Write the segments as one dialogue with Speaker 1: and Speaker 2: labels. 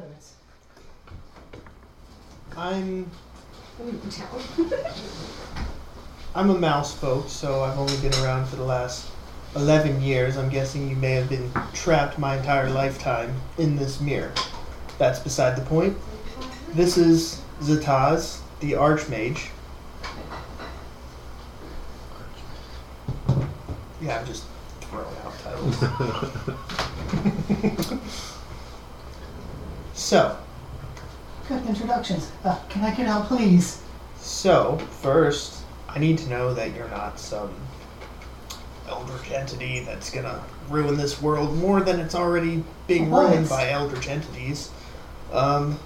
Speaker 1: minutes. I'm
Speaker 2: We can tell.
Speaker 1: I'm a mouse folk, so I've only been around for the last eleven years. I'm guessing you may have been trapped my entire lifetime in this mirror. That's beside the point. This is Zataz, the Archmage. Yeah, I'm just throwing out titles. so,
Speaker 3: Good introductions. Uh, can I get out, please?
Speaker 1: so first, I need to know that you're not some eldritch entity that's gonna ruin this world more than it's already being
Speaker 3: What?
Speaker 1: ruined by eldritch entities. Um,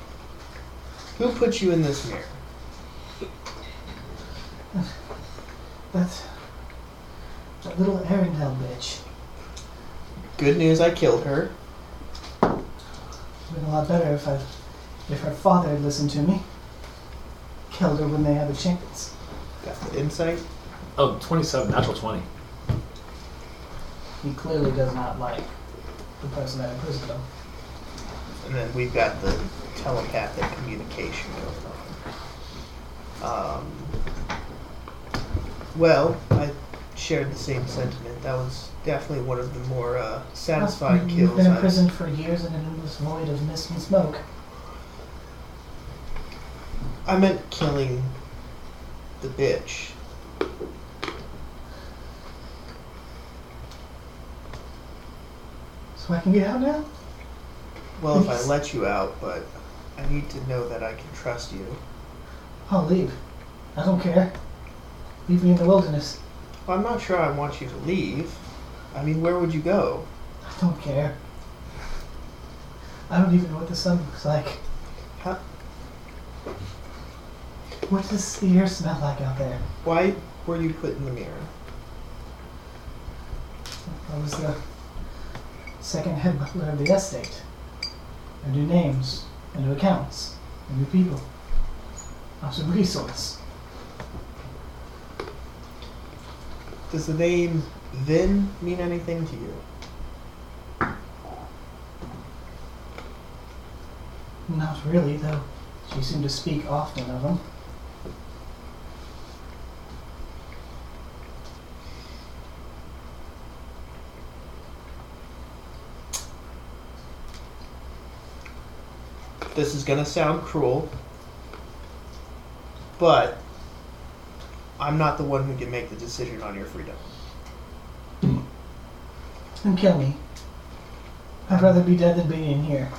Speaker 1: who put you in this mirror?
Speaker 3: That's that little Herringdale bitch.
Speaker 1: Good news, I killed her.
Speaker 3: It'd been a lot better if I, if her father had listened to me. Killed her when they had the chance.
Speaker 1: Got the insight.
Speaker 4: Oh, 27, natural 20.
Speaker 3: He clearly does not like the person that imprisoned him.
Speaker 1: And then we've got the telepathic communication going on. Um, well, I shared the same sentiment. That was definitely one of the more uh, satisfying
Speaker 3: You've
Speaker 1: kills.
Speaker 3: been in
Speaker 1: I've-
Speaker 3: Oh, prison for years in an endless void of mist and smoke.
Speaker 1: I meant killing the bitch.
Speaker 3: So I can get out now?
Speaker 1: Well, if I
Speaker 3: Please.
Speaker 1: let you out, but I need to know that I can trust you.
Speaker 3: I'll leave. I don't care. Leave me in the wilderness.
Speaker 1: Well, I'm not sure I want you to leave. I mean, where would you go?
Speaker 3: I don't care. I don't even know what the sun looks like.
Speaker 1: Huh?
Speaker 3: What does the air smell like out there?
Speaker 1: Why were you put in the mirror?
Speaker 3: I was the second head butler of the estate. I knew names, I knew accounts, I knew people. I was a resource.
Speaker 1: Does the name Vin mean anything to you?
Speaker 3: Not really, though. She seemed to speak often of them.
Speaker 1: this is going to sound cruel, but I'm not the one who can make the decision on your freedom.
Speaker 3: And kill me. I'd rather be dead than be in here.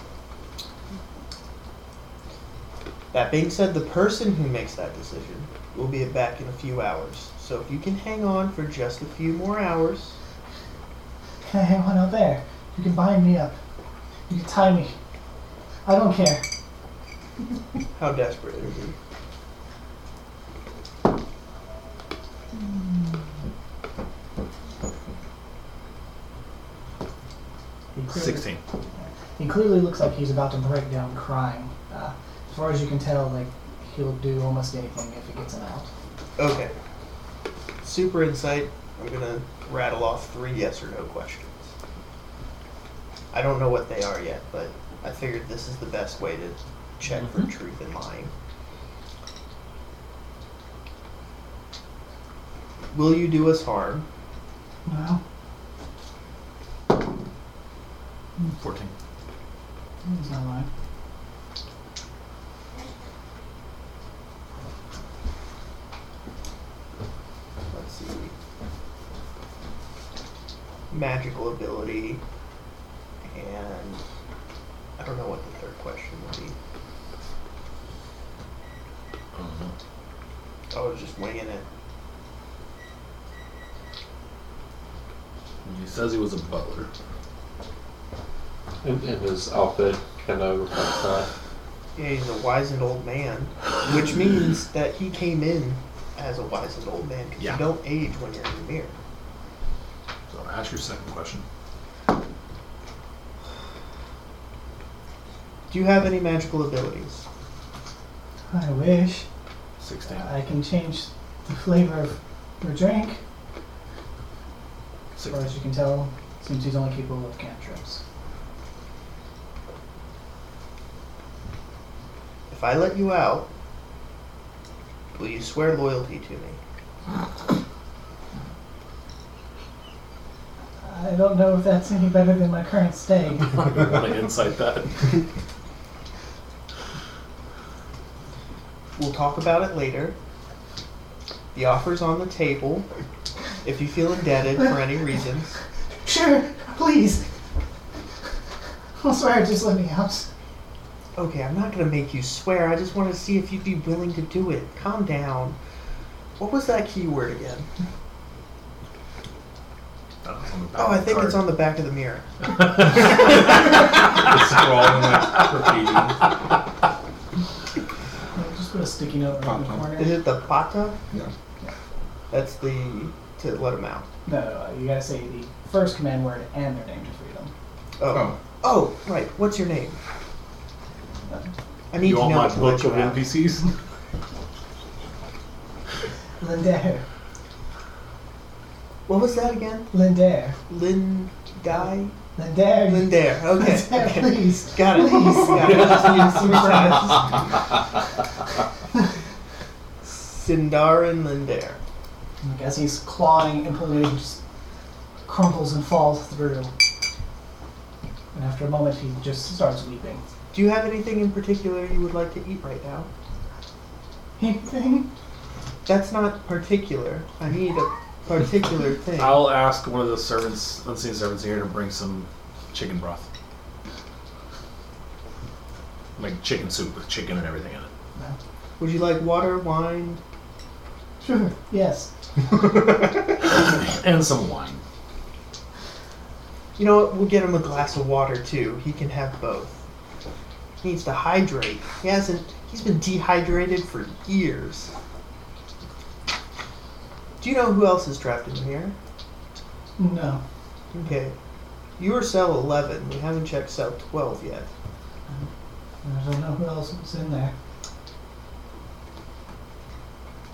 Speaker 1: That being said, the person who makes that decision will be back in a few hours. So if you can hang on for just a few more hours,
Speaker 3: Can I hang one out there? You can bind me up. You can tie me. I don't care.
Speaker 1: how desperate are you?
Speaker 3: He clearly-
Speaker 4: 16.
Speaker 3: He clearly looks like he's about to break down crying. Uh, as far as you can tell, like he'll do almost anything if it gets him out.
Speaker 1: Okay. Super insight. I'm going to rattle off three yes or no questions. I don't know what they are yet, but I figured this is the best way to check for
Speaker 4: Mhm.
Speaker 1: truth and lying. Will you do us harm?
Speaker 3: No,
Speaker 4: 14.
Speaker 3: he's not lying.
Speaker 1: Let's see. Magical ability. And I don't know what the third question would be.
Speaker 4: Uh-huh.
Speaker 1: I was just winging it.
Speaker 4: He says he was a butler.
Speaker 5: And, and his outfit kind of reflects that.
Speaker 1: Yeah, he's a wizened old man, which means that he came in as a wizened old man because
Speaker 4: Yeah.
Speaker 1: you don't age when you're in the mirror.
Speaker 4: So ask your second question.
Speaker 1: Do you have any magical abilities?
Speaker 3: I wish
Speaker 4: 16.
Speaker 1: Uh,
Speaker 3: I can change the flavor of your drink. As far
Speaker 4: 16.
Speaker 3: as you can tell, seems he's only capable of cantrips.
Speaker 1: If I let you out, will you swear loyalty to me?
Speaker 3: I don't know if that's any better than my current stay.
Speaker 4: I don't want to incite that.
Speaker 1: We'll talk about it later. The offer's on the table. If you feel indebted for any reasons,
Speaker 3: sure, please. I'll swear, just let me out.
Speaker 1: okay, I'm not gonna make you swear. I just want to see if you'd be willing to do it. Calm down. What was that key word again?
Speaker 4: That was on the back
Speaker 1: Oh,
Speaker 4: of
Speaker 1: I
Speaker 4: the
Speaker 1: think it's
Speaker 4: card.
Speaker 1: on the back of the mirror.
Speaker 4: It's scrawled and like repeating.
Speaker 3: I'll just put a sticky note right in the
Speaker 4: Pom-pom.
Speaker 3: corner.
Speaker 1: Is it the pata?
Speaker 4: Yeah.
Speaker 1: That's the to let them out.
Speaker 3: No, no, no, you gotta say the first command word and their name to freedom.
Speaker 1: Oh. Oh, right. What's your name? I need
Speaker 4: You
Speaker 1: to
Speaker 4: want my
Speaker 1: know to
Speaker 4: book
Speaker 1: let you
Speaker 4: of
Speaker 1: out.
Speaker 4: NPCs?
Speaker 3: Lindare.
Speaker 1: What was that again?
Speaker 3: Lindare.
Speaker 1: Lin Guy?
Speaker 3: Lindare.
Speaker 1: Lin Dare. Okay.
Speaker 3: Lindare,
Speaker 1: okay.
Speaker 3: please.
Speaker 1: Got it.
Speaker 3: Please.
Speaker 1: Got it. Just need to see my title. Sindarin Lindare.
Speaker 3: Like, As he's clawing and pulling, he just crumples and falls through. And after a moment, he just starts weeping.
Speaker 1: Do you have anything in particular you would like to eat right now?
Speaker 3: Anything?
Speaker 1: That's not particular. I need a particular thing.
Speaker 4: I'll ask one of the servants, unseen servants here, to bring some chicken broth. Like chicken soup with chicken and everything in
Speaker 1: Would you like water, wine?
Speaker 3: Sure. Yes.
Speaker 4: it. and some wine.
Speaker 1: You know what? We'll get him a glass of water too. He can have both. He needs to hydrate. He hasn't. He's been dehydrated for years. Do you know who else is trapped in here?
Speaker 3: No.
Speaker 1: Okay. You are cell 11. We haven't checked cell 12 yet.
Speaker 3: I don't know who else was in there.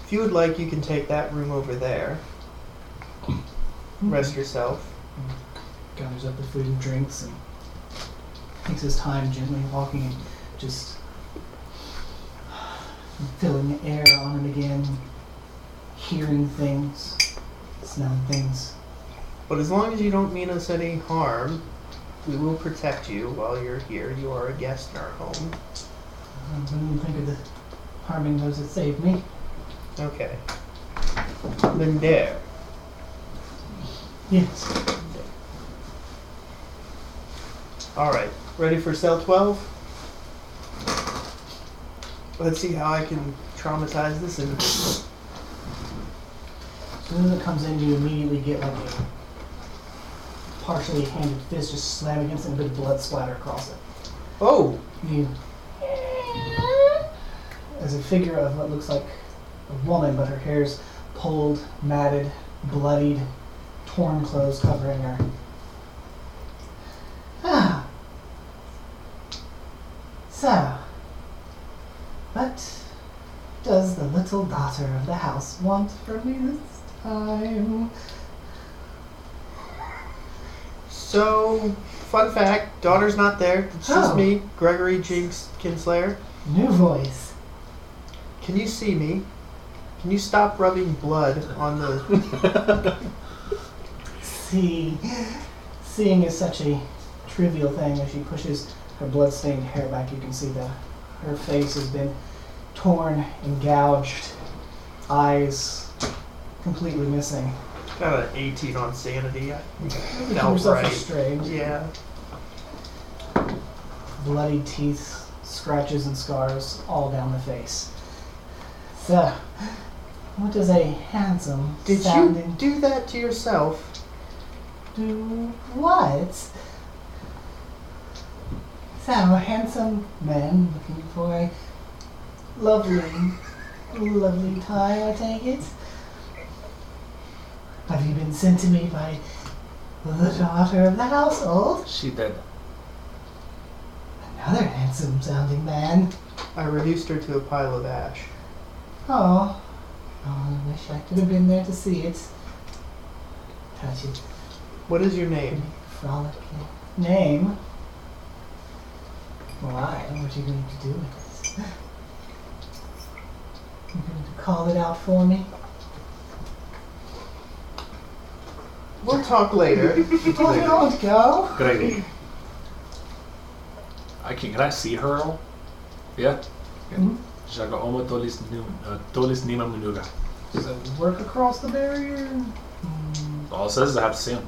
Speaker 1: If you would like, you can take that room over there. Rest yourself.
Speaker 3: Gathers up the food and drinks and takes his time gently walking and just filling the air on and again, hearing things, smelling things.
Speaker 1: But as long as you don't mean us any harm, we will protect you while you're here. You are a guest in our home.
Speaker 3: I wouldn't think of the harming those that saved me.
Speaker 1: Okay. Lindare.
Speaker 3: Yes.
Speaker 1: Alright, ready for cell 12? Let's see how I can traumatize this individual.
Speaker 3: As soon as it comes in, you immediately get like a partially handed fist just slam against it and a bit of blood splatter across it.
Speaker 1: Oh!
Speaker 3: You, as a figure of what looks like a woman, but her hair's pulled, matted, bloodied, torn clothes covering her. Ah. So, what does the little daughter of the house want from me this time?
Speaker 1: So, fun fact daughter's not there. It's just
Speaker 3: Oh.
Speaker 1: me, Gregory Jinx Kinslayer.
Speaker 3: New voice.
Speaker 1: Can you see me? Can you stop rubbing blood on the.
Speaker 3: See, seeing is such a trivial thing. As she pushes her blood-stained hair back, you can see that her face has been torn and gouged, eyes completely missing.
Speaker 1: Got an 18 on sanity. I
Speaker 3: You
Speaker 1: No,
Speaker 3: yourself
Speaker 1: right.
Speaker 3: restrained.
Speaker 1: Yeah.
Speaker 3: Bloody teeth, scratches, and scars all down the face. So, what does a handsome
Speaker 1: Did
Speaker 3: sounding
Speaker 1: you do that to yourself?
Speaker 3: Do what? So, a handsome man looking for a lovely, lovely tie, I take it. Have you been sent to me by the daughter of the household?
Speaker 4: She did.
Speaker 3: Another handsome sounding man.
Speaker 1: I reduced her to a pile of ash.
Speaker 3: Oh, oh I wish I could have been there to see it. Touch it,
Speaker 1: What is your name?
Speaker 3: frolic. Name? Why? What are you going to do with this? call it out for me?
Speaker 1: We'll talk later.
Speaker 3: Oh,
Speaker 4: Later.
Speaker 3: don't go.
Speaker 4: Good idea. I can. Can I see her? all? Yeah.
Speaker 3: Mhm.
Speaker 4: Jaga omo tolis nim- uh, tolis nimam nunuga.
Speaker 3: Does it work across the barrier? Mm,
Speaker 4: All it says is I have to see him.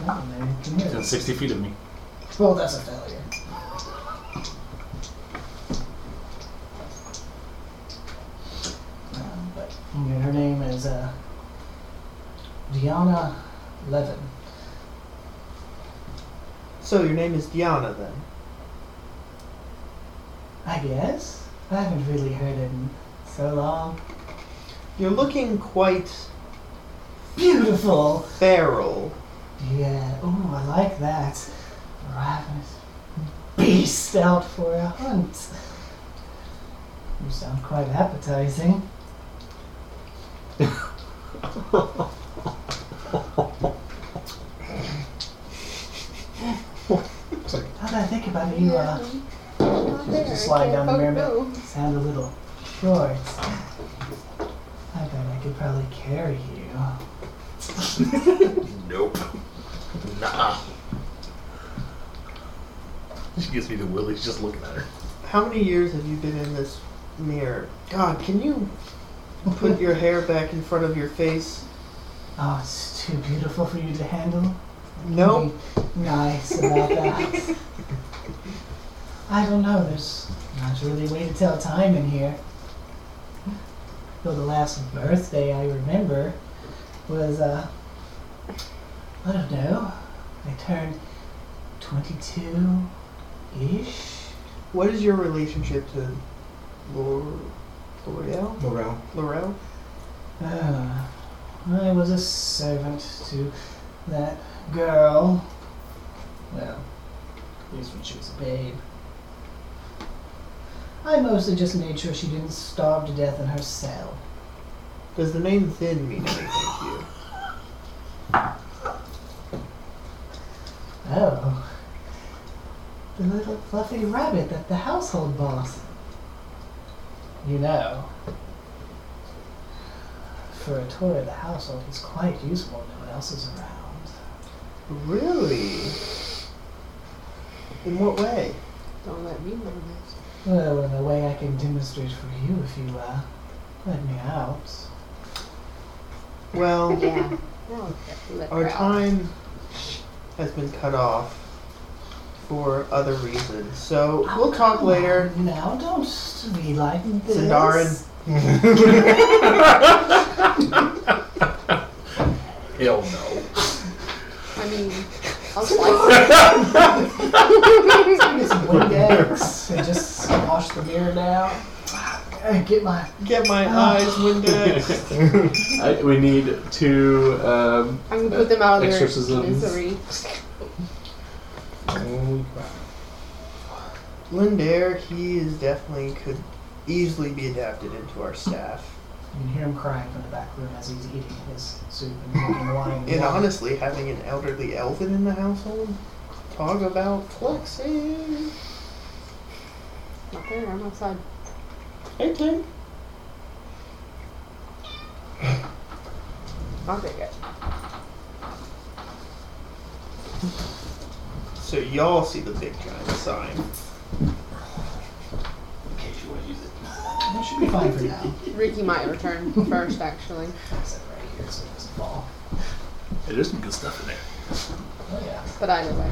Speaker 3: no, man. Can you
Speaker 4: Within 60 feet of me.
Speaker 3: Well, that's a failure. Um, but yeah, her name is uh, Diana Levin.
Speaker 1: so your name is Diana then?
Speaker 3: I guess I haven't really heard it in so long.
Speaker 1: You're looking quite
Speaker 3: Beautiful.
Speaker 1: feral.
Speaker 3: Yeah. Ooh, I like that. Ravenous beast out for a hunt. You sound quite appetizing. Now that I think about it, you uh,
Speaker 2: Just
Speaker 3: slide down the pyramid. sound a little short. I bet I could probably carry you.
Speaker 4: Nope. Nah. She gives me the willies just looking at her.
Speaker 1: How many years have you been in this mirror? God, can you put your hair back in front of your face?
Speaker 3: Oh, it's too beautiful for you to handle.
Speaker 1: No.
Speaker 3: Be Nice about that. I don't know. There's not really a way to tell time in here. Though the last birthday I remember was, uh, I don't know. I turned 22 ish.
Speaker 1: What is your relationship to Lor- L'Oreal?
Speaker 4: Morel.
Speaker 1: L'Oreal?
Speaker 3: Uh, I was a servant to that girl. Well, at least when she was a babe. I mostly just made sure she didn't starve to death in her cell.
Speaker 1: Does the name Thin mean anything to you?
Speaker 3: Oh. The little fluffy rabbit that the household boss. You know. For a toy of the household, he's quite useful when no one else is around.
Speaker 1: Really? In what way?
Speaker 2: Don't let me know this.
Speaker 3: Well, in a way I can demonstrate for you if you uh, let me out.
Speaker 1: Well,
Speaker 2: Yeah. No, let
Speaker 1: Oh, our
Speaker 2: her out.
Speaker 1: time has been cut off for other reasons, so we'll talk
Speaker 3: Come
Speaker 1: later.
Speaker 3: on Now, don't be like Oh, this.
Speaker 1: Sindarin.
Speaker 4: Hell no.
Speaker 2: I mean, I'll slice
Speaker 3: Get some Windex and just wash the mirror down. And get my.
Speaker 1: Get my eyes, Windex.
Speaker 5: I, we need two. Um,
Speaker 2: I'm gonna put them out of their
Speaker 5: Exorcisms.
Speaker 2: misery.
Speaker 1: Lindair, he is definitely could easily be adapted into our staff.
Speaker 3: You can hear him crying from the back room as he's eating his soup and drinking wine.
Speaker 1: And honestly, having an elderly elven in the household, talk about flexing.
Speaker 2: Not there, I'm outside.
Speaker 1: Hey, Tim.
Speaker 2: I'll take it.
Speaker 1: So y'all see the big giant sign.
Speaker 4: In case you want to use it.
Speaker 3: That should be fine for now.
Speaker 2: Ricky might return first, actually.
Speaker 3: It's right here so it doesn't fall.
Speaker 4: Hey, there's some good stuff in there.
Speaker 3: Oh, yeah.
Speaker 2: But either way,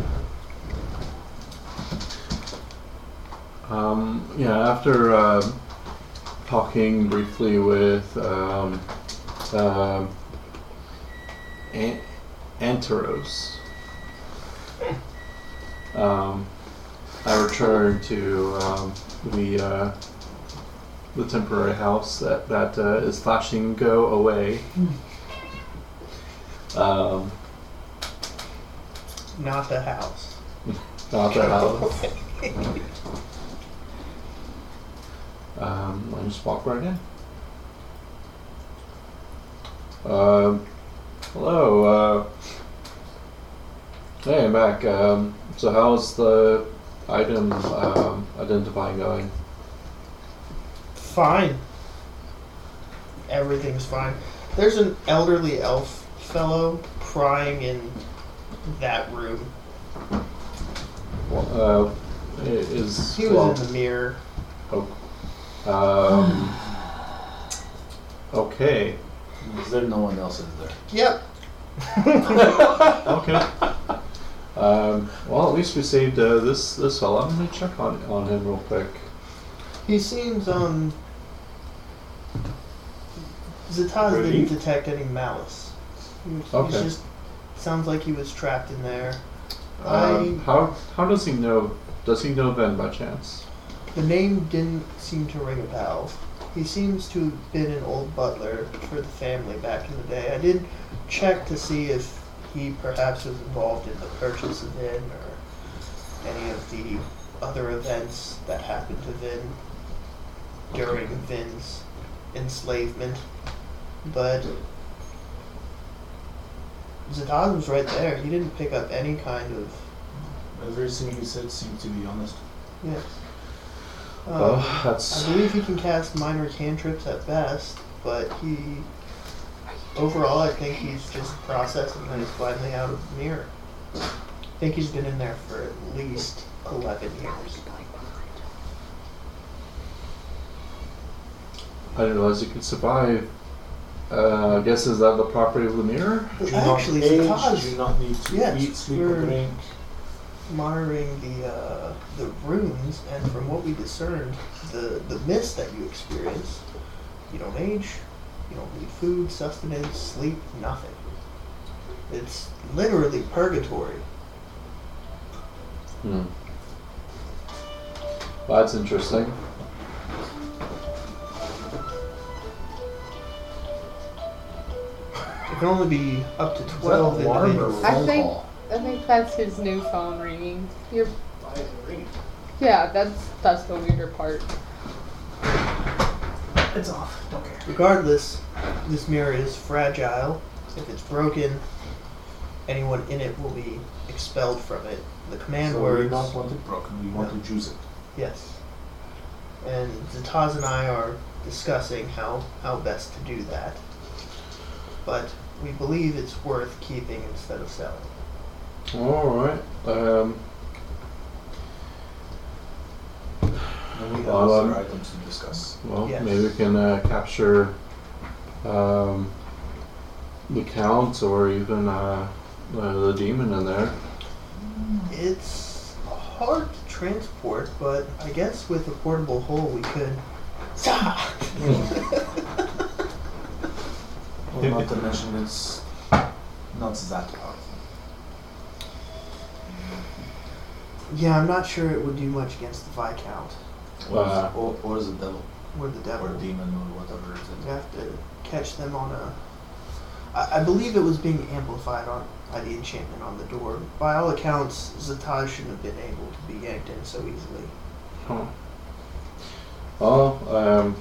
Speaker 5: um, yeah, after um talking briefly with um, um An- Anteros, um, I returned to um, the uh, the temporary house that that uh, is flashing go away. Um,
Speaker 1: Not the house.
Speaker 5: Not that house. um, I just walk right in. Um, hello. Uh, hey, I'm back. Um, so, how's the item um, identifying going?
Speaker 1: Fine. everything's fine. There's an elderly elf fellow crying in that room.
Speaker 5: Uh, i- is
Speaker 1: He
Speaker 5: well,
Speaker 1: was in the mirror.
Speaker 5: um, okay.
Speaker 4: Because there no one else is there.
Speaker 1: Yep.
Speaker 5: Okay. Um, well, at least we saved uh, this this fella. I'm gonna check on on him real quick.
Speaker 1: He seems um. Zataz
Speaker 5: Really?
Speaker 1: didn't detect any malice. He was, he was
Speaker 5: Okay.
Speaker 1: just sounds like he was trapped in there.
Speaker 5: Um,
Speaker 1: I-
Speaker 5: how how does he know? Does he know Ven by chance?
Speaker 1: The name didn't seem to ring a bell. He seems to have been an old butler for the family back in the day. I did check to see if he perhaps was involved in the purchase of Vin or any of the other events that happened to Vin during Vin's enslavement. But Zidane was right there. He didn't pick up any kind of.
Speaker 4: Everything you said seemed to be honest.
Speaker 1: Yes. Um,
Speaker 5: oh,
Speaker 1: I
Speaker 5: that's
Speaker 1: believe he can cast minor cantrips at best, but he. Overall, I think he's just processing that he's finally out of the mirror. I think he's been in there for at least 11 years.
Speaker 5: I didn't realize you could survive. Uh, I guess is that the property of the mirror?
Speaker 1: Well,
Speaker 6: Do not
Speaker 1: Actually,
Speaker 6: age,
Speaker 1: Zataz
Speaker 6: do not need to
Speaker 1: Yes,
Speaker 6: eat, sleep,
Speaker 1: we're-
Speaker 6: or drink.
Speaker 1: monitoring the uh, the runes, and from what we discerned, the the mist that you experience, you don't age, you don't need food, sustenance, sleep, nothing. It's literally purgatory.
Speaker 5: Hmm. Well, that's interesting.
Speaker 1: It can only be up to
Speaker 6: Is that
Speaker 1: twelve
Speaker 6: alarm
Speaker 1: individuals.
Speaker 6: or
Speaker 2: I
Speaker 6: roll
Speaker 2: think-
Speaker 6: call?
Speaker 2: I think that's his new phone ringing. Your yeah, that's that's the weirder part.
Speaker 3: It's off. Don't care.
Speaker 1: Regardless, this mirror is fragile. If it's broken, anyone in it will be expelled from it. The command
Speaker 6: So we
Speaker 1: words.
Speaker 6: not want it broken, we want to use it.
Speaker 1: Yes. And Zataz and I are discussing how, how best to do that. But we believe it's worth keeping instead of selling.
Speaker 5: All right. Um,
Speaker 4: And we have
Speaker 5: Well,
Speaker 4: other
Speaker 5: um,
Speaker 4: items to discuss.
Speaker 5: well,
Speaker 1: Yes.
Speaker 5: maybe we can uh, capture um, the count or even uh, uh, the demon in there.
Speaker 1: It's hard to transport, but I guess with a portable hole we could.
Speaker 6: Well, not to mention it's not that powerful.
Speaker 1: yeah, I'm not sure it would do much against the Viscount
Speaker 6: Or, is-
Speaker 5: Uh,
Speaker 6: or, or is the devil,
Speaker 1: or the devil.
Speaker 6: or demon, or whatever it is.
Speaker 1: We'd have to catch them on a. I, I believe it was being amplified on by the enchantment on the door. By all accounts, Zataj shouldn't have been able to be yanked in so easily.
Speaker 5: Huh. Well, um,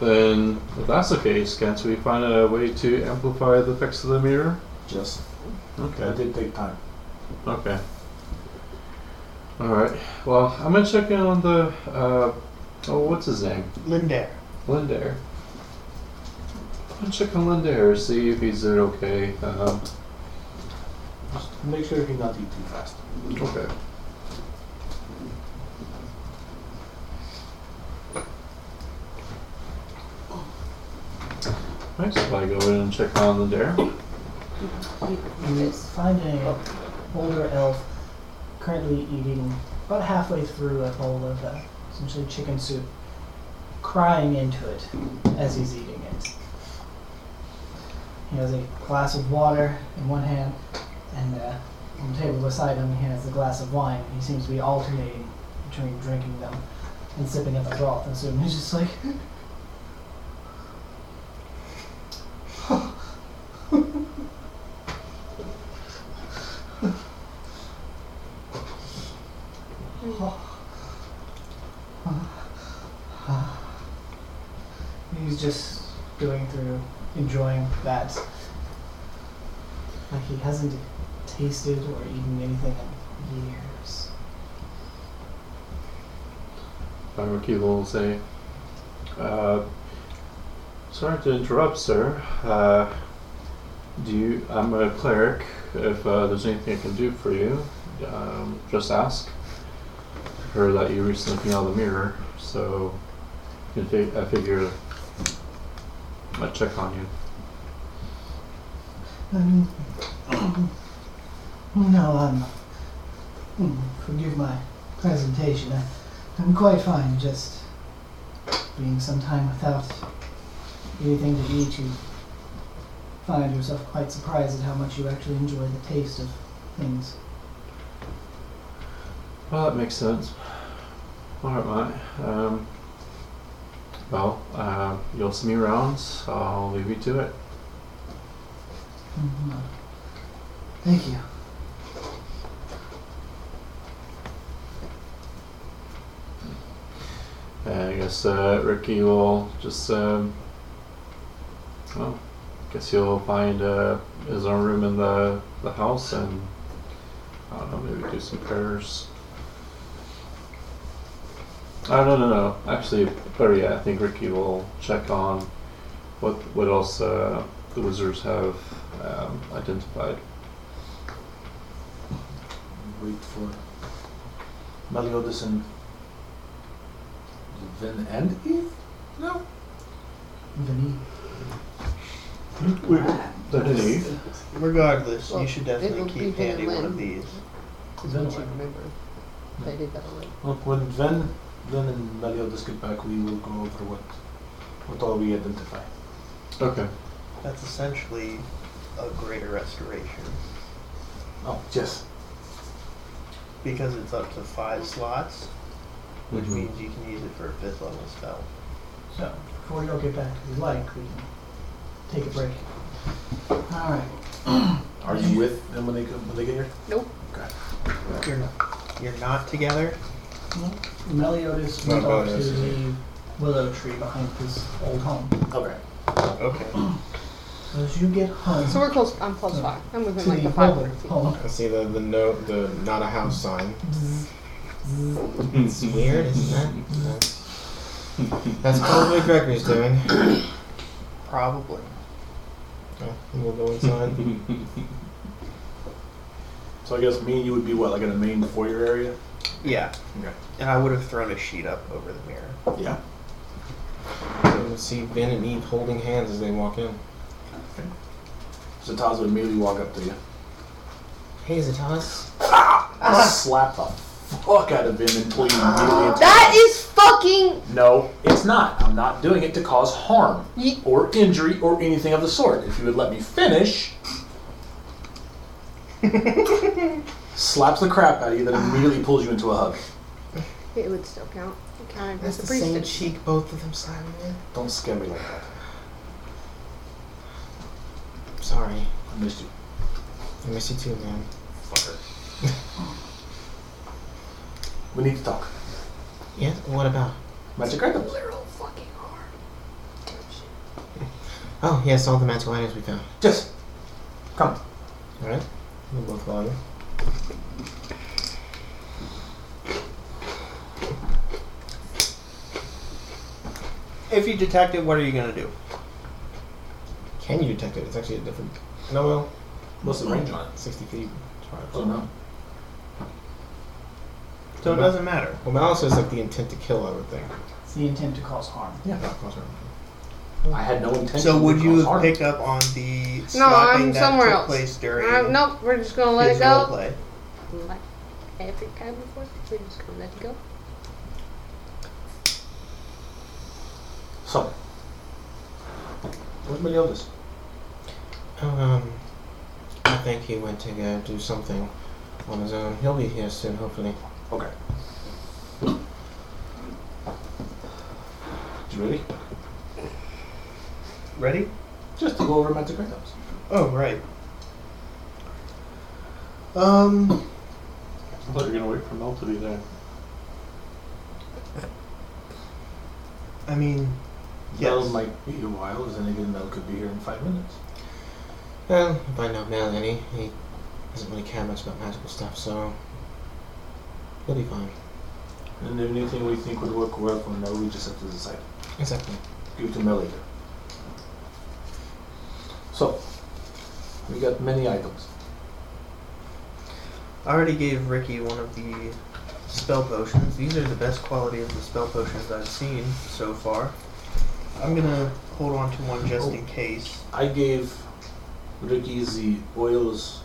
Speaker 5: then if that's the case, can't we find a way to amplify the effects of the mirror?
Speaker 6: Just, it
Speaker 5: Okay.
Speaker 6: did take time.
Speaker 5: Okay. All right. Well, I'm gonna check in on the. Uh, oh, what's his name?
Speaker 1: Lindare.
Speaker 5: Lindair. I'm gonna check on Lindair, see if he's doing okay. Um,
Speaker 6: Just make sure you not eat too fast.
Speaker 5: okay. Alright, so if I go in and check on Lindair.
Speaker 3: You find a older elf currently eating about halfway through a bowl of uh, essentially chicken soup, crying into it as he's eating it. He has a glass of water in one hand, and uh, on the table beside him, he has a glass of wine. He seems to be alternating between drinking them and sipping at the broth. And so he's just like, He's just going through, enjoying that. Like he hasn't tasted or eaten anything in years.
Speaker 5: Barbecue will say, uh, Sorry to interrupt, sir. Uh, do you? I'm a cleric. If uh, there's anything I can do for you, um, just ask. Heard that you recently came out of the mirror, so I fi- I figure I'd check on you.
Speaker 3: Um, no, um, mm, forgive my presentation. I, I'm quite fine, just being some time without anything to eat, you find yourself quite surprised at how much you actually enjoy the taste of things.
Speaker 5: Well, that makes sense. All right, mate. Um, well, uh, you'll see me around. I'll leave you to it.
Speaker 3: Mm, well, Thank you.
Speaker 5: Uh, I guess uh, Ricky will just, um, well, guess he'll find uh, his own room in the, the house and, I don't know, maybe do some prayers. Oh, no, no, no. Actually, better yet, I think Ricky will check on what, what else uh, the wizards have um, identified.
Speaker 6: Wait for Meliodas and Vin and Eve? No.
Speaker 3: Vinny.
Speaker 5: Then leave.
Speaker 1: Regardless,
Speaker 2: Well,
Speaker 1: you should
Speaker 2: it'll
Speaker 1: definitely
Speaker 2: be
Speaker 1: keep handy one of
Speaker 2: Vinland.
Speaker 1: these.
Speaker 2: Because
Speaker 6: Then
Speaker 2: once you
Speaker 6: what?
Speaker 2: remember, they did that already.
Speaker 6: Look, when Vin, Vin and Meliodas get back, we will go over what what all we identify.
Speaker 5: Okay.
Speaker 1: That's essentially a greater restoration
Speaker 6: Oh, yes.
Speaker 1: because it's up to five slots, which
Speaker 5: Mhm.
Speaker 1: means you can use it for a fifth level spell.
Speaker 3: So, before you all get back to the light, we can take a break. All right.
Speaker 6: Are you with them when they come, when they get here?
Speaker 1: You're you're not together.
Speaker 3: Meliodas
Speaker 6: Not
Speaker 3: went off to
Speaker 6: Meliodas, is
Speaker 3: the willow tree behind his old home.
Speaker 6: Okay.
Speaker 1: Okay.
Speaker 3: So as you get home
Speaker 2: So we're close. I'm close
Speaker 3: Yeah.
Speaker 2: five. I'm
Speaker 3: to
Speaker 2: within
Speaker 3: the
Speaker 2: like the
Speaker 3: mobile
Speaker 2: 500 feet.
Speaker 3: home,
Speaker 7: I see the, the no the not a house sign. It's weird, isn't it? That's, that's probably what Gregory's doing.
Speaker 1: Probably.
Speaker 7: Okay, we'll go inside.
Speaker 6: So I guess me and you would be what, like in the main foyer area?
Speaker 1: Yeah.
Speaker 6: Okay.
Speaker 1: And I would have thrown a sheet up over the mirror.
Speaker 6: Yeah.
Speaker 7: We'll see Ben and Eve holding hands as they walk in.
Speaker 6: So Taz would immediately walk up to you. Ah!
Speaker 7: Hey, Zatas.
Speaker 6: Slap the fuck out of him and pull you immediately into
Speaker 2: That is fucking.
Speaker 6: No, it's not. I'm not doing it to cause harm
Speaker 2: Ye-
Speaker 6: or injury or anything of the sort. If you would let me finish, slaps the crap out of you, then immediately pulls you into a hug.
Speaker 2: It would still count. It counted
Speaker 7: That's
Speaker 2: as
Speaker 7: the
Speaker 2: a
Speaker 7: same
Speaker 2: priestess.
Speaker 7: cheek both of them slapping in.
Speaker 6: Don't scare me like that.
Speaker 7: Sorry,
Speaker 6: I missed you.
Speaker 7: I miss you too, man.
Speaker 6: Fucker. we need to talk.
Speaker 7: Yeah. What about?
Speaker 6: Magic item.
Speaker 2: Literal fucking arm.
Speaker 7: Oh yes, all the magical items we found.
Speaker 6: Yes. Come.
Speaker 7: All right. We'll both follow you.
Speaker 1: If you detect it, what are you gonna do?
Speaker 7: Can you detect it? It's actually a different. No, well,
Speaker 6: What's the range on it?
Speaker 7: sixty feet. Charge.
Speaker 6: Oh no.
Speaker 1: So it doesn't matter.
Speaker 7: Well, malice is like the intent to kill, I would think.
Speaker 3: it's the intent to cause harm.
Speaker 7: Not cause harm.
Speaker 6: I had no intention.
Speaker 1: So would
Speaker 6: to
Speaker 1: you
Speaker 6: cause
Speaker 1: have
Speaker 6: harm.
Speaker 1: picked up on the slapping
Speaker 2: I'm
Speaker 1: that
Speaker 2: somewhere
Speaker 1: took
Speaker 2: else.
Speaker 1: place during
Speaker 2: Uh, nope, we're just gonna let
Speaker 1: his
Speaker 2: it go.
Speaker 1: roleplay?
Speaker 2: Like every time before, we're just gonna let it go.
Speaker 6: So. Where's Meliodas?
Speaker 7: Oh, um, I think he went to go do something on his own. He'll be here soon, hopefully.
Speaker 6: Okay. You ready?
Speaker 1: Ready?
Speaker 6: Just to go over magic items.
Speaker 1: Oh right. Um.
Speaker 5: I thought you were going to wait for Mel to be there.
Speaker 1: I mean. Yes.
Speaker 6: That'll might be a while, because then again, Mel could be here in five minutes.
Speaker 7: Well, if I know Mel any, he doesn't really care much about magical stuff, so he'll be fine.
Speaker 6: And if anything we think would work well for Mel, we just have to decide.
Speaker 7: Exactly.
Speaker 6: Give it to Mel later. So, we got many items.
Speaker 1: I already gave Ricky one of the spell potions. These are the best quality of the spell potions I've seen so far. I'm gonna hold on to one just in case.
Speaker 6: I gave Ricky the oils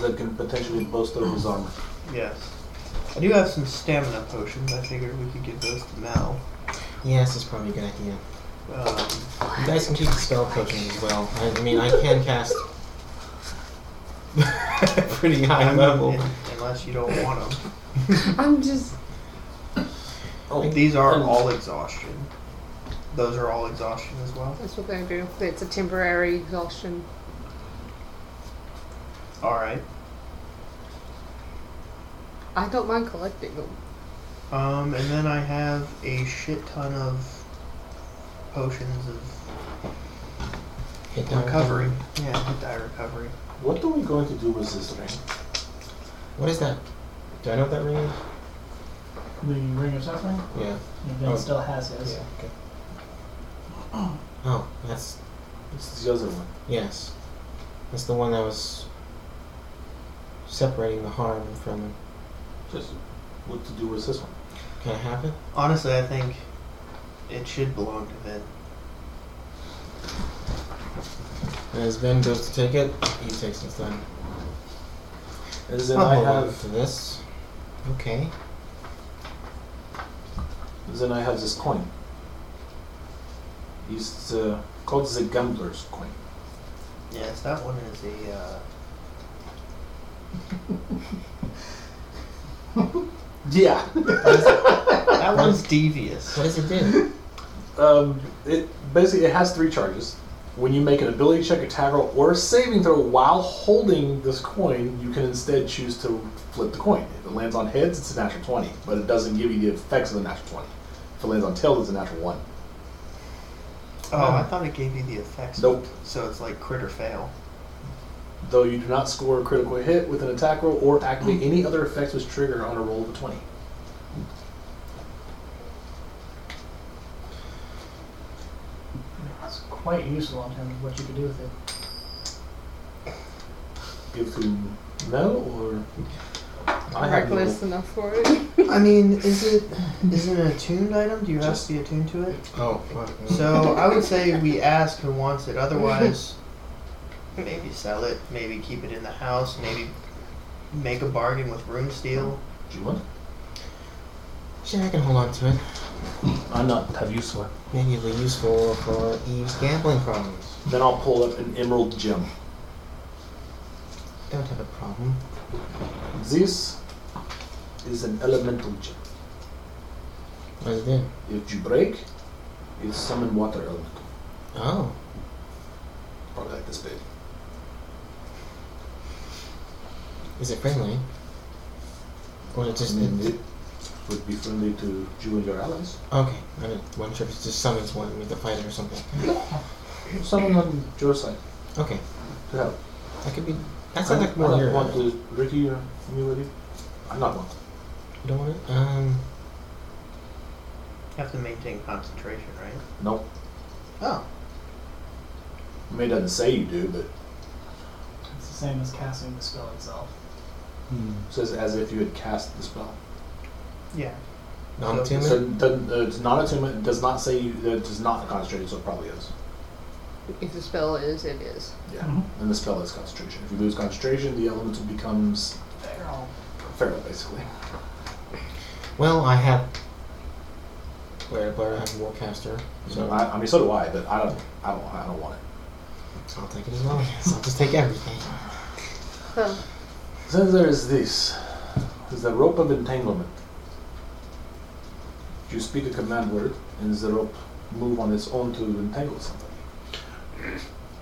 Speaker 6: that can potentially bolster his armor.
Speaker 1: Yes. I do have some stamina potions. I figured we could give those to Mal.
Speaker 7: Yes, that's probably a good idea.
Speaker 1: Um,
Speaker 7: You guys can keep the spell potions as well. I, I mean, I can cast pretty high level.
Speaker 1: un- unless you don't want them.
Speaker 2: I'm just.
Speaker 6: Oh,
Speaker 1: These are all exhaustion. Those are all exhaustion as well.
Speaker 2: That's what they do. It's a temporary exhaustion.
Speaker 1: All right.
Speaker 2: I don't mind collecting them.
Speaker 1: Um, and then I have a shit ton of potions of
Speaker 7: Hit down.
Speaker 1: recovery. Yeah, hit die recovery.
Speaker 6: what are we going to do with this ring?
Speaker 7: What is that? Do I know what that ring is?
Speaker 3: The Ring of Suffering?
Speaker 7: Yeah.
Speaker 3: And Ben
Speaker 7: Oh.
Speaker 3: still has his.
Speaker 7: Yeah. Okay. Oh, that's
Speaker 6: It's the other one.
Speaker 7: Yes. That's the one that was separating the harm from.
Speaker 6: Just what to do with this one?
Speaker 7: Can I have it?
Speaker 1: Honestly, I think it should belong to Vin.
Speaker 7: And as Ben goes to take it, he takes it then.
Speaker 6: And then
Speaker 7: I'll
Speaker 6: I
Speaker 7: hold on
Speaker 6: have
Speaker 7: to this. Okay.
Speaker 6: then I have this coin. It's uh, called the gambler's coin.
Speaker 1: Yes, that one is a. Uh,
Speaker 6: Yeah.
Speaker 1: that one's devious.
Speaker 7: What does it do?
Speaker 6: Um, it basically it has three charges. When you make an ability check, attack roll, or a saving throw while holding this coin, you can instead choose to flip the coin. If it lands on heads, it's a natural twenty, but it doesn't give you the effects of a natural twenty. If it lands on tails, it's a natural one.
Speaker 1: Oh, I thought it gave you the effects.
Speaker 6: Nope.
Speaker 1: So it's like crit or fail.
Speaker 6: Though you do not score a critical hit with an attack roll or activate any other effects which trigger on a roll of a twenty.
Speaker 3: It's quite useful in terms of what you could do with it.
Speaker 6: Give to Mel or I have no-
Speaker 2: Reckless enough for it.
Speaker 1: I mean, is it is it an attuned item? Do you have to be attuned to it?
Speaker 7: Oh, fuck. me.
Speaker 1: So I would say we ask who wants it. Otherwise, maybe sell it. Maybe keep it in the house. Maybe make a bargain with Room Steel.
Speaker 6: Do you want?
Speaker 7: Shit, I can hold on to it.
Speaker 6: I'm not. Have you sweat?
Speaker 7: Manually useful for Eve's gambling problems.
Speaker 6: Then I'll pull up an emerald gem.
Speaker 7: Don't have a problem.
Speaker 6: This is an elemental gem.
Speaker 7: What does it do?
Speaker 6: If you break, it's summon water element.
Speaker 7: Oh.
Speaker 6: Probably like this big.
Speaker 7: Is it friendly? Or is it just.
Speaker 6: And then it would be friendly to you and your allies.
Speaker 7: okay. I didn't, one trip just summons one with the fighter or something.
Speaker 6: Someone on your side
Speaker 7: Okay.
Speaker 6: to help.
Speaker 7: That could be. That
Speaker 6: I
Speaker 7: sounds like
Speaker 6: don't-
Speaker 7: more
Speaker 6: I
Speaker 7: your.
Speaker 6: don't want to Ricky or Muley. I'm not one.
Speaker 7: You don't want it? Um.
Speaker 1: Have to maintain concentration, right?
Speaker 6: No.
Speaker 1: Oh,
Speaker 6: I mean, it doesn't say you do, but
Speaker 3: It's the same as casting the spell itself.
Speaker 6: it says as if you had cast the spell.
Speaker 1: yeah.
Speaker 7: Non
Speaker 1: So-
Speaker 6: So
Speaker 7: timid?
Speaker 6: it doesn't- uh, it's not attunement. It does not say you. It does not concentrate, so it probably is.
Speaker 2: If the spell is, it is.
Speaker 6: Yeah.
Speaker 3: Mhm.
Speaker 6: And the spell is concentration. If you lose concentration, the elemental becomes
Speaker 3: They're all
Speaker 6: feral, basically.
Speaker 7: Well, I have. Blair, Blair, I have Warcaster, so
Speaker 6: So I, I mean, so do I, but I don't. I don't. I don't want it.
Speaker 7: I'll take it as well. So I'll just take everything.
Speaker 2: Huh.
Speaker 6: Then there is this. There's the rope of entanglement. You speak a command word, and the rope move on its own to entangle something.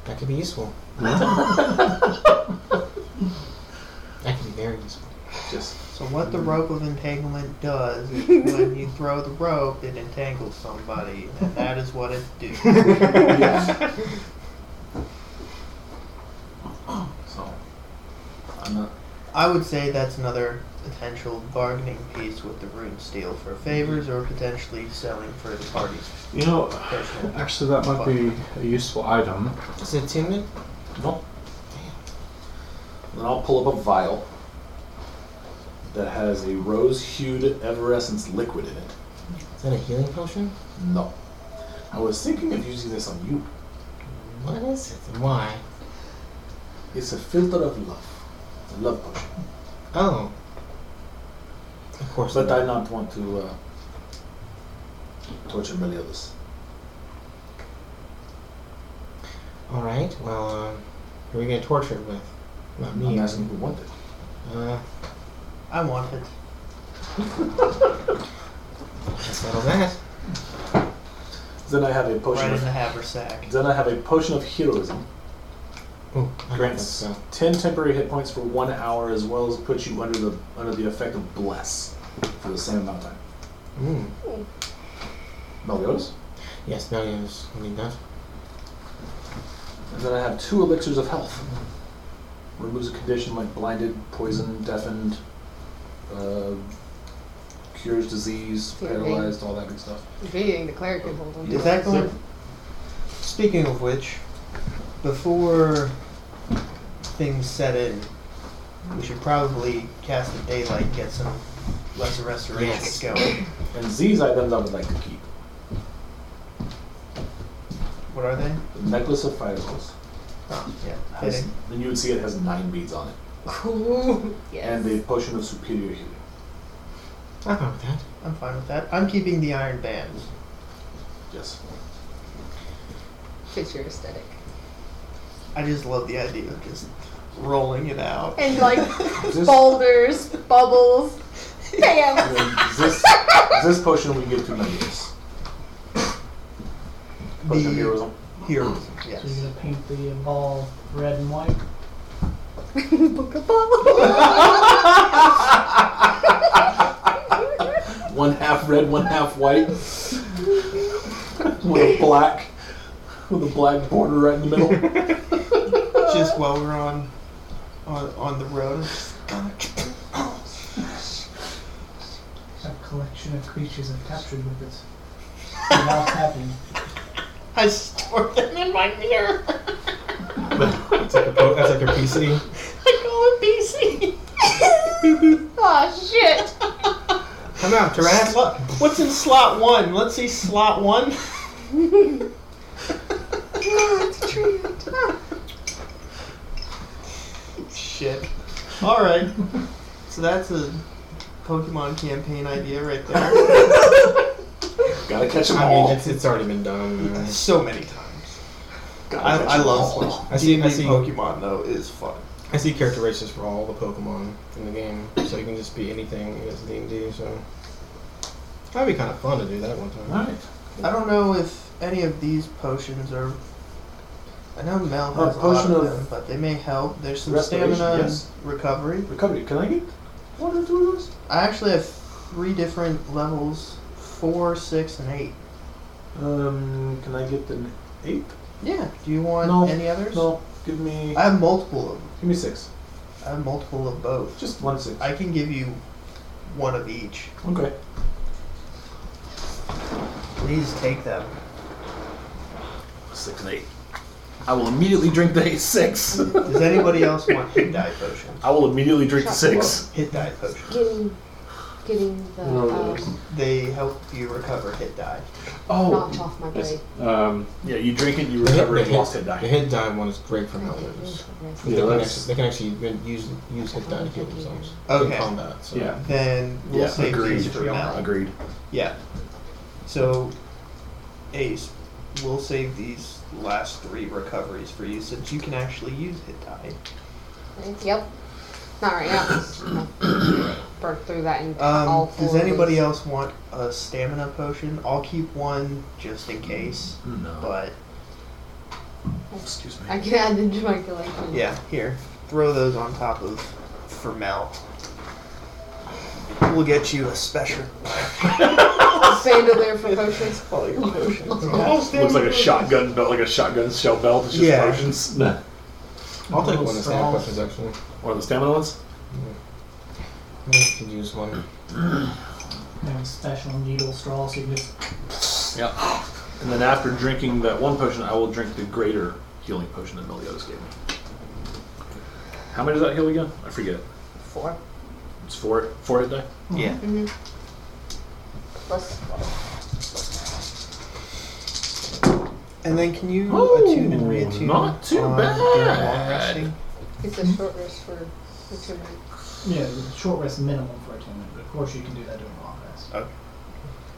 Speaker 7: That could be useful.
Speaker 6: Ah.
Speaker 7: that could be very useful.
Speaker 6: Just
Speaker 1: So what the rope of entanglement does is when you throw the rope, it entangles somebody, and that is what it do.
Speaker 6: yeah. So I'm not.
Speaker 1: I would say that's another potential bargaining piece with the rune steel for favors or potentially selling for the party's
Speaker 5: You know,
Speaker 1: personal.
Speaker 5: actually, that might be a useful item.
Speaker 7: Is it attunement?
Speaker 6: Nope. Then I'll pull up a vial that has a rose-hued Everessence liquid in it.
Speaker 7: Is that a healing potion?
Speaker 6: No. I was thinking of using this on you.
Speaker 7: What is it? and Why?
Speaker 6: It's a filter of love. A love potion.
Speaker 7: Oh. Of course.
Speaker 6: But
Speaker 7: not.
Speaker 6: I not want to uh, torture Meliodas.
Speaker 7: All right. Well, um, who are we gonna torture it with? Not
Speaker 6: I'm,
Speaker 7: me.
Speaker 6: I'm asking who wanted.
Speaker 7: Uh,
Speaker 1: I want it.
Speaker 7: let's settle that.
Speaker 6: Then I have a
Speaker 1: Right
Speaker 6: potion
Speaker 1: in the
Speaker 6: of
Speaker 1: haversack.
Speaker 6: then I have a potion of heroism.
Speaker 7: Ooh, I got
Speaker 6: Grants
Speaker 7: this, uh,
Speaker 6: ten temporary hit points for one hour, as well as puts you under the under the effect of bless for the same amount of time.
Speaker 7: mm.
Speaker 6: Meliodas.
Speaker 7: Yes, no, yes, I need that.
Speaker 6: And then I have two elixirs of health. Removes a condition like blinded, poisoned, deafened, uh, cures disease,
Speaker 2: Yeah,
Speaker 6: paralyzed, all that good stuff.
Speaker 2: If anything, the cleric can hold on to
Speaker 1: Is
Speaker 2: it.
Speaker 1: that going? Speaking of which, before things set in, we should probably cast the daylight, get some lesser restoration
Speaker 7: Yes.
Speaker 1: going.
Speaker 6: And these items I would like to keep.
Speaker 1: What are they?
Speaker 6: The necklace of fireballs.
Speaker 1: Yeah,
Speaker 6: Has,
Speaker 1: fitting.
Speaker 6: and you would see it has nine beads on it.
Speaker 2: Cool. Yes.
Speaker 6: And a potion of superior healing.
Speaker 7: I'm fine with that.
Speaker 1: I'm fine with that. I'm keeping the iron bands.
Speaker 6: Yes.
Speaker 2: Fits your aesthetic.
Speaker 1: I just love the idea of just rolling it out.
Speaker 2: And like
Speaker 6: This,
Speaker 2: boulders, bubbles, bam.
Speaker 6: this, this potion we give to Meliodas. Potion
Speaker 1: The-
Speaker 6: of heroism.
Speaker 1: Heroes,
Speaker 3: So you're
Speaker 1: yes.
Speaker 3: gonna paint the ball red and white.
Speaker 6: One half red, one half white. With a black, with a black border right in the middle.
Speaker 1: Just while we're on, on on the road,
Speaker 3: A collection of creatures I've captured with it. Without tapping.
Speaker 1: I store them in my mirror.
Speaker 7: That's like, a po- that's like obesity.
Speaker 1: I call it BC.
Speaker 2: oh shit.
Speaker 7: Come out, giraffe.
Speaker 1: Slot- what's in slot one? Let's see slot one. Shit. All right. So that's a Pokemon campaign idea right there.
Speaker 6: Gotta catch them
Speaker 7: I mean,
Speaker 6: all.
Speaker 7: it's, it's already been done. uh,
Speaker 1: so many times.
Speaker 6: Gotta
Speaker 1: I,
Speaker 6: catch
Speaker 1: I
Speaker 6: 'em
Speaker 1: love
Speaker 6: all.
Speaker 7: I see- I
Speaker 1: D&D
Speaker 7: see.
Speaker 1: Pokemon though is fun.
Speaker 7: I see character races for all the Pokemon in the game, so you can just be anything as D and D. So that'd be kind of fun to do that one time.
Speaker 6: Alright.
Speaker 1: I don't know if any of these potions are. I know Mel
Speaker 6: Uh,
Speaker 1: has a lot
Speaker 6: potion
Speaker 1: of
Speaker 6: of-
Speaker 1: them, but they may help. There's some
Speaker 6: Restoration,
Speaker 1: stamina and
Speaker 6: yes.
Speaker 1: recovery.
Speaker 6: Recovery. Can I get one or two of those?
Speaker 1: I actually have three different levels four, six, and eight.
Speaker 6: Um, can I get an eighth?
Speaker 1: Yeah. Do you want
Speaker 6: No,
Speaker 1: any others?
Speaker 6: No, give me
Speaker 1: I have multiple of them.
Speaker 6: give me six.
Speaker 1: I have multiple of both.
Speaker 6: Just one six.
Speaker 1: I can give you one of each.
Speaker 6: okay.
Speaker 1: Please take them.
Speaker 6: Six and eight. I will immediately drink the eight six.
Speaker 1: Does anybody else want hit die potions?
Speaker 6: I will immediately drink the six.
Speaker 1: Hit die potions.
Speaker 2: Getting, getting the um,
Speaker 1: They help you recover hit die.
Speaker 6: Oh.
Speaker 2: knocked off my
Speaker 5: Yes.
Speaker 2: blade.
Speaker 5: Um,
Speaker 6: Yeah, you drink it, you recover it, lost it,
Speaker 7: The
Speaker 6: die.
Speaker 7: hit die one is great for Meliodas.
Speaker 5: Yeah,
Speaker 7: they, can
Speaker 5: that's-
Speaker 7: actually, they can actually even use use hit die to heal themselves
Speaker 1: Okay.
Speaker 7: in combat. So.
Speaker 5: yeah.
Speaker 1: Then we'll
Speaker 6: Yeah,
Speaker 1: save
Speaker 6: agreed.
Speaker 1: these for Mel.
Speaker 6: Agreed.
Speaker 1: Yeah. So, Ace, we'll save these last three recoveries for you since you can actually use hit die.
Speaker 2: Yep. Not right now. No. Burn through that and all
Speaker 1: Um,
Speaker 2: four
Speaker 1: does
Speaker 2: of
Speaker 1: anybody
Speaker 2: these.
Speaker 1: else want a stamina potion? I'll keep one just in case.
Speaker 6: No.
Speaker 1: But
Speaker 6: Excuse me.
Speaker 2: I can add them to my collection.
Speaker 1: yeah, here, throw those on top of Fermel. We'll get you a special.
Speaker 2: Bandolier for potions.
Speaker 1: All oh, your potions.
Speaker 6: Looks like a shotgun belt, like a shotgun shell belt. It's just
Speaker 1: Yeah.
Speaker 6: potions.
Speaker 5: Nah.
Speaker 7: I'll take
Speaker 3: Little
Speaker 7: one of the stamina
Speaker 3: straws.
Speaker 7: questions actually.
Speaker 6: Or the stamina ones?
Speaker 7: Maybe I could use one.
Speaker 3: They have a special needle straw, so you can just
Speaker 6: And then after drinking that one potion, I will drink the greater healing potion that Meliodas gave me. How many does that heal again? I forget.
Speaker 8: Four.
Speaker 6: It's four, four hit die?
Speaker 4: Yeah.
Speaker 8: Mm-hmm. Plus
Speaker 1: And then can you
Speaker 6: Oh,
Speaker 1: attune and reattune?
Speaker 6: not too
Speaker 1: on
Speaker 6: bad.
Speaker 1: during long resting?
Speaker 8: it's a short rest for the two minutes.
Speaker 3: yeah, the short rest minimum for a ten minute, but of course you can do that during a long rest.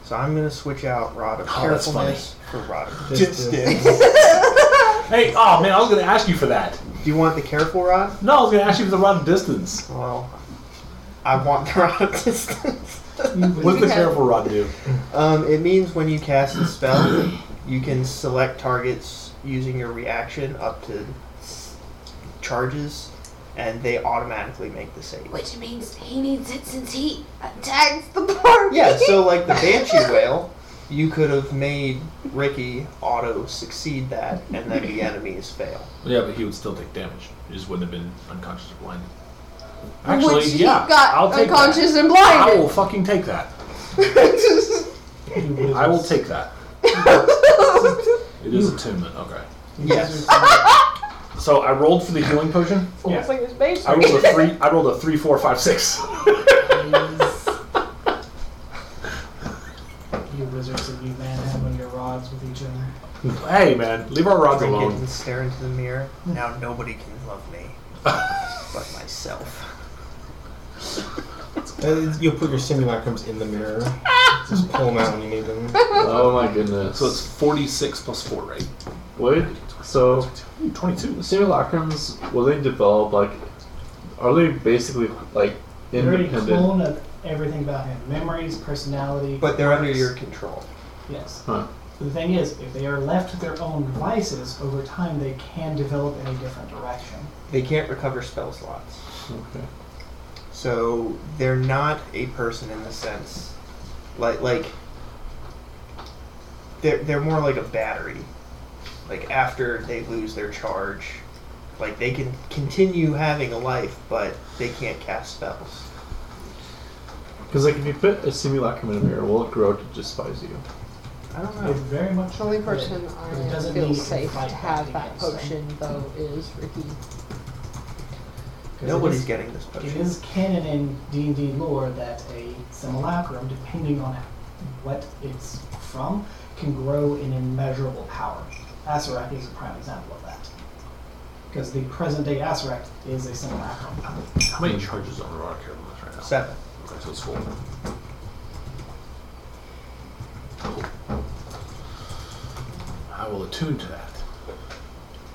Speaker 1: So I'm gonna switch out Rod of
Speaker 6: Oh, that's
Speaker 1: Carefulness for Rod of
Speaker 7: Just
Speaker 1: Dibs.
Speaker 6: Hey, oh man, I was going to ask you for that.
Speaker 1: Do you want the careful rod?
Speaker 6: No, I was going to ask you for the run distance.
Speaker 1: Well, I want the rod of distance.
Speaker 6: What's the
Speaker 8: Okay.
Speaker 6: careful rod do?
Speaker 1: Um, it means when you cast a spell, you can select targets using your reaction up to charges, and they automatically make the save.
Speaker 8: Which means he needs it since he attacks the party.
Speaker 1: Yeah, so like the Banshee Whale, you could have made Ricky auto succeed that, and then the enemies fail.
Speaker 6: Yeah, but he would still take damage. He just wouldn't have been unconscious or blinded.
Speaker 8: Which
Speaker 6: Actually,
Speaker 8: he
Speaker 6: yeah,
Speaker 8: got
Speaker 6: I'll take
Speaker 8: unconscious and
Speaker 6: that. I
Speaker 8: blinded.
Speaker 6: will fucking take that.
Speaker 3: You wizards-
Speaker 6: I will take that. it is attunement. Okay.
Speaker 3: you
Speaker 1: Yes.
Speaker 3: wizards are-
Speaker 6: So I rolled for the healing potion.
Speaker 3: Yeah.
Speaker 8: like his baby.
Speaker 6: I rolled a three. I rolled a three, four, five, six.
Speaker 3: You wizards and you manhandling your rods with each other.
Speaker 6: hey, man, leave our rods
Speaker 1: Drink it
Speaker 6: alone.
Speaker 1: and stare into the mirror. Now nobody can love me but myself.
Speaker 7: Uh, You'll put your simulacrums in the mirror. Just pull them out when you need them.
Speaker 5: Oh my goodness.
Speaker 6: So it's forty-six plus four, right?
Speaker 5: Wait, so
Speaker 6: Ooh, Twenty-two.
Speaker 5: simulacrums, will they develop like, are they basically like
Speaker 3: You're already
Speaker 5: independent?
Speaker 3: clone of everything about him. Memories, personality.
Speaker 1: But they're under your control.
Speaker 3: Yes.
Speaker 5: Huh.
Speaker 3: The thing is, if they are left to their own devices, over time they can develop in a different direction.
Speaker 1: They can't recover spell slots.
Speaker 5: Okay.
Speaker 1: So they're not a person in the sense like like they're they're more like a battery. Like after they lose their charge, like they can continue having a life, but they can't cast spells.
Speaker 5: Because like if you put a simulacrum in a mirror, will it grow to despise you?
Speaker 1: I don't
Speaker 3: They
Speaker 1: know.
Speaker 3: very much
Speaker 2: The only person
Speaker 3: It
Speaker 2: I
Speaker 3: doesn't
Speaker 2: feel
Speaker 3: mean you can
Speaker 2: safe to
Speaker 3: fight
Speaker 2: have
Speaker 3: back
Speaker 2: that
Speaker 3: against them.
Speaker 2: potion though is Ricky.
Speaker 1: Nobody's getting this
Speaker 3: It
Speaker 1: potion.
Speaker 3: is canon in D and D lore that a simulacrum, depending on what it's from, can grow in immeasurable power. Asarak is a prime example of that, because the present-day Asarak is a simulacrum.
Speaker 6: How many charges on rod carefulness right now?
Speaker 1: Seven.
Speaker 6: Okay, so it's four. I will attune to that.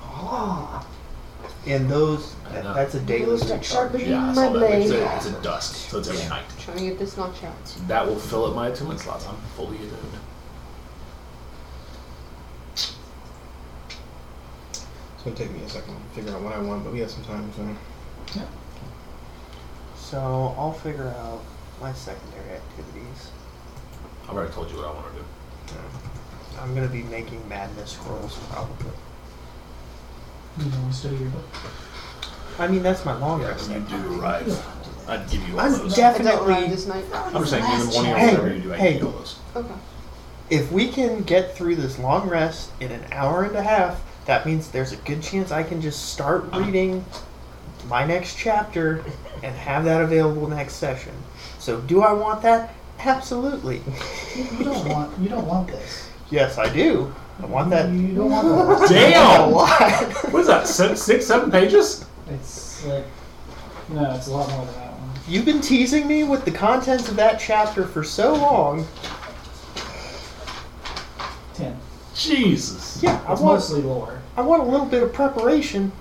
Speaker 3: Ah,
Speaker 1: And those
Speaker 6: I
Speaker 1: that,
Speaker 6: know.
Speaker 1: that's a daily
Speaker 8: Those that
Speaker 1: recharge.
Speaker 8: sharpen-
Speaker 6: Yeah, I saw that. It's a,
Speaker 8: Monday.
Speaker 6: it's a dust, so it's every night.
Speaker 2: Trying to get this notch out.
Speaker 6: That will fill up my attunement slots. I'm fully attuned.
Speaker 7: It's gonna take me a second to figure out what I want, but we have some time, so.
Speaker 1: So I'll figure out my secondary activities.
Speaker 6: I've already told you what I want to do.
Speaker 1: I'm gonna be making madness rolls probably.
Speaker 3: you know, study your book.
Speaker 1: I mean that's my long rest.
Speaker 6: you do arrive, I'd give you all
Speaker 1: I'm
Speaker 6: those.
Speaker 1: def-
Speaker 8: I don't
Speaker 1: Definitely.
Speaker 8: run this night.
Speaker 6: I'm just saying, even one of
Speaker 1: Hey,
Speaker 6: y'all ever you do, I
Speaker 1: hey.
Speaker 6: can do all those.
Speaker 2: Okay.
Speaker 1: If we can get through this long rest in an hour and a half, that means there's a good chance I can just start
Speaker 8: Uh-huh.
Speaker 1: reading my next chapter and have that available next session. So, do I want that? Absolutely.
Speaker 3: You don't want. You don't want this.
Speaker 1: Yes, I do. I want that.
Speaker 3: You don't want this.
Speaker 1: A
Speaker 6: Damn!
Speaker 1: lot.
Speaker 6: What is that? Six, six, seven pages?
Speaker 3: It's like no, it's a lot more than that one.
Speaker 1: You've been teasing me with the contents of that chapter for so long.
Speaker 3: Ten.
Speaker 6: Jesus.
Speaker 1: Yeah, I
Speaker 3: It's
Speaker 1: want.
Speaker 3: mostly lore.
Speaker 1: I want a little bit of preparation.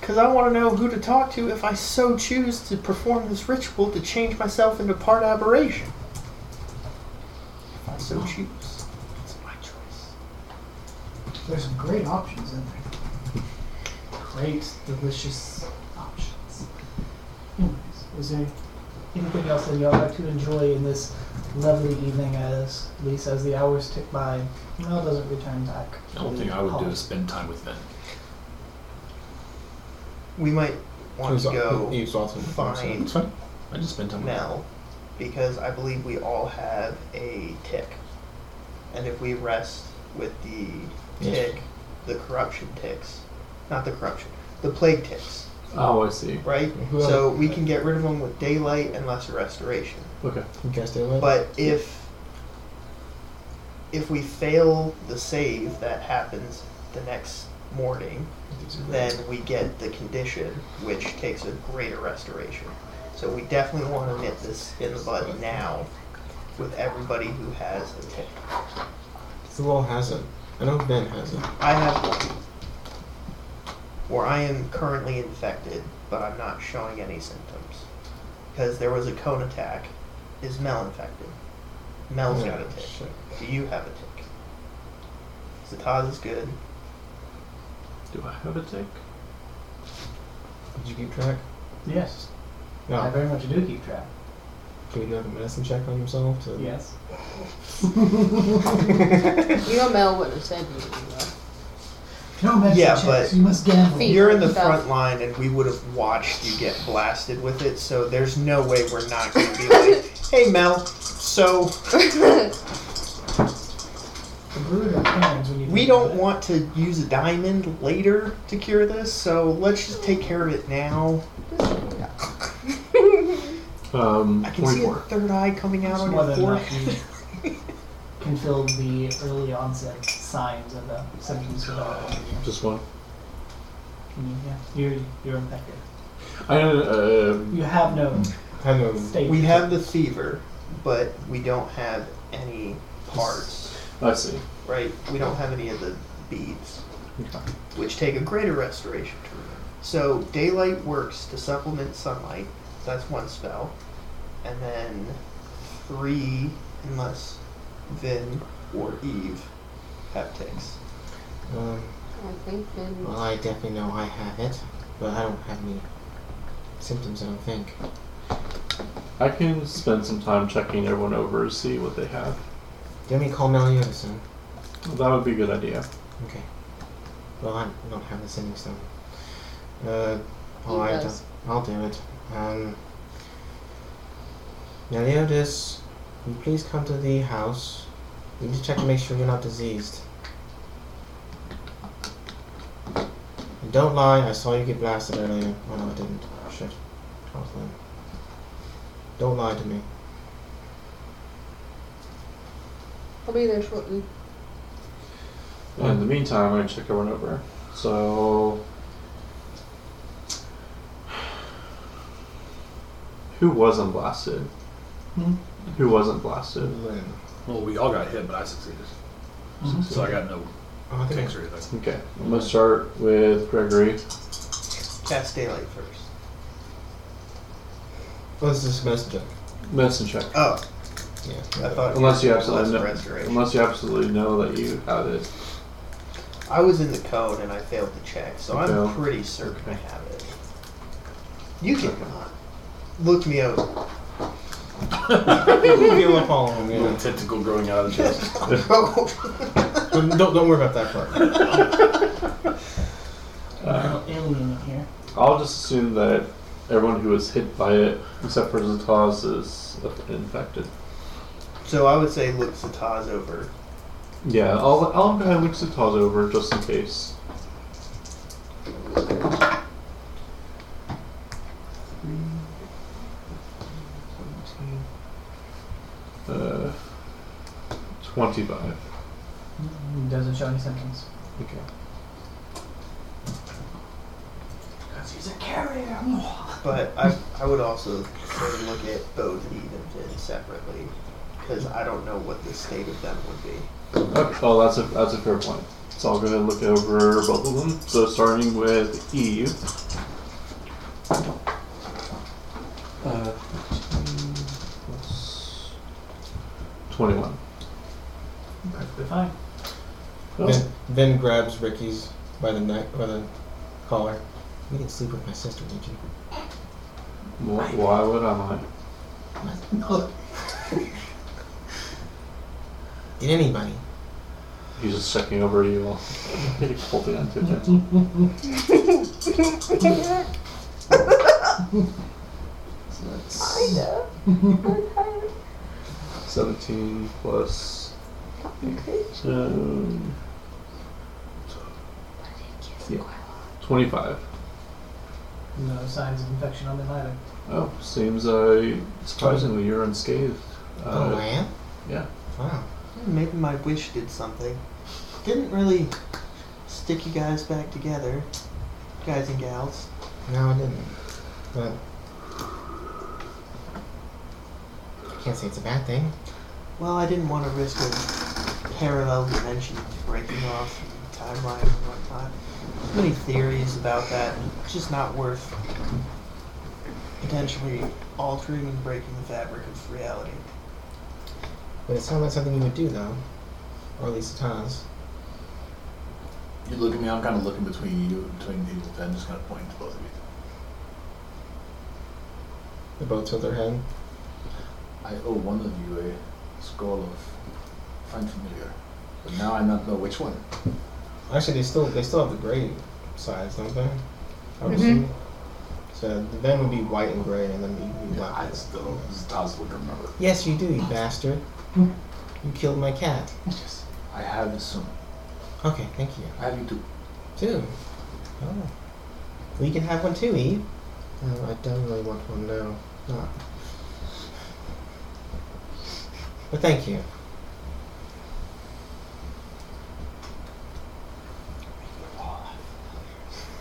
Speaker 1: Because I want to know who to talk to if I so choose to perform this ritual to change myself into part aberration. If I so choose. It's my choice.
Speaker 3: There's some great options in there. Great, delicious options. Anyways, is there anything else that y'all like to enjoy in this lovely evening as at least as the hours tick by? Mel doesn't return back.
Speaker 6: The only thing I would do is spend time with Ben.
Speaker 1: We might want to go
Speaker 7: You saw some
Speaker 1: find
Speaker 4: It's fine. I just spent time.
Speaker 1: Mel because I believe we all have a tick. And if we rest with the
Speaker 7: Yes.
Speaker 1: tick, the corruption ticks, not the corruption, the plague ticks,
Speaker 5: Oh, I see.
Speaker 1: right?
Speaker 7: Who
Speaker 1: So
Speaker 7: else?
Speaker 1: we can get rid of them with daylight and lesser restoration.
Speaker 5: Okay.
Speaker 7: You cast daylight?
Speaker 1: But if if we fail the save that happens the next morning, then we get the condition, which takes a greater restoration. So we definitely want to nip this in the bud now with everybody who has a tick.
Speaker 7: who all has it? I know Ben has it.
Speaker 1: I have one where I am currently infected, but I'm not showing any symptoms because there was a cone attack. Is Mel infected? Mel's got a tick.
Speaker 7: Shit.
Speaker 1: Do you have a tick? Zataz is good.
Speaker 5: Do I have a tick?
Speaker 7: Did you keep track?
Speaker 3: Yes, I
Speaker 7: No.
Speaker 3: very much do keep track.
Speaker 7: Can we do a medicine check on himself? To
Speaker 3: Yes.
Speaker 2: You know, Mel would have said you. you
Speaker 3: No medicine
Speaker 1: Yeah,
Speaker 3: checks.
Speaker 1: but-
Speaker 3: you must gamble.
Speaker 2: Feet.
Speaker 1: You're in the
Speaker 2: Yeah.
Speaker 1: front line, and we would have watched you get blasted with it. So there's no way we're not going to be like, "Hey, Mel." So
Speaker 2: know.
Speaker 3: The Bruder turns when you
Speaker 1: we
Speaker 3: think
Speaker 1: don't
Speaker 3: about it.
Speaker 1: want to use a diamond later to cure this. So let's just take care of it now.
Speaker 5: Um,
Speaker 1: I can see a
Speaker 5: twenty-four.
Speaker 1: third eye coming out
Speaker 3: It's
Speaker 1: on
Speaker 3: more
Speaker 1: your
Speaker 3: than
Speaker 1: forehead.
Speaker 3: can feel the early onset signs of the symptoms of that.
Speaker 5: Just one.
Speaker 3: Mm-hmm. Yeah, you're you're infected.
Speaker 5: I uh,
Speaker 3: You have no
Speaker 7: Have no
Speaker 3: state.
Speaker 1: we have the fever, but we don't have any parts.
Speaker 5: I see.
Speaker 1: Right? We don't have any of the beads.
Speaker 5: Okay.
Speaker 1: which take a greater restoration to remove. So daylight works to supplement sunlight. That's one spell, and then three, unless Vin or Eve have ticks.
Speaker 7: Um,
Speaker 2: I think then
Speaker 7: well, I definitely know I have it, but I don't have any symptoms, I don't think.
Speaker 5: I can spend some time checking everyone over, see what they have.
Speaker 7: Let me call Mel Yoderson.
Speaker 5: That would be a good idea.
Speaker 7: Okay. Well, I don't have the sending stone. Uh,
Speaker 2: He
Speaker 7: all right,
Speaker 2: does.
Speaker 7: I'll do Oh, it. Um, Meliodas, will you please come to the house. We need to check to make sure you're not diseased. And don't lie, I saw you get blasted earlier. Oh no, I didn't. Shit. I was lying. Don't lie to me.
Speaker 2: I'll be there shortly.
Speaker 5: In the meantime, I check everyone over. So, who wasn't blasted?
Speaker 3: Hmm?
Speaker 5: Who wasn't blasted?
Speaker 7: Lynn.
Speaker 6: Well, we all got hit, but I succeeded,
Speaker 3: Mhm.
Speaker 6: so I got no
Speaker 7: Oh, I think
Speaker 6: ticks or anything.
Speaker 5: Okay, I'm gonna start with Gregory.
Speaker 1: Cast daylight first.
Speaker 7: Oh, this is semester.
Speaker 5: Medicine check.
Speaker 1: Oh,
Speaker 7: Yeah.
Speaker 1: I thought
Speaker 5: Unless you
Speaker 1: were
Speaker 5: absolutely
Speaker 1: lesser
Speaker 5: know,
Speaker 1: restoration.
Speaker 5: unless you absolutely know that you have it.
Speaker 1: I was in the cone and I failed to check, so I'm
Speaker 5: Okay.
Speaker 1: pretty certain I
Speaker 5: Okay.
Speaker 1: have it. You cannot look me over.
Speaker 7: Give up all of them,
Speaker 6: Little
Speaker 7: yeah.
Speaker 6: tentacle growing out of the chest.
Speaker 7: But don't, don't worry about that part.
Speaker 1: Uh,
Speaker 3: no alien in here.
Speaker 5: I'll just assume that everyone who was hit by it, except for Zataz, is infected.
Speaker 1: so I would say look Zataz over.
Speaker 5: Yeah, I'll, I'll go ahead and look Zataz over just in case. Uh, 25.
Speaker 3: Mm, Doesn't show any symptoms.
Speaker 5: Okay.
Speaker 3: He's a carrier.
Speaker 1: But I, I would also sort of look at both Eve and Finn separately because I don't know what the state of them would be.
Speaker 5: Okay. Oh, that's a that's a fair point. So I'll go ahead and look over both of them. So starting with Eve. Uh, 15 plus Twenty-one.
Speaker 3: Fine.
Speaker 5: Oh,
Speaker 7: Vin, Vin grabs Ricky's by the neck, by the collar. You didn't sleep with my sister, did you?
Speaker 5: wh- why would I mind?
Speaker 3: No.
Speaker 7: Did anybody?
Speaker 5: He's just checking over you. all. Holding onto it. So that's
Speaker 8: know.
Speaker 5: 17 plus. So. Yeah. 25.
Speaker 3: No signs of infection on them either.
Speaker 5: Oh, seems uh, surprisingly you're unscathed.
Speaker 7: oh,
Speaker 5: Uh,
Speaker 7: man.
Speaker 5: yeah.
Speaker 7: Wow.
Speaker 1: Maybe my wish did something. Didn't really stick you guys back together, guys and gals.
Speaker 7: No, I didn't. But I can't say it's a bad thing.
Speaker 1: Well, I didn't want to risk a parallel dimension breaking off and timeline and whatnot. Many theories about that. It's just not worth potentially altering and breaking the fabric of reality.
Speaker 7: But it sounds like something you would do, though. Or at least it does.
Speaker 6: You look at me. I'm kind of looking between you, between people, and just kind of pointing to both of you.
Speaker 7: They both tilt their head.
Speaker 6: I owe one of you a scroll of find familiar, but now I not know which one.
Speaker 7: Actually, they still they still have the gray sides, don't they? I would
Speaker 2: Mhm.
Speaker 7: assume. So then would be white and gray, and then you'd be
Speaker 6: Yeah,
Speaker 7: black.
Speaker 6: I still would remember.
Speaker 7: Yes, you do, you bastard. You killed my cat.
Speaker 6: Yes, I have it soon.
Speaker 7: Okay, thank you.
Speaker 6: I have you too.
Speaker 7: Two. Oh. We can have one too, Eve. No, I don't really want one now. No. But thank you.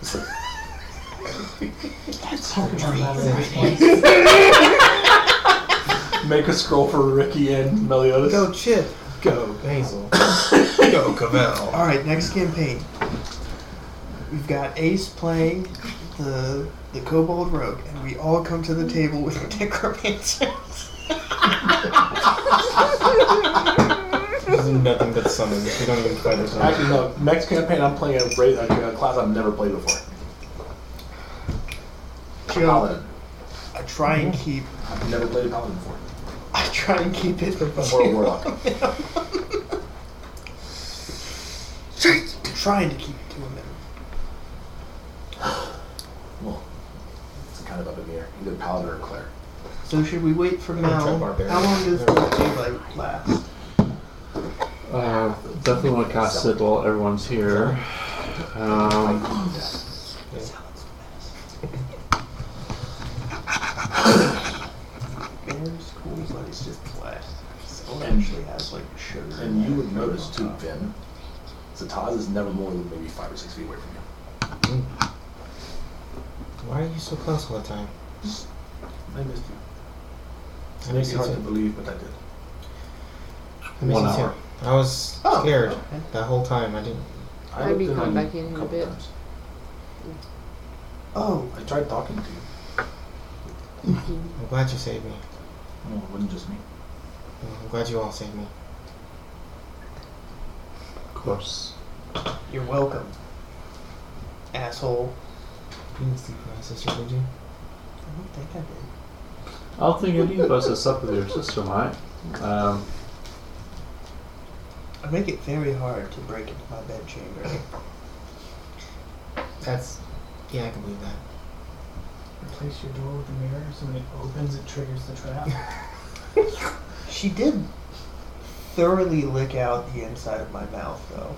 Speaker 6: Make a scroll for Ricky and Meliodas.
Speaker 7: Go Chip. Go Basil.
Speaker 4: Go, Cavell.
Speaker 1: All right, next campaign. We've got Ace playing the the Kobold Rogue, and we all come to the table with necromancers.
Speaker 7: This is nothing but summons. We don't even play this one.
Speaker 6: Actually, no. Next campaign, I'm playing a, ra- a class I've never played before.
Speaker 1: Joe, I try and keep
Speaker 6: I've never played a paladin before.
Speaker 1: I try and keep it from
Speaker 6: Or a warlock.
Speaker 1: trying to keep it to a minimum.
Speaker 6: Well, it's kind of up in the air. Either paladin or cleric.
Speaker 1: So should we wait for Mel?
Speaker 7: try barbarian.
Speaker 1: How long does the daylight last?
Speaker 5: Uh, definitely want to cast it while everyone's here. Um,
Speaker 1: Bears, cool, but it's just flat. So it
Speaker 6: And-
Speaker 1: actually has like sugar.
Speaker 6: And you would notice too, Ben. Zataz is never more than maybe five or six feet away from you.
Speaker 7: Why are you so close all the time?
Speaker 6: I missed you.
Speaker 7: I
Speaker 6: It makes
Speaker 7: miss
Speaker 6: it
Speaker 7: you
Speaker 6: hard to
Speaker 7: too.
Speaker 6: believe, but I did.
Speaker 7: I miss
Speaker 5: One
Speaker 7: you too.
Speaker 5: hour.
Speaker 7: I was
Speaker 1: Oh,
Speaker 7: scared
Speaker 1: okay.
Speaker 7: that whole time. I didn't.
Speaker 2: I'd
Speaker 6: looked
Speaker 2: be
Speaker 6: in
Speaker 2: coming
Speaker 6: on you
Speaker 2: back in in a
Speaker 6: couple
Speaker 2: bit.
Speaker 6: times.
Speaker 1: Oh,
Speaker 6: I tried talking to you.
Speaker 7: I'm glad you saved me.
Speaker 6: No, it wasn't just me.
Speaker 7: I'm glad you all saved me.
Speaker 5: of course.
Speaker 1: you're welcome, asshole.
Speaker 7: You didn't sleep with my sister, did you?
Speaker 1: I don't think I did.
Speaker 5: I don't think any of us has slept with your sister, mate. Um,
Speaker 1: I make it very hard to break into my bedchamber.
Speaker 7: That's. Yeah, I can believe that.
Speaker 3: Replace your door with a mirror so when it opens it triggers the trap.
Speaker 1: She did thoroughly lick out the inside of my mouth, though.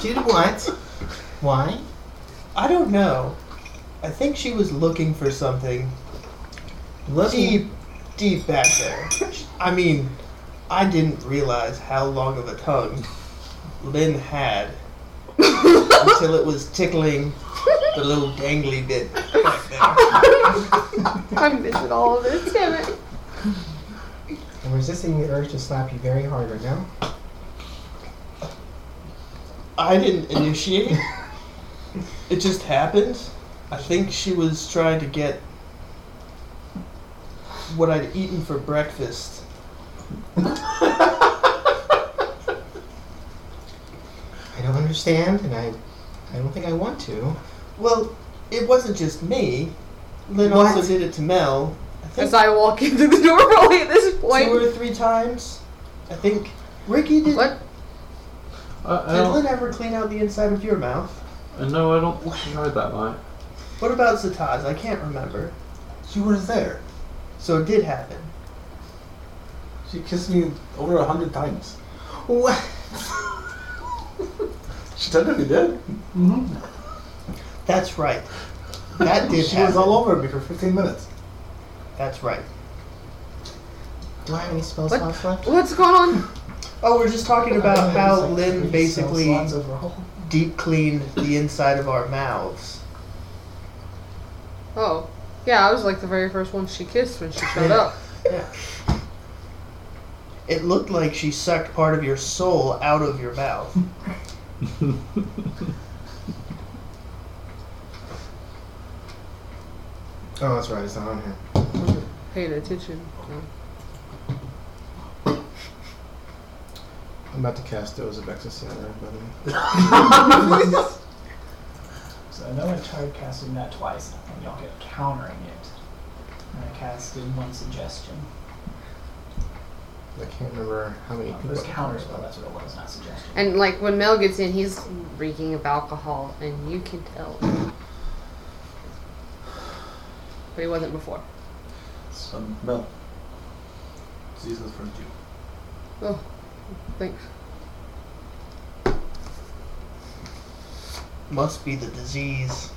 Speaker 7: She did what? Why?
Speaker 1: I don't know. I think she was looking for something deep,
Speaker 7: Looking.
Speaker 1: deep back there. I mean, I didn't realize how long of a tongue Lynn had until it was tickling the little dangly bit back there.
Speaker 2: I'm missing all of this, damn it.
Speaker 7: I'm resisting the urge to slap you very hard right now.
Speaker 1: I didn't initiate. It just happened. I think she was trying to get what I'd eaten for breakfast.
Speaker 7: I don't understand, and I. I don't think I want to.
Speaker 1: Well, it wasn't just me. Lynn
Speaker 7: What?
Speaker 1: also did it to Mel. I think
Speaker 2: As I walk into the door probably at this
Speaker 1: two
Speaker 2: point.
Speaker 1: or three times. I think Ricky did.
Speaker 2: What?
Speaker 5: I, I
Speaker 1: Did Lynn
Speaker 5: don't,
Speaker 1: ever clean out the inside of your mouth?
Speaker 5: no, I don't think I heard that, mate.
Speaker 1: What about Zataz? I can't remember.
Speaker 6: You were there.
Speaker 1: So it did happen.
Speaker 6: She kissed me over a hundred times.
Speaker 7: What?
Speaker 6: She technically did.
Speaker 3: Mm-hmm.
Speaker 1: That's right. That did
Speaker 6: She
Speaker 1: happen.
Speaker 6: was all over me for 15 minutes.
Speaker 1: That's right.
Speaker 7: Do I have any spell
Speaker 2: What?
Speaker 7: slots left?
Speaker 2: What's going on?
Speaker 1: Oh, we're just talking about how Lynn basically
Speaker 3: overall.
Speaker 1: deep cleaned the inside of our mouths.
Speaker 2: Oh, yeah, I was like the very first one she kissed when she showed up.
Speaker 1: It looked like she sucked part of your soul out of your mouth.
Speaker 7: Oh, that's right. It's not on here.
Speaker 2: Paying attention.
Speaker 7: I'm about to cast Doze of Ecstasy on everybody.
Speaker 3: So no one tried casting that twice, and y'all kept countering it. And I casted one suggestion.
Speaker 7: I can't remember how many
Speaker 3: It
Speaker 7: people.
Speaker 3: was counter spell, that's what it was, not suggestion.
Speaker 2: And like when Mel gets in, he's reeking of alcohol, and you can tell. But he wasn't before.
Speaker 6: Um, Mel. Jesus for you.
Speaker 2: Thanks.
Speaker 1: Must be the disease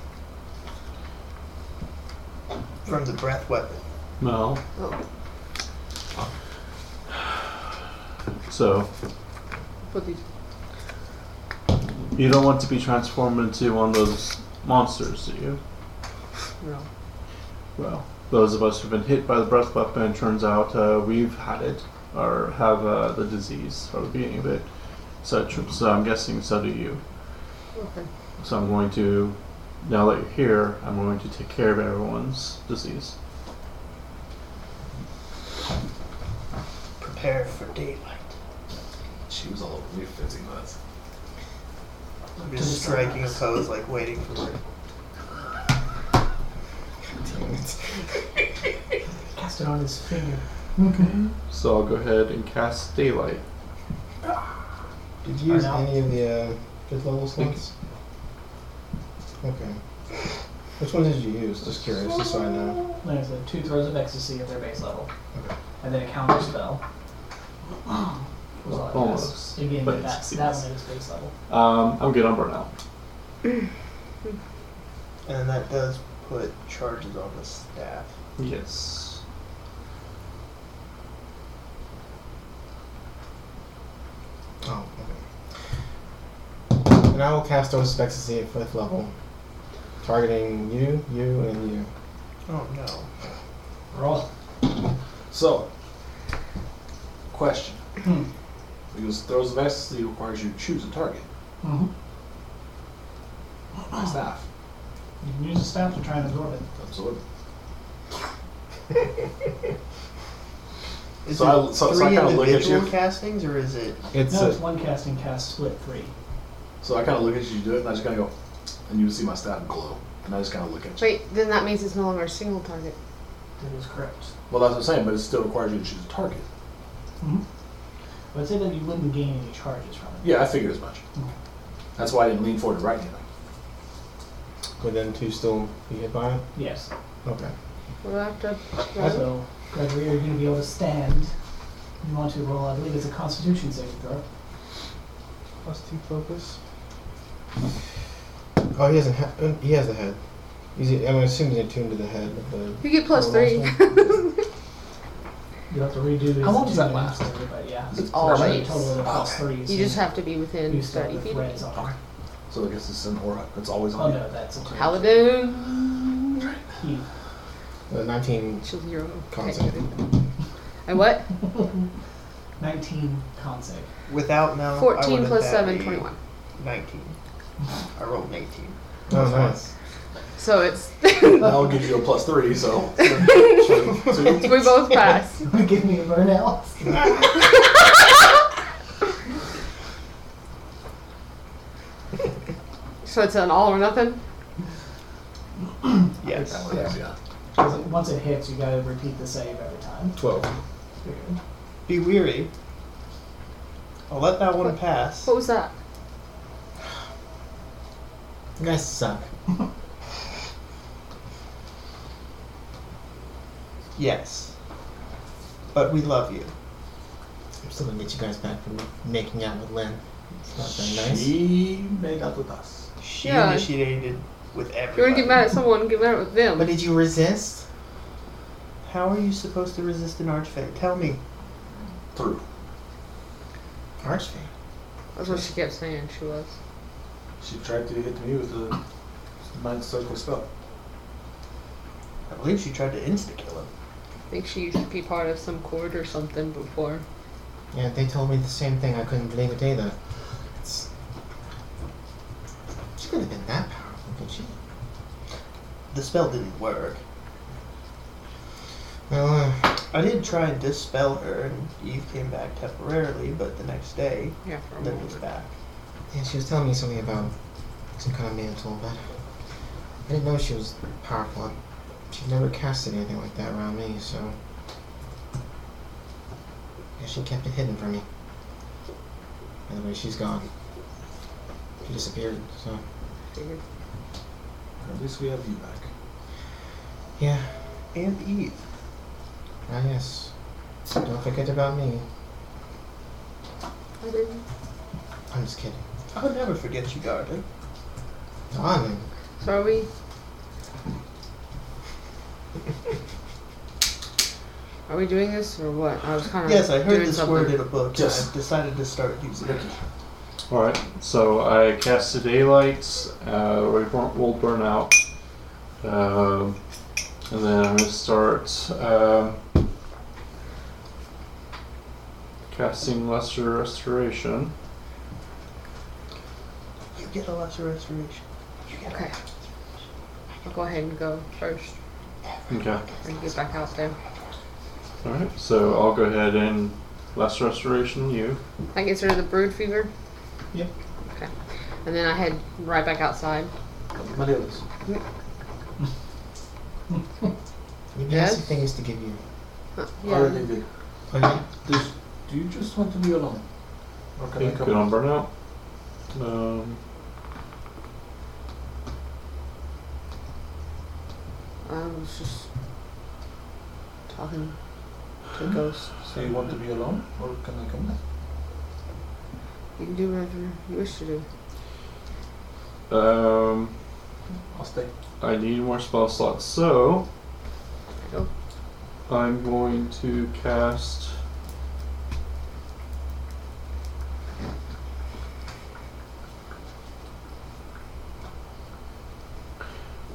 Speaker 1: from the breath weapon.
Speaker 5: Mel.
Speaker 2: Oh,
Speaker 5: So
Speaker 2: put these.
Speaker 5: you don't want to be transformed into one of those monsters, do you?
Speaker 2: No.
Speaker 5: Well, those of us who've been hit by the breath weapon, turns out uh, we've had it or have uh, the disease or the beginning of it. So, tr- so I'm guessing so do you.
Speaker 2: Okay.
Speaker 5: So I'm going to, now that you're here, I'm going to take care of everyone's disease.
Speaker 1: Prepare for daylight.
Speaker 6: She was all over me for 15 minutes.
Speaker 1: I'm just striking a pose, like waiting for it.
Speaker 3: Cast it on his finger.
Speaker 5: So I'll go ahead and cast daylight.
Speaker 7: Did you use
Speaker 3: Are now-
Speaker 7: any of the uh, fifth level
Speaker 5: Think-
Speaker 7: slots? Okay. Which one did you use? Just curious, just so I know.
Speaker 3: There's a two throws of ecstasy at their base level.
Speaker 7: Okay.
Speaker 3: And then a counter spell. Was all I
Speaker 5: Almost,
Speaker 3: cast. Again,
Speaker 5: but
Speaker 3: that's
Speaker 5: it's-
Speaker 3: that one at his base level.
Speaker 5: Um, I'm good on burnout.
Speaker 1: And that does put charges on the staff.
Speaker 5: Yes.
Speaker 7: Oh, okay. And I will cast Otis of Ecstasy at fifth level, targeting you, you, and you.
Speaker 1: Oh no.
Speaker 3: Roll.
Speaker 6: So, question.
Speaker 3: Hmm.
Speaker 6: Because throws of ecstasy requires you to choose a target.
Speaker 3: Mm-hmm.
Speaker 6: My staff.
Speaker 3: You can use a staff to try and absorb it.
Speaker 6: Absorb.
Speaker 1: Is
Speaker 6: So I-
Speaker 1: it
Speaker 6: so- so I
Speaker 1: three
Speaker 6: kinda look at
Speaker 1: individual
Speaker 6: you.
Speaker 1: castings, or is it?
Speaker 7: It's
Speaker 3: no,
Speaker 7: a,
Speaker 3: it's one casting cast split three.
Speaker 6: So I kind of look at you do it, and I just kind of go, and you see my staff glow. And I just kind of look at you.
Speaker 2: Wait, then that means it's no longer a single target.
Speaker 3: That is correct.
Speaker 6: Well, that's what I'm saying, but it still requires you to choose a target.
Speaker 3: Mm-hmm. But say that you wouldn't gain any charges from it.
Speaker 6: Yeah, I figured as much. That's why I didn't lean forward to write anything.
Speaker 7: would them two still be hit by it?
Speaker 3: Yes.
Speaker 7: Okay.
Speaker 2: We'll have to.
Speaker 3: So, Gregory, you're going to be able to stand. You want to roll, I believe it's a constitution saving throw.
Speaker 7: Plus two focus. Oh, he doesn't have. um, He has the head. He's, I'm assuming he's attuned to the head. Of the,
Speaker 2: You get plus
Speaker 7: Oh,
Speaker 2: three.
Speaker 7: that's
Speaker 3: You have to redo his.
Speaker 6: How long does that
Speaker 3: two
Speaker 6: last?
Speaker 3: minutes for everybody, yeah.
Speaker 6: It's
Speaker 2: always-
Speaker 3: Actually, a Total of plus three.
Speaker 2: you just have to be within
Speaker 3: You start
Speaker 2: 30
Speaker 3: with
Speaker 2: feet.
Speaker 3: reds on.
Speaker 6: Okay. So I guess it's an aura. It's always
Speaker 3: Oh
Speaker 6: on you.
Speaker 3: no, that's a two.
Speaker 2: Paladin.
Speaker 3: You-
Speaker 7: the 19
Speaker 2: She'll zero.
Speaker 7: Con
Speaker 2: Okay.
Speaker 7: save.
Speaker 2: And what?
Speaker 3: 19 con save.
Speaker 1: Without Mel, I
Speaker 2: 14
Speaker 1: would've
Speaker 2: plus
Speaker 1: had
Speaker 2: 7,
Speaker 1: a
Speaker 2: 21.
Speaker 1: 19. I rolled an 18.
Speaker 7: Oh, nice.
Speaker 2: So it's.
Speaker 6: That'll give you a plus three, so.
Speaker 2: we both pass.
Speaker 3: Give me a burnout.
Speaker 2: So it's an all or nothing?
Speaker 1: Yes.
Speaker 6: yeah.
Speaker 3: 'Cause it- Once it hits, you gotta repeat the save every time.
Speaker 7: 12.
Speaker 1: Be weary. I'll let that one pass.
Speaker 2: What was that?
Speaker 7: You guys suck.
Speaker 1: Yes. But we love you.
Speaker 7: I'm still gonna get you guys back from making out with Len. It's not that nice.
Speaker 6: She made up with us.
Speaker 1: She
Speaker 2: Yeah.
Speaker 1: initiated with
Speaker 2: If you want
Speaker 1: everybody.
Speaker 2: to get mad at someone, get mad with them.
Speaker 7: But did you resist?
Speaker 1: How are you supposed to resist an archfey? Tell me.
Speaker 6: Through.
Speaker 7: Archfey.
Speaker 2: That's what she kept saying she was.
Speaker 6: She tried to hit me with the mind circle spell.
Speaker 1: I believe she tried to insta kill him.
Speaker 2: I think she used to be part of some court or something before.
Speaker 7: Yeah, they told me the same thing. I couldn't believe it either. It's... She could have been that powerful, could she?
Speaker 1: The spell didn't work.
Speaker 7: Well, uh,
Speaker 1: I did try and dispel her, and Eve came back temporarily, but the next day,
Speaker 2: Yeah, for a
Speaker 1: then was
Speaker 2: moment.
Speaker 1: back.
Speaker 7: Yeah, she was telling me something about some kind of mantle, but I didn't know she was powerful. She never casted anything like that around me, so. Yeah, she kept it hidden from me. By the way, she's gone. She disappeared, so.
Speaker 2: Figured.
Speaker 6: At least we have you back.
Speaker 7: Yeah,
Speaker 1: And Eve.
Speaker 7: ah, yes. Don't forget about me.
Speaker 2: I didn't.
Speaker 7: I'm just kidding.
Speaker 1: I would never forget you, darling.
Speaker 7: Darling,
Speaker 2: So are we? Are we doing this or what? I was kind of
Speaker 1: Yes, I heard
Speaker 2: doing
Speaker 1: this
Speaker 2: something.
Speaker 1: word in a book,
Speaker 6: Yes.
Speaker 1: and I decided to start using it.
Speaker 5: Alright, so I cast the daylights, uh, we burn, we'll burn out. Um, and then I'm going to start um, casting Lesser Restoration.
Speaker 1: You get a lesser restoration.
Speaker 2: Okay. I'll go ahead and go first
Speaker 5: Okay.
Speaker 2: and get back out there.
Speaker 5: Alright, so I'll go ahead and Lesser Restoration you.
Speaker 2: I get rid of the brood fever.
Speaker 3: Yep.
Speaker 2: Okay. And then I head right back outside.
Speaker 6: Look at My nails.
Speaker 7: you have
Speaker 2: Yes?
Speaker 7: some things to give you.
Speaker 2: Huh,
Speaker 6: Alright,
Speaker 2: Uh, Yeah.
Speaker 6: David.
Speaker 7: Oh, yeah?
Speaker 6: Does- do you just want to be alone? Or can I
Speaker 5: Okay,
Speaker 6: come?
Speaker 5: good on Burnout. Um,
Speaker 2: I was just talking to ghosts.
Speaker 6: So you want to be alone, or can I come?
Speaker 2: You can do whatever you wish to do.
Speaker 5: um,
Speaker 6: I'll stay.
Speaker 5: I need more spell slots, so
Speaker 2: Go.
Speaker 5: I'm going to cast.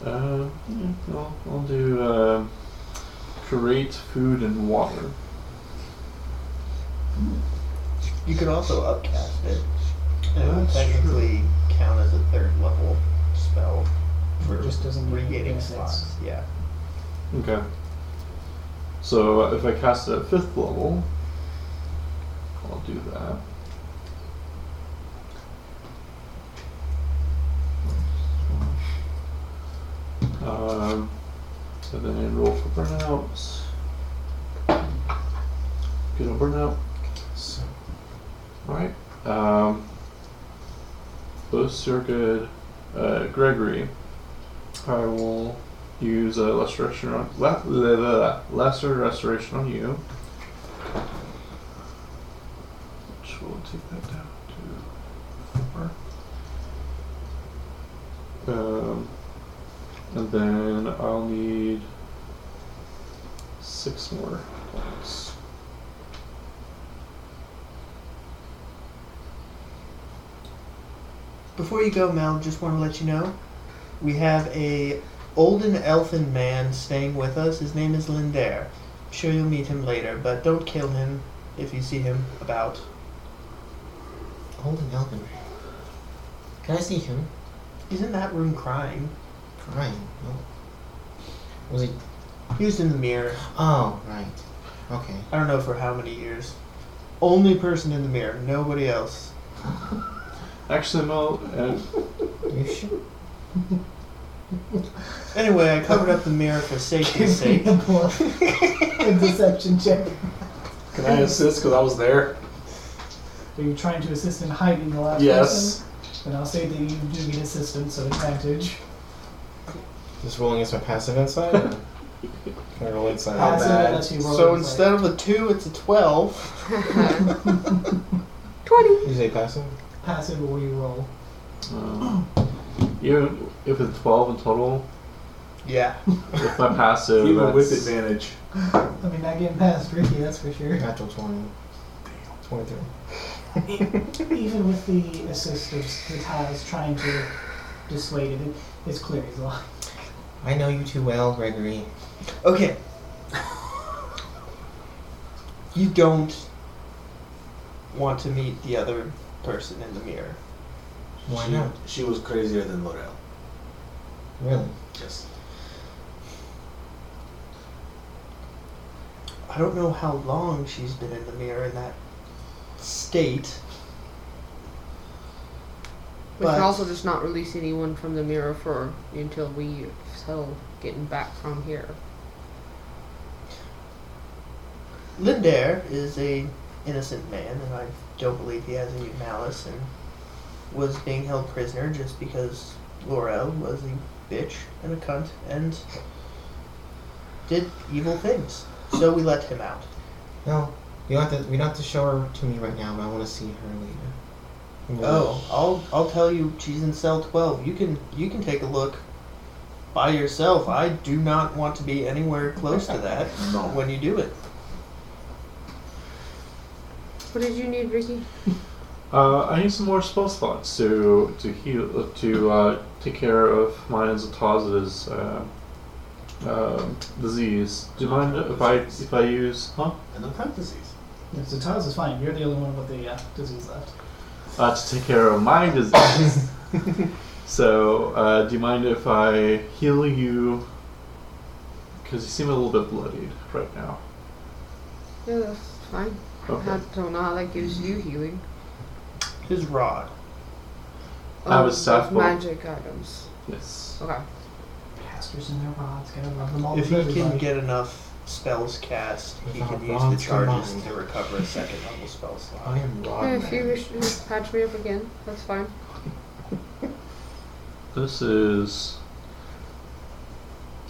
Speaker 5: Uh, yeah, I'll, I'll do uh, create food and water.
Speaker 1: You could also upcast it. And it would
Speaker 5: That's true.
Speaker 1: technically count as a third level spell for
Speaker 3: It just doesn't give you
Speaker 1: regaining
Speaker 3: benefits.
Speaker 1: slots. Yeah.
Speaker 5: Okay. So uh, if I cast it at fifth level, I'll do that. Um, and then roll for burnouts. Get a burnout.
Speaker 7: So,
Speaker 5: Alright. Um, those are good. Uh, Gregory, I will use a lesser restoration on, le- le- le- lesser restoration on you. Which will take that down to four. Um, and then I'll need six more points.
Speaker 1: Before you go, Mel, just want to let you know we have a olden elfin man staying with us. His name is Lindair. I'm sure you'll meet him later, but don't kill him if you see him about.
Speaker 7: Holden Elvin. Can I see him?
Speaker 1: He's in that room crying.
Speaker 7: Crying. Oh. Was he?
Speaker 1: He was in the mirror.
Speaker 7: Oh, right. Okay.
Speaker 1: I don't know for how many years. Only person in the mirror, nobody else.
Speaker 5: Actually, Mel, uh,
Speaker 7: You sure?
Speaker 1: Anyway, I covered up the mirror for safety's
Speaker 3: Give me
Speaker 1: sake.
Speaker 3: a bluff and deception check.
Speaker 6: Can I assist? Because I was there.
Speaker 3: Are you trying to assist in hiding the last
Speaker 6: Yes.
Speaker 3: person? Then I'll say that you do get assistance, so advantage.
Speaker 7: Just rolling against my passive insight? or- Can I roll inside?
Speaker 6: How
Speaker 3: Passive
Speaker 6: bad?
Speaker 3: lets you roll
Speaker 1: So
Speaker 3: insight.
Speaker 1: instead of a two, it's a twelve.
Speaker 2: Twenty.
Speaker 7: You say passive?
Speaker 3: passive will you roll?
Speaker 5: Um, even if it's 12 in total,
Speaker 1: Yeah.
Speaker 5: with my passive,
Speaker 6: Even with
Speaker 5: that's-
Speaker 6: advantage.
Speaker 3: I mean, not getting past Ricky, that's for sure.
Speaker 7: Natural 20. 23.
Speaker 3: Even with the assist of Zataz trying to dissuade it, it's clear he's lying.
Speaker 7: I know you too well, Gregory.
Speaker 1: Okay. You don't want to meet the other person in the mirror.
Speaker 7: Why
Speaker 6: She-
Speaker 7: not?
Speaker 6: She was crazier than L'Oreal.
Speaker 7: Really?
Speaker 6: Yes.
Speaker 1: I don't know how long she's been in the mirror in that state.
Speaker 2: We can
Speaker 1: But-
Speaker 2: also just not release anyone from the mirror for until we settle getting back from here.
Speaker 1: Lindair is a innocent man, and I don't believe he has any malice, and was being held prisoner just because Laurel was a bitch and a cunt and did evil things. So we let him out.
Speaker 7: No. You don't have to, we don't have to show her to me right now, but I want to see her later. You know,
Speaker 1: Oh, I'll I'll tell you she's in cell twelve. You can you can take a look by yourself. I do not want to be anywhere close to that
Speaker 6: No.
Speaker 1: when you do it.
Speaker 2: What did you need, Ricky?
Speaker 5: Uh, I need some more spell slots to to heal uh, to uh, take care of mine and Zataz's uh, uh, disease. Do you mind if I if I use huh?
Speaker 6: And the Pep disease.
Speaker 3: Yeah, Zataz is fine. You're the only one with the uh, disease left.
Speaker 5: Uh, to take care of my disease. so uh, do you mind if I heal you? Because you seem a little bit bloodied right now.
Speaker 2: Yeah, that's fine. I
Speaker 5: Okay.
Speaker 2: don't know how that gives you healing.
Speaker 1: His rod.
Speaker 5: I have a
Speaker 2: Um,
Speaker 5: staff bolt.
Speaker 2: Magic items.
Speaker 5: Yes.
Speaker 2: Okay.
Speaker 3: Casters and their rods, gotta rub them all
Speaker 1: If
Speaker 3: over
Speaker 1: he can
Speaker 3: everybody.
Speaker 1: get enough spells cast, he
Speaker 7: Without
Speaker 1: can use the
Speaker 7: bonds
Speaker 1: charges
Speaker 7: combined.
Speaker 1: to recover a second level spell slot.
Speaker 7: I am
Speaker 2: Yeah,
Speaker 7: Rodman.
Speaker 2: if you wish to patch me up again, that's fine.
Speaker 5: This is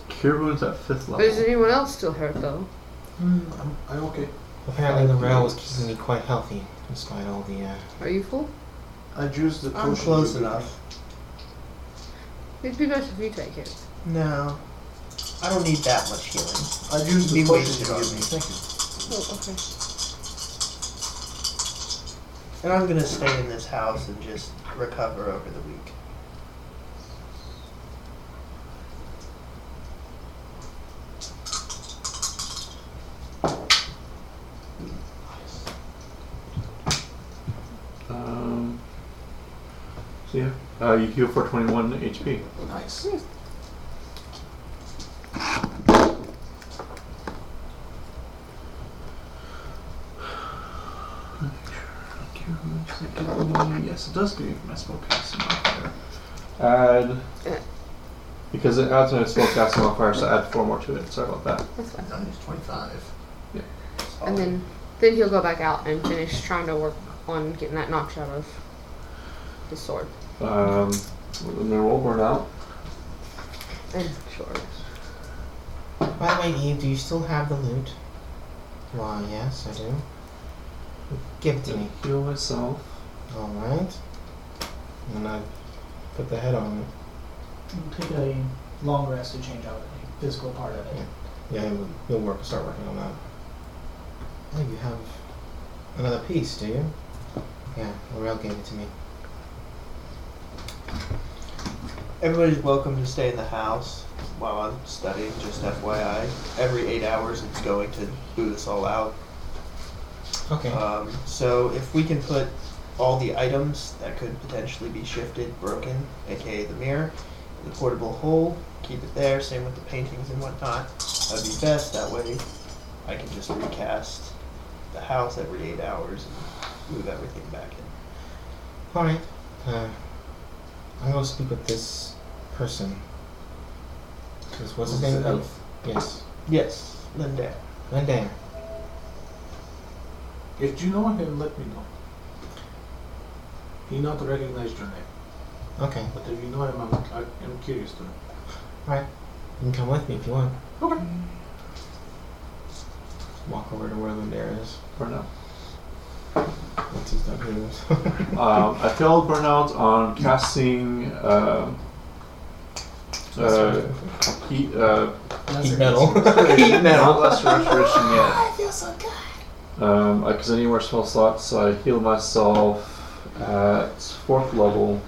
Speaker 5: cure wounds at fifth level.
Speaker 2: Is anyone else still hurt though?
Speaker 3: Mm,
Speaker 6: I'm, I'm okay.
Speaker 7: Apparently, the rail was keeping me quite healthy, despite all the. Uh,
Speaker 2: Are you full?
Speaker 6: I juiced the
Speaker 1: I'm
Speaker 6: potion.
Speaker 1: close enough.
Speaker 2: It'd be best if you take it.
Speaker 1: No. I don't need that much healing.
Speaker 6: I used the
Speaker 1: Be
Speaker 6: potion
Speaker 1: wasted
Speaker 6: you
Speaker 1: on
Speaker 6: gave
Speaker 1: me.
Speaker 6: me. Thank you.
Speaker 2: Oh, okay.
Speaker 1: And I'm gonna stay in this house and just recover over the week.
Speaker 5: Um, so yeah, uh, you heal for 21 HP.
Speaker 6: Nice.
Speaker 5: Yes, it does give my spellcasting modifier. Add because it adds my spellcasting modifier, so add four more to it. Sorry about that.
Speaker 2: That's fine.
Speaker 6: Nice. 25.
Speaker 2: And then then he'll go back out and finish trying to work on getting that notch out of his sword
Speaker 5: Um, let me roll burnout.
Speaker 2: and sword.
Speaker 7: by the way, Eve, do you still have the loot? Why, yes, I do. Give it to me.
Speaker 5: Heal myself.
Speaker 7: All right. And then I put the head on.
Speaker 3: It'll Take a long rest to change out the physical part of it.
Speaker 7: Yeah, you'll, you'll work. Start working on that. Oh, you have another piece, do you? Yeah, Laurel gave it to me.
Speaker 1: Everybody's welcome to stay in the house while I'm studying, just FYI. Every eight hours it's going to boot us all out.
Speaker 7: Okay.
Speaker 1: Um, so if we can put all the items that could potentially be shifted, broken, aka the mirror, in the portable hole, keep it there, same with the paintings and whatnot, that'd be best. That way I can just recast the house every eight hours and move everything back in.
Speaker 7: All right. Uh, I'm gonna speak with this person. This- What's his
Speaker 6: This
Speaker 7: name?
Speaker 6: is Elf.
Speaker 7: Yes,
Speaker 1: Yes, Linda.
Speaker 7: Lindair.
Speaker 6: If you know him, let me know. He not recognized your name,
Speaker 7: Okay.
Speaker 6: but if you know him, I'm, I, I'm curious to know.
Speaker 7: Right. You can come with me if you want.
Speaker 6: Okay.
Speaker 7: Walk over to where Lindera is.
Speaker 5: Burnout.
Speaker 7: What's his name? Who is?
Speaker 5: Um, I failed burnout on casting uh, uh, heat, uh,
Speaker 7: Heat metal.
Speaker 5: heat metal. Not lesser restoration yet.
Speaker 8: Oh, I feel so good.
Speaker 5: Um, I can anywhere spell slots, so I heal myself at fourth level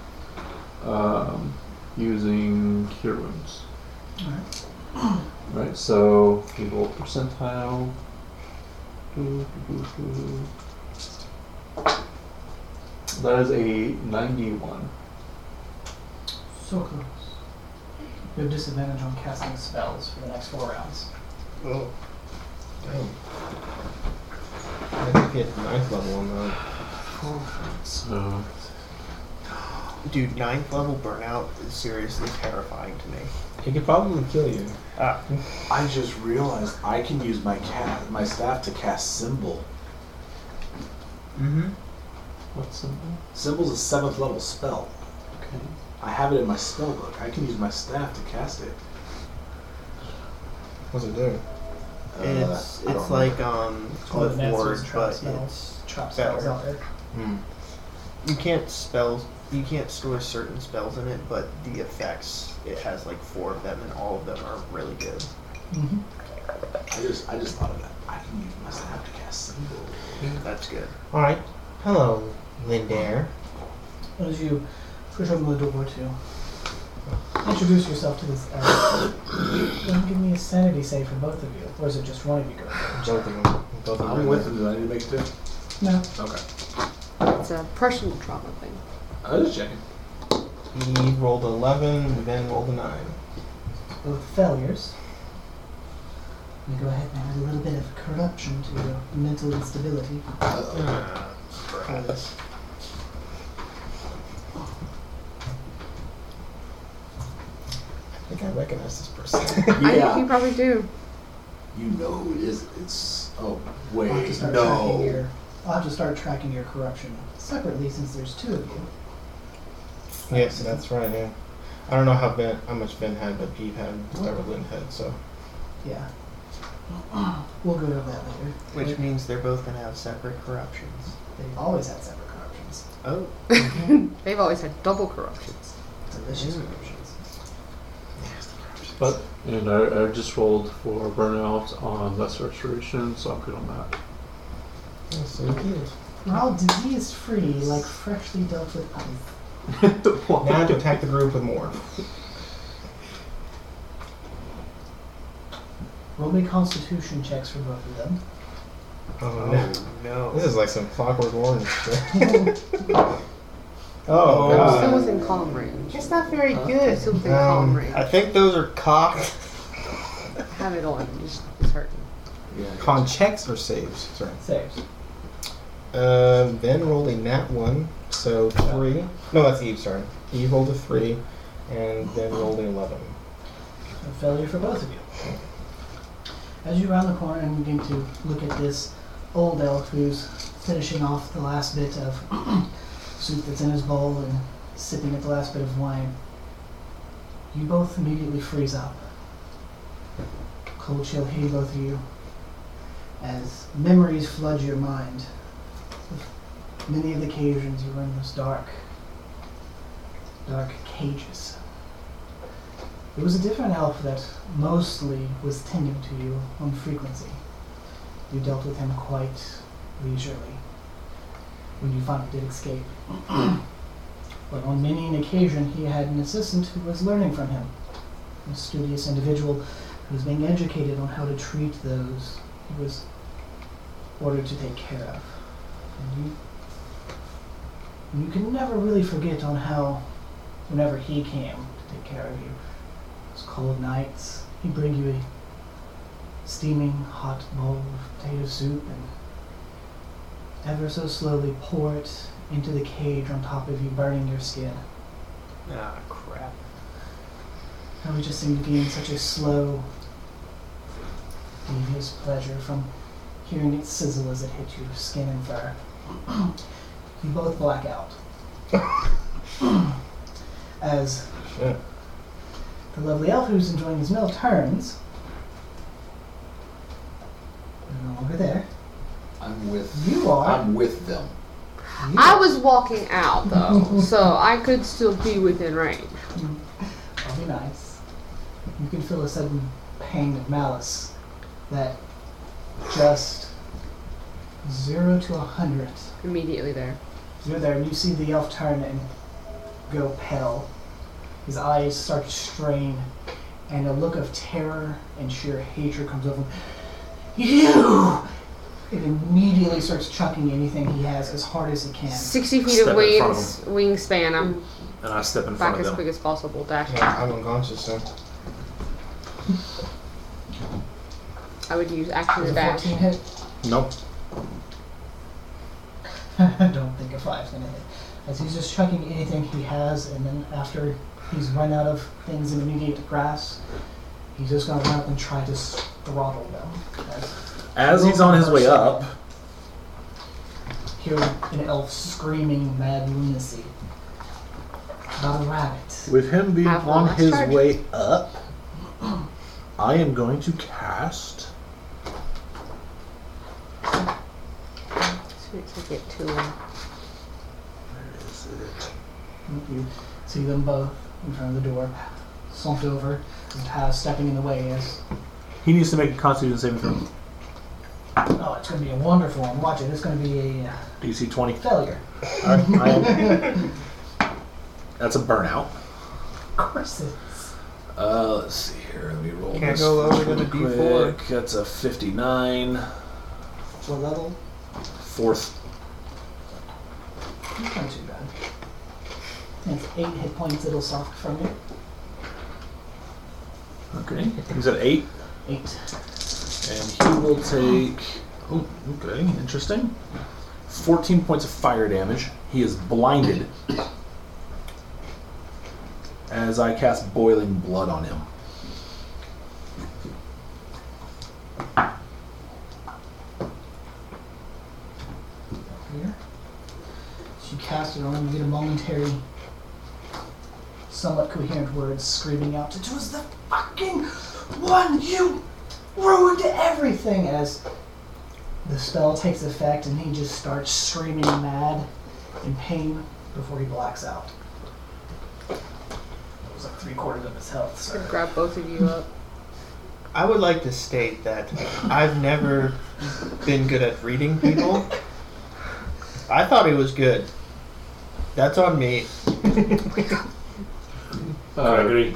Speaker 5: um, using cure wounds. Alright. Right, so evil percentile. Doo, doo, doo, doo. That is a 91.
Speaker 3: So close. You have disadvantage on casting spells for the next four rounds.
Speaker 7: Oh. Damn. I think he had ninth level on that.
Speaker 5: So
Speaker 1: Dude, ninth level burnout is seriously terrifying to me.
Speaker 7: He could probably kill you.
Speaker 1: Ah,
Speaker 6: I just realized I can use my ca my staff to cast symbol.
Speaker 1: mm-hmm.
Speaker 5: what's in there?
Speaker 6: Symbol's a seventh level spell.
Speaker 5: Okay.
Speaker 6: I have it in my spell book. I can use my staff to cast it.
Speaker 7: What's it do?
Speaker 6: Uh,
Speaker 1: it's
Speaker 6: I don't
Speaker 1: it's
Speaker 6: know.
Speaker 1: like um,
Speaker 3: called
Speaker 1: Cliff
Speaker 3: Advanced
Speaker 1: Ward,
Speaker 3: Use Trap
Speaker 1: but
Speaker 3: Spell.
Speaker 1: it's
Speaker 3: Trap spells
Speaker 1: better.
Speaker 3: out there.
Speaker 7: Hmm.
Speaker 1: you can't spell you can't store certain spells in it, but the effects it has like four of them, and all of them are really good.
Speaker 3: Mm-hmm.
Speaker 6: I just I just thought of that. I can use my staff to cast symbol.
Speaker 1: That's good.
Speaker 7: Alright. Hello, Lindare.
Speaker 3: As you push open the door to introduce yourself to this elf, then give me a sanity save for both of you, or is it just one of you? Going?
Speaker 7: Both of them. Both of them.
Speaker 6: I'm with him. Do I need to make two?
Speaker 3: No.
Speaker 6: Okay.
Speaker 2: It's a personal trauma thing.
Speaker 6: I was just checking.
Speaker 7: He rolled 11, then rolled a 9.
Speaker 3: Both failures. You go ahead and add a little bit of corruption to your mental instability.
Speaker 1: Perhaps.
Speaker 7: I think I recognize this person.
Speaker 2: I think you
Speaker 6: Yeah.
Speaker 2: probably do.
Speaker 6: You know who it is. It's oh wait
Speaker 3: I'll have to start tracking
Speaker 6: no.
Speaker 3: your. I'll have to start tracking your corruption separately since there's two of you.
Speaker 7: yeah, so that's right, yeah. I don't know how Ben, how much Ben had, but he had whatever Lynn had, so.
Speaker 3: Yeah. We'll go over that later.
Speaker 1: Which means they're both gonna have separate corruptions.
Speaker 3: They've always had separate corruptions.
Speaker 1: Oh,
Speaker 2: They've always had double corruptions.
Speaker 3: Delicious
Speaker 1: Mm.
Speaker 3: corruptions.
Speaker 5: But and I, I just rolled for burnout on lesser restoration, so I'm good on that.
Speaker 7: Yeah, so he healed.
Speaker 3: We're all disease free, like freshly dealt with ice.
Speaker 7: Now I have to attack the group with more.
Speaker 3: Roll me constitution checks for both of them.
Speaker 7: Oh no.
Speaker 1: oh no.
Speaker 7: This is like some clockwork orange shit.
Speaker 1: Oh,
Speaker 7: Oh,
Speaker 2: I'm
Speaker 7: God.
Speaker 2: still within calm range.
Speaker 1: That's not very
Speaker 2: I'm
Speaker 1: good.
Speaker 2: still within calm
Speaker 7: Um,
Speaker 2: range.
Speaker 1: I think those are cocked.
Speaker 2: have it on. Just, it's hurting.
Speaker 6: Yeah.
Speaker 7: Con checks or saves? Sorry.
Speaker 3: Saves.
Speaker 7: Um, then rolled a nat one, so three. No, that's Eve. Sorry, Eve rolled a three, and then rolled an eleven.
Speaker 3: A failure for both of you. As you round the corner and begin to look at this old elf who's finishing off the last bit of soup that's in his bowl and sipping at the last bit of wine, you both immediately freeze up. Cold chill hitting both of you as memories flood your mind. of Many of the occasions you were in those dark, dark cages. It was a different elf that mostly was tending to you on frequency. You dealt with him quite leisurely when you finally did escape. but on many an occasion, he had an assistant who was learning from him, a studious individual who was being educated on how to treat those he was ordered to take care of. And you, you can never really forget on how, whenever he came to take care of you, those cold nights. He'd bring you a steaming hot bowl of potato soup and ever so slowly pour it into the cage on top of you, burning your skin.
Speaker 1: Ah, crap.
Speaker 3: And we just seem to be in such a slow, devious pleasure from hearing it sizzle as it hit your skin and fur. you both black out. as
Speaker 7: Shit.
Speaker 3: The lovely elf who's enjoying his meal turns. You're no longer there.
Speaker 6: I'm with.
Speaker 3: You are.
Speaker 6: I'm with them.
Speaker 3: You
Speaker 2: I
Speaker 3: are.
Speaker 2: was walking out though, so I could still be within range.
Speaker 3: I'll be nice. You can feel a sudden pang of malice that just zero to a hundred.
Speaker 2: Immediately there.
Speaker 3: You're there and you see the elf turn and go pale. His eyes start to strain, and a look of terror and sheer hatred comes over him. You! It immediately starts chucking anything he has as hard as he can.
Speaker 2: Sixty feet
Speaker 4: Step
Speaker 2: of
Speaker 4: in front
Speaker 2: wings, wingspan. I'm
Speaker 4: And I step in front
Speaker 2: back
Speaker 4: of
Speaker 2: as
Speaker 4: them.
Speaker 2: quick as possible. Dash.
Speaker 7: No, I'm unconscious, so.
Speaker 2: I would use action
Speaker 3: Does
Speaker 2: to
Speaker 3: a
Speaker 2: dash.
Speaker 3: 14 hit?
Speaker 4: Nope.
Speaker 3: I don't think a five's gonna hit. As he's just chucking anything he has, and then after he's run out of things in immediate grasp, he's just gonna run up and try to s- throttle them. As
Speaker 4: As he's on his way up,
Speaker 3: hear an elf screaming mad lunacy about a rabbit.
Speaker 4: with him being
Speaker 2: Have one
Speaker 4: on
Speaker 2: last
Speaker 4: his
Speaker 2: charge.
Speaker 4: way up, I am going to cast.
Speaker 2: As soon as I get to him.
Speaker 4: Where is it?
Speaker 3: You see them both in front of the door, slumped over, and Taz stepping in the way as,
Speaker 4: He needs to make a Constitution saving throw.
Speaker 3: oh, it's gonna be a wonderful one. Watch it, it's gonna be a uh,
Speaker 4: DC 20.
Speaker 3: failure.
Speaker 4: All right, I am- That's a burnout.
Speaker 3: Of course it's.
Speaker 4: Uh, let's see here. Let me roll
Speaker 1: Can't
Speaker 4: this
Speaker 1: go lower
Speaker 4: really
Speaker 1: than a D4.
Speaker 4: quick. That's a 59.
Speaker 3: What level?
Speaker 4: Fourth.
Speaker 3: Not too bad. That's eight hit points it'll sock from you.
Speaker 4: Okay. He's at 8.
Speaker 3: Eight.
Speaker 4: And he will take. Oh, okay. Interesting. 14 points of fire damage. He is blinded. As I cast boiling blood on him.
Speaker 3: Here. She cast it on him, you get a momentary, somewhat coherent words screaming out, It was the fucking one! You ruined everything! As the spell takes effect and he just starts screaming mad in pain before he blacks out. It was like three quarters of his health,
Speaker 2: Could
Speaker 3: so.
Speaker 2: grab both of you up.
Speaker 1: I would like to state that I've never been good at reading people. I thought it was good. That's on me.
Speaker 5: Uh,
Speaker 4: Oh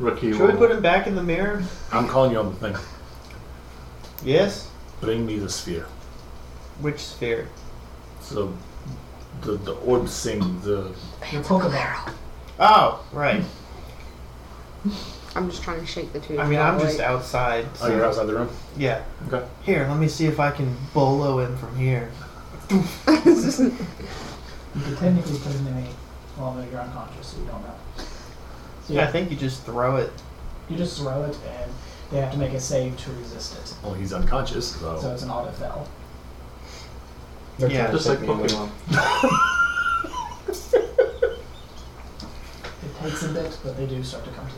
Speaker 5: Ricky
Speaker 1: Should we
Speaker 5: will
Speaker 1: put him back in the mirror?
Speaker 4: I'm calling you on the thing.
Speaker 1: Yes.
Speaker 4: Bring me the sphere.
Speaker 1: Which sphere?
Speaker 4: So the the orb sing the
Speaker 3: Your Pokeball.
Speaker 1: Oh, right.
Speaker 2: I'm just trying to shake the two.
Speaker 1: I mean, I'm just
Speaker 2: Wait.
Speaker 1: outside.
Speaker 4: oh you're
Speaker 1: So.
Speaker 4: outside the room.
Speaker 1: Yeah.
Speaker 4: Okay.
Speaker 1: Here, let me see if I can bolo him from here.
Speaker 3: You could technically put him in a. Well, no, you're unconscious, so you don't know. So
Speaker 1: Yeah, I think you just throw it.
Speaker 3: You just throw it, and they have to make a save to resist it.
Speaker 4: Well, he's unconscious. So,
Speaker 3: So it's an auto fail.
Speaker 7: They're
Speaker 1: Yeah,
Speaker 7: trying to
Speaker 5: just like
Speaker 7: take me away.
Speaker 5: Pokemon.
Speaker 3: It takes a bit, but they do start to come to.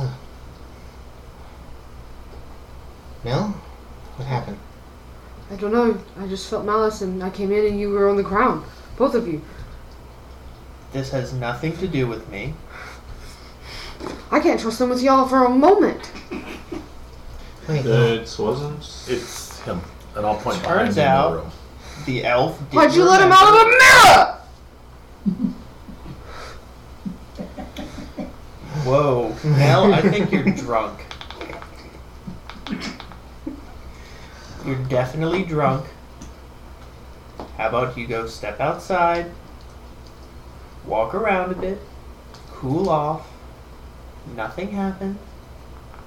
Speaker 3: you.
Speaker 7: No? What happened?
Speaker 2: I don't know. I just felt malice, and I came in, and you were on the ground, both of you.
Speaker 1: This has nothing to do with me.
Speaker 2: I can't trust them with y'all for a moment.
Speaker 7: Wait,
Speaker 5: It wasn't.
Speaker 4: it's him, and I'll point behind
Speaker 1: Turns
Speaker 4: him
Speaker 1: out-
Speaker 4: in the room.
Speaker 1: The elf. did
Speaker 2: Why'd you let him out of the mirror?
Speaker 1: Whoa, Mel, I think you're drunk. You're definitely drunk. How about you go step outside, walk around a bit, cool off. Nothing happened.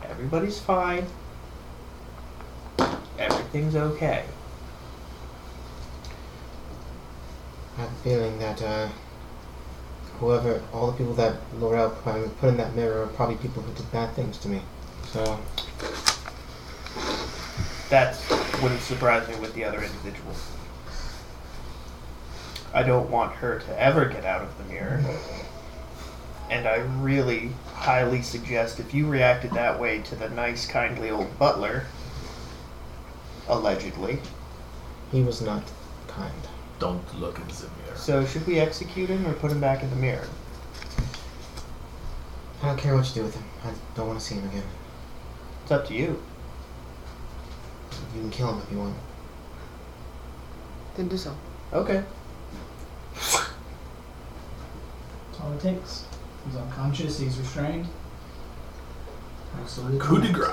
Speaker 1: Everybody's fine. Everything's okay.
Speaker 7: I have a feeling that uh, whoever, all the people that L'Oreal probably put in that mirror are probably people who did bad things to me. So,
Speaker 1: That wouldn't surprise me with the other individual. I don't want her to ever get out of the mirror. And I really highly suggest if you reacted that way to the nice, kindly old butler, allegedly.
Speaker 7: He was not kind.
Speaker 4: Don't look in the mirror.
Speaker 1: So, should we execute him or put him back in the mirror?
Speaker 7: I don't care what you do with him. I don't want to see him again.
Speaker 1: It's up to you.
Speaker 7: You can kill him if you want.
Speaker 2: Then do so.
Speaker 1: Okay.
Speaker 3: That's all it takes. He's unconscious, he's restrained. Absolutely.
Speaker 4: Coup de grace.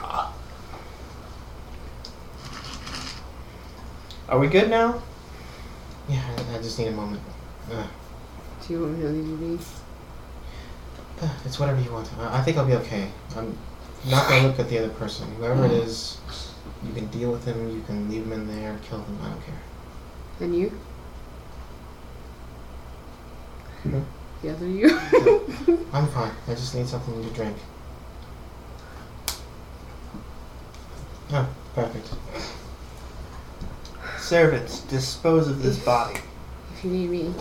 Speaker 1: Are we good now?
Speaker 7: Yeah, I, I just need a moment. Uh,
Speaker 2: Do you want me to leave you be?
Speaker 7: uh, it's whatever you want. I, I think I'll be okay. I'm not gonna look at the other person. Whoever it
Speaker 4: Hmm.
Speaker 7: is, you can deal with him. You can leave him in there, kill him. I don't care.
Speaker 2: Then you?
Speaker 7: Hmm?
Speaker 2: The other you?
Speaker 7: I'm fine. I just need something to drink. Oh, perfect.
Speaker 1: Servants, dispose of this body.
Speaker 2: if you need me.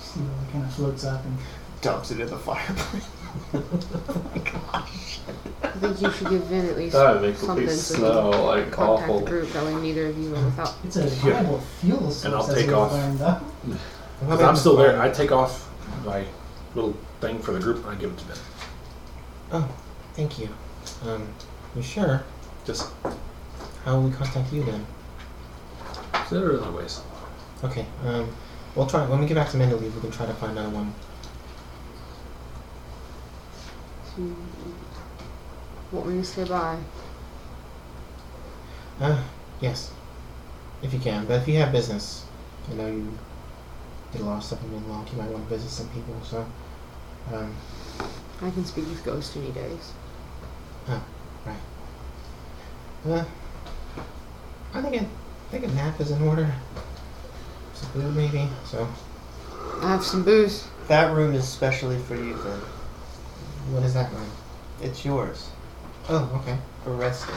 Speaker 3: See how it kind of floats up and
Speaker 1: Dumps it in the fireplace.
Speaker 2: I think you should give Vin at least
Speaker 5: That would make the
Speaker 2: something
Speaker 5: place
Speaker 2: so
Speaker 5: smell
Speaker 2: he can
Speaker 5: like
Speaker 2: contact
Speaker 5: awful.
Speaker 2: the group. That way neither of you are without.
Speaker 3: it's a viable fuel source.
Speaker 4: And I'll
Speaker 3: as
Speaker 4: take
Speaker 3: we've
Speaker 4: off.
Speaker 3: learned, though.
Speaker 4: If I'm still there, I take off my little thing for the group and I give it to them.
Speaker 7: Oh, thank you. Um, you sure?
Speaker 4: Just
Speaker 7: How will we contact you then?
Speaker 4: there are other ways.
Speaker 7: Okay. Um, we'll try. When we get back to Mendeleev, we can try to find another one.
Speaker 2: Do you want me to say bye?
Speaker 7: Uh, yes. If you can, but if you have business, I know you did a lot of stuff in Minlock. You might want to visit some people. So, um,
Speaker 2: I can speak with ghosts any days.
Speaker 7: uh, I think a, I think a nap is in order. Some food maybe. So,
Speaker 2: I have some booze.
Speaker 1: That room is specially for you, then.
Speaker 7: what is that room?
Speaker 1: It's yours.
Speaker 7: Oh, okay.
Speaker 1: For resting.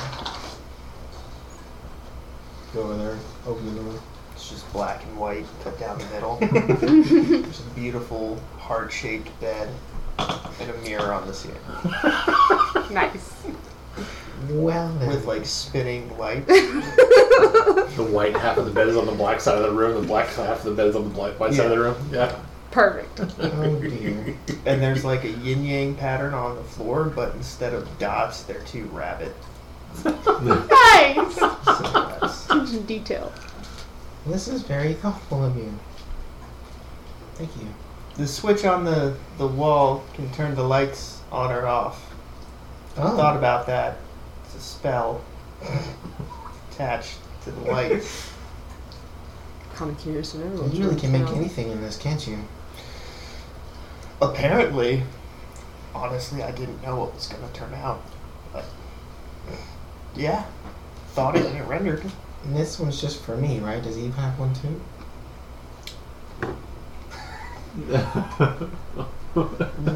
Speaker 7: Go over there. Open the door.
Speaker 1: It's just black and white, cut down the middle. There's a beautiful, heart shaped bed and a mirror on the ceiling
Speaker 2: Nice.
Speaker 7: Well then.
Speaker 1: with like spinning light.
Speaker 4: The white half of the bed is on the black side of the room, the black half of the bed is on the black, white side of the room. Yeah.
Speaker 2: Perfect.
Speaker 7: oh dear.
Speaker 1: And there's like a yin yang pattern on the floor, but instead of dots, they're two rabbit.
Speaker 2: nice.
Speaker 1: silhouettes.
Speaker 2: Attention to detail.
Speaker 7: This is very thoughtful of you. Thank you.
Speaker 1: the switch on the, the wall can turn the lights on or off.
Speaker 7: Oh.
Speaker 1: Thought about that. It's a spell attached to the lights.
Speaker 2: Common curious of everyone.
Speaker 7: Oh, You really can make
Speaker 2: No.
Speaker 7: anything in this, can't you?
Speaker 1: Apparently, honestly, I didn't know what was going to turn out. But yeah, thought it and it rendered.
Speaker 7: And this one's just for me, right? Does Eve have one too?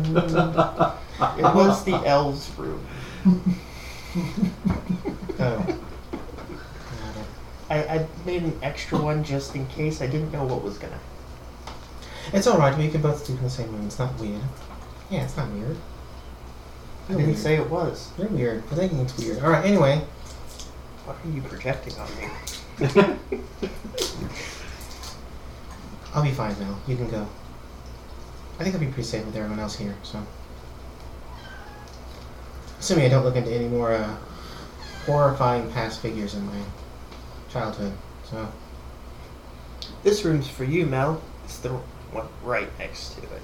Speaker 1: It was the elves' room.
Speaker 7: Oh.
Speaker 1: I, I made an extra one just in case. I didn't know what was going to
Speaker 7: it's alright, we can both sleep in the same room. It's not weird. Yeah, it's not weird.
Speaker 1: I
Speaker 7: You're
Speaker 1: didn't
Speaker 7: weird.
Speaker 1: say it was.
Speaker 7: You're weird for thinking it's weird. Alright, anyway.
Speaker 1: What are you projecting on me?
Speaker 7: I'll be fine now. You can go. I think I'll be pretty safe with everyone else here, so. Assuming I don't look into any more uh, horrifying past figures in my childhood, so.
Speaker 1: This room's for you, Mel. It's the one right next to it.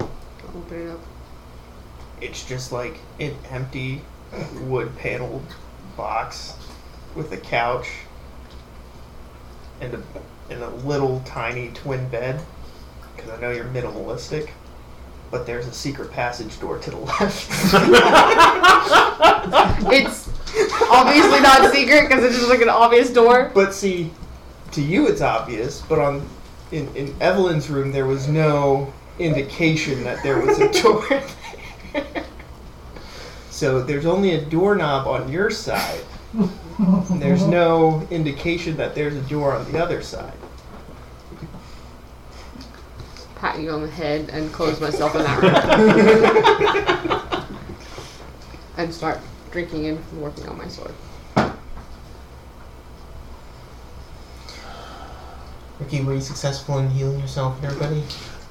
Speaker 2: Open it up.
Speaker 1: It's just like an empty wood paneled box with a couch and a, and a little tiny twin bed. Because I know you're minimalistic, but there's a secret passage door to the left.
Speaker 2: It's obviously not secret because it's just like an obvious door.
Speaker 1: but see, to you it's obvious, but on in, in Evelyn's room there was no indication that there was a door there. So there's only a doorknob on your side. There's no indication that there's a door on the other side.
Speaker 2: pat you on the head and close myself in that room and start drinking and working on my sword.
Speaker 7: Ricky, were you successful in healing yourself and everybody?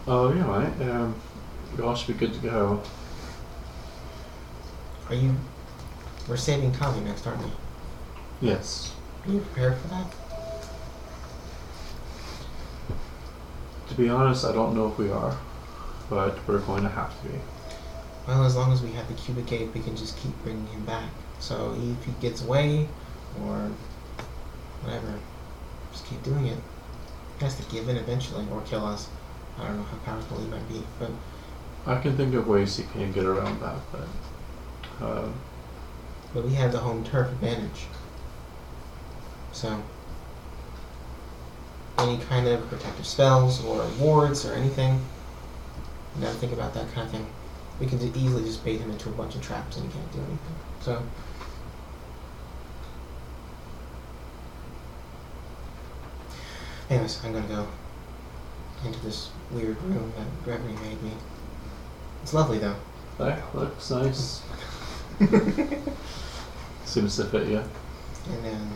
Speaker 5: Oh, yeah, right. Um, we all should be good to go.
Speaker 7: Are you? We're saving Kali next, aren't we?
Speaker 5: Yes.
Speaker 7: Are you prepared for that?
Speaker 5: To be honest, I don't know if we are, but we're going to have to be.
Speaker 7: Well, as long as we have the cubic gate, we can just keep bringing him back. So if he gets away, or whatever, just keep doing it. He has to give in eventually, or kill us. I don't know how powerful he might be, but
Speaker 5: I can think of ways he can get around that, but um,
Speaker 7: but we have the home turf advantage. So any kind of protective spells or wards or anything, you never think about that kind of thing. We can ju- easily just bait him into a bunch of traps and he can't do anything. So anyways, I'm gonna go into this weird room that Gregory made me. It's lovely though.
Speaker 5: that looks nice. Seems to fit you.
Speaker 7: And then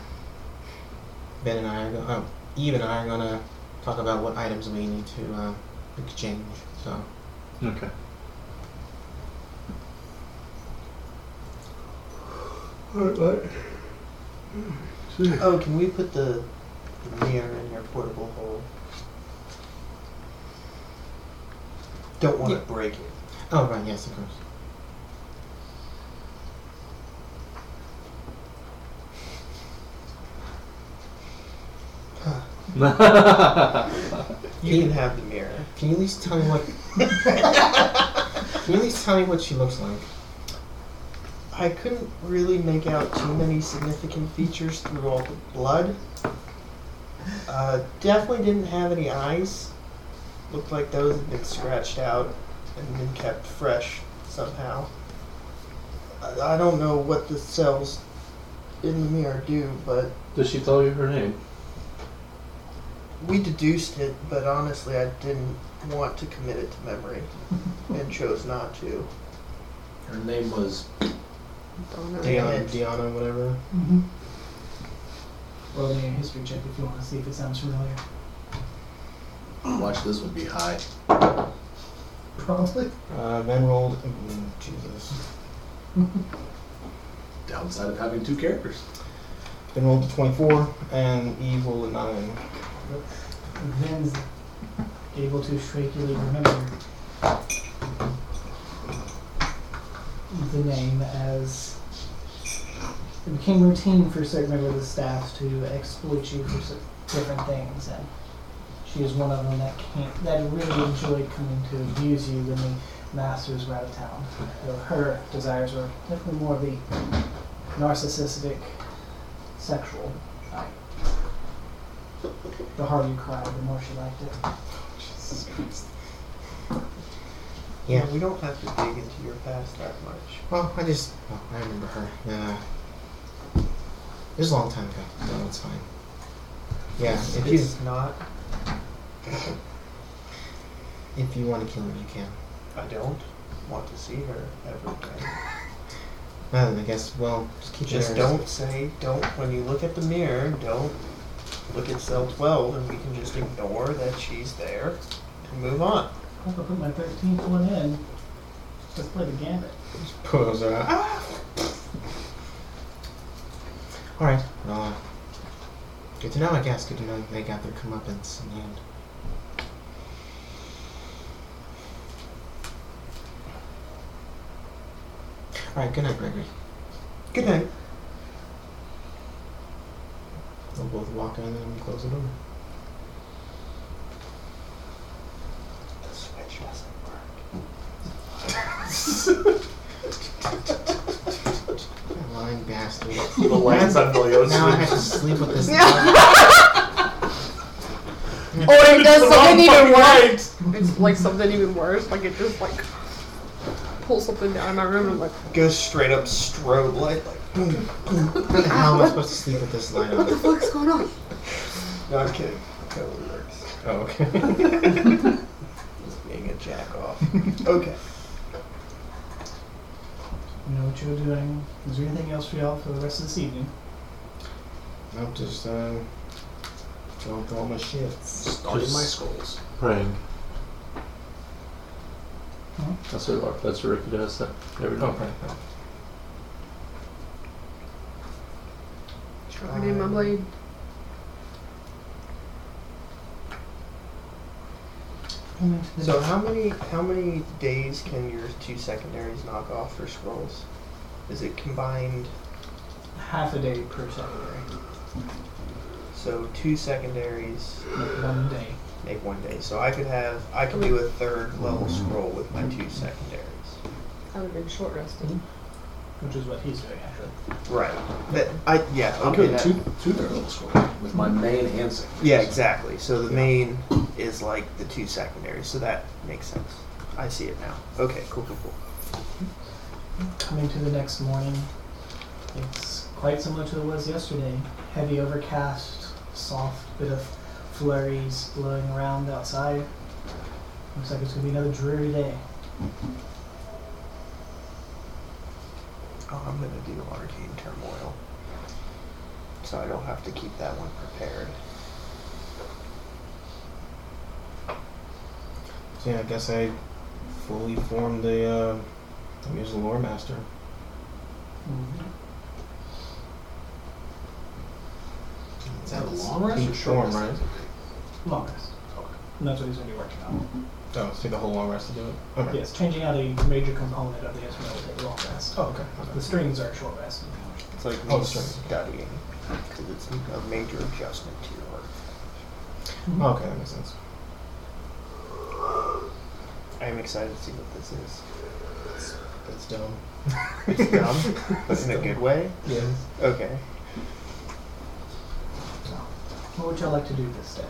Speaker 7: Ben and I are going. Oh, Eve and I are gonna talk about what items we need to uh, exchange. So
Speaker 5: Okay.
Speaker 1: Oh, can we put the, the mirror in your portable hole? Don't want to
Speaker 7: Yeah.
Speaker 1: break it.
Speaker 7: oh right, yes, of course.
Speaker 1: You can have the mirror.
Speaker 7: Can you at least tell me what? can you at least tell me what she looks like?
Speaker 1: I couldn't really make out too many significant features through all the blood. Uh, definitely didn't have any eyes. Looked like those had been scratched out and been kept fresh somehow. I, I don't know what the cells in the mirror do, but
Speaker 5: Did she tell you her name?
Speaker 1: we deduced it, but honestly, I didn't want to commit it to memory and chose not to.
Speaker 6: Her name was
Speaker 2: Don't know.
Speaker 1: Damn
Speaker 7: Diana,
Speaker 1: it.
Speaker 7: Diana, whatever.
Speaker 3: Mm-hmm. Roll me a history check if you want to see if it sounds familiar.
Speaker 6: watch this one be high.
Speaker 3: Probably.
Speaker 7: Uh, ben rolled. mm, Jesus.
Speaker 6: Downside of having two characters.
Speaker 7: Ben rolled a twenty-four, and Eve rolled a nine.
Speaker 3: Ben's able to shakily remember the name as it became routine for certain members of the staff to exploit you for cer- different things, and she is one of them that can't, that really enjoyed coming to abuse you when the masters were out of town. Though her desires were definitely more the narcissistic, sexual type. The harder you cried, the more she liked it.
Speaker 7: Yeah.
Speaker 1: We don't have to dig into your past that much.
Speaker 7: Well, I just well, I remember her. Uh, it was a long time ago, so it's fine. Yeah, if
Speaker 1: If
Speaker 7: you
Speaker 1: it's not,
Speaker 7: if you want to kill her, you can.
Speaker 1: I don't want to see her ever again.
Speaker 7: Well, then I guess well, just keep
Speaker 1: Just
Speaker 7: it. as-
Speaker 1: don't say, don't, when you look at the mirror, don't look at cell 12, and we can just ignore that she's there and move on.
Speaker 3: I'm gonna put my thirteenth one in. Let's play the gambit.
Speaker 7: Pulls her
Speaker 1: uh,
Speaker 7: out. All right. Well, uh, good to know. I guess good to know they got their comeuppance in the end. All right. Good night, Gregory.
Speaker 1: Good night.
Speaker 7: We'll both walk in and close the door.
Speaker 1: The switch doesn't work.
Speaker 7: You Lying bastard.
Speaker 6: The lights on Billy
Speaker 7: now I have to sleep with this.
Speaker 2: Or it does something even worse. It's like something even worse. Like it just like pulls something down in my room and I'm like
Speaker 1: Goes straight up strobe light, like, boom.
Speaker 7: How am I supposed to sleep with this light
Speaker 2: what the
Speaker 7: on?
Speaker 2: fuck's going on?
Speaker 1: No, I'm kidding. Totally works.
Speaker 7: Oh, okay.
Speaker 6: It's
Speaker 1: jack off. okay.
Speaker 3: You know what you're doing. Is there anything else for y'all for the rest of this evening?
Speaker 7: I'm just uh, going through all my shits.
Speaker 6: Starting my
Speaker 5: Just-
Speaker 6: scrolls.
Speaker 5: Praying.
Speaker 3: Hmm?
Speaker 5: That's what Lark, that's what Ricky does that every
Speaker 4: Oh,
Speaker 5: night.
Speaker 4: right.
Speaker 2: Trying in my blade.
Speaker 1: So how many how many days can your two secondaries knock off for scrolls? Is it combined?
Speaker 3: Half a day per secondary.
Speaker 1: So two secondaries
Speaker 3: One day.
Speaker 1: make one day. So I could have I could do a third level scroll with my two secondaries.
Speaker 2: I would have been short rested.
Speaker 3: Which is what he's doing actually.
Speaker 1: Right. That I yeah
Speaker 6: I'm
Speaker 1: okay.
Speaker 6: doing
Speaker 1: that-
Speaker 6: two two third level scrolls with my main and secondary.
Speaker 1: yeah exactly. So the main is like the two secondaries. So that makes sense. I see it now. Okay. Cool. Cool. Cool.
Speaker 3: Coming to the next morning, it's quite similar to it was yesterday. Heavy overcast, soft bit of flurries blowing around outside. Looks like it's gonna be another dreary day.
Speaker 1: Oh, I'm gonna do arcane turmoil, so I don't have to keep that one prepared.
Speaker 7: So yeah, I guess I fully formed the. Uh, I'm using lore master.
Speaker 3: Mm-hmm.
Speaker 6: Is that a long rest or
Speaker 7: Peak
Speaker 6: short
Speaker 7: form,
Speaker 6: rest?
Speaker 3: Long rest.
Speaker 6: Okay.
Speaker 3: And that's what he's gonna be working on.
Speaker 7: Oh, so the whole long rest to do it. Okay.
Speaker 3: Yes, changing out a major component of the instrument will take a long rest.
Speaker 7: Oh, okay.
Speaker 3: The strings are a short rest.
Speaker 1: It's like
Speaker 7: Oh,
Speaker 1: me
Speaker 7: sorry.
Speaker 1: studying because it's a major adjustment to your art.
Speaker 7: Oh, okay, that makes sense.
Speaker 1: I'm excited to see what this is.
Speaker 7: That's dumb.
Speaker 1: It's dumb, but in a good way.
Speaker 7: Yeah.
Speaker 1: Okay.
Speaker 3: What would y'all like to do this day?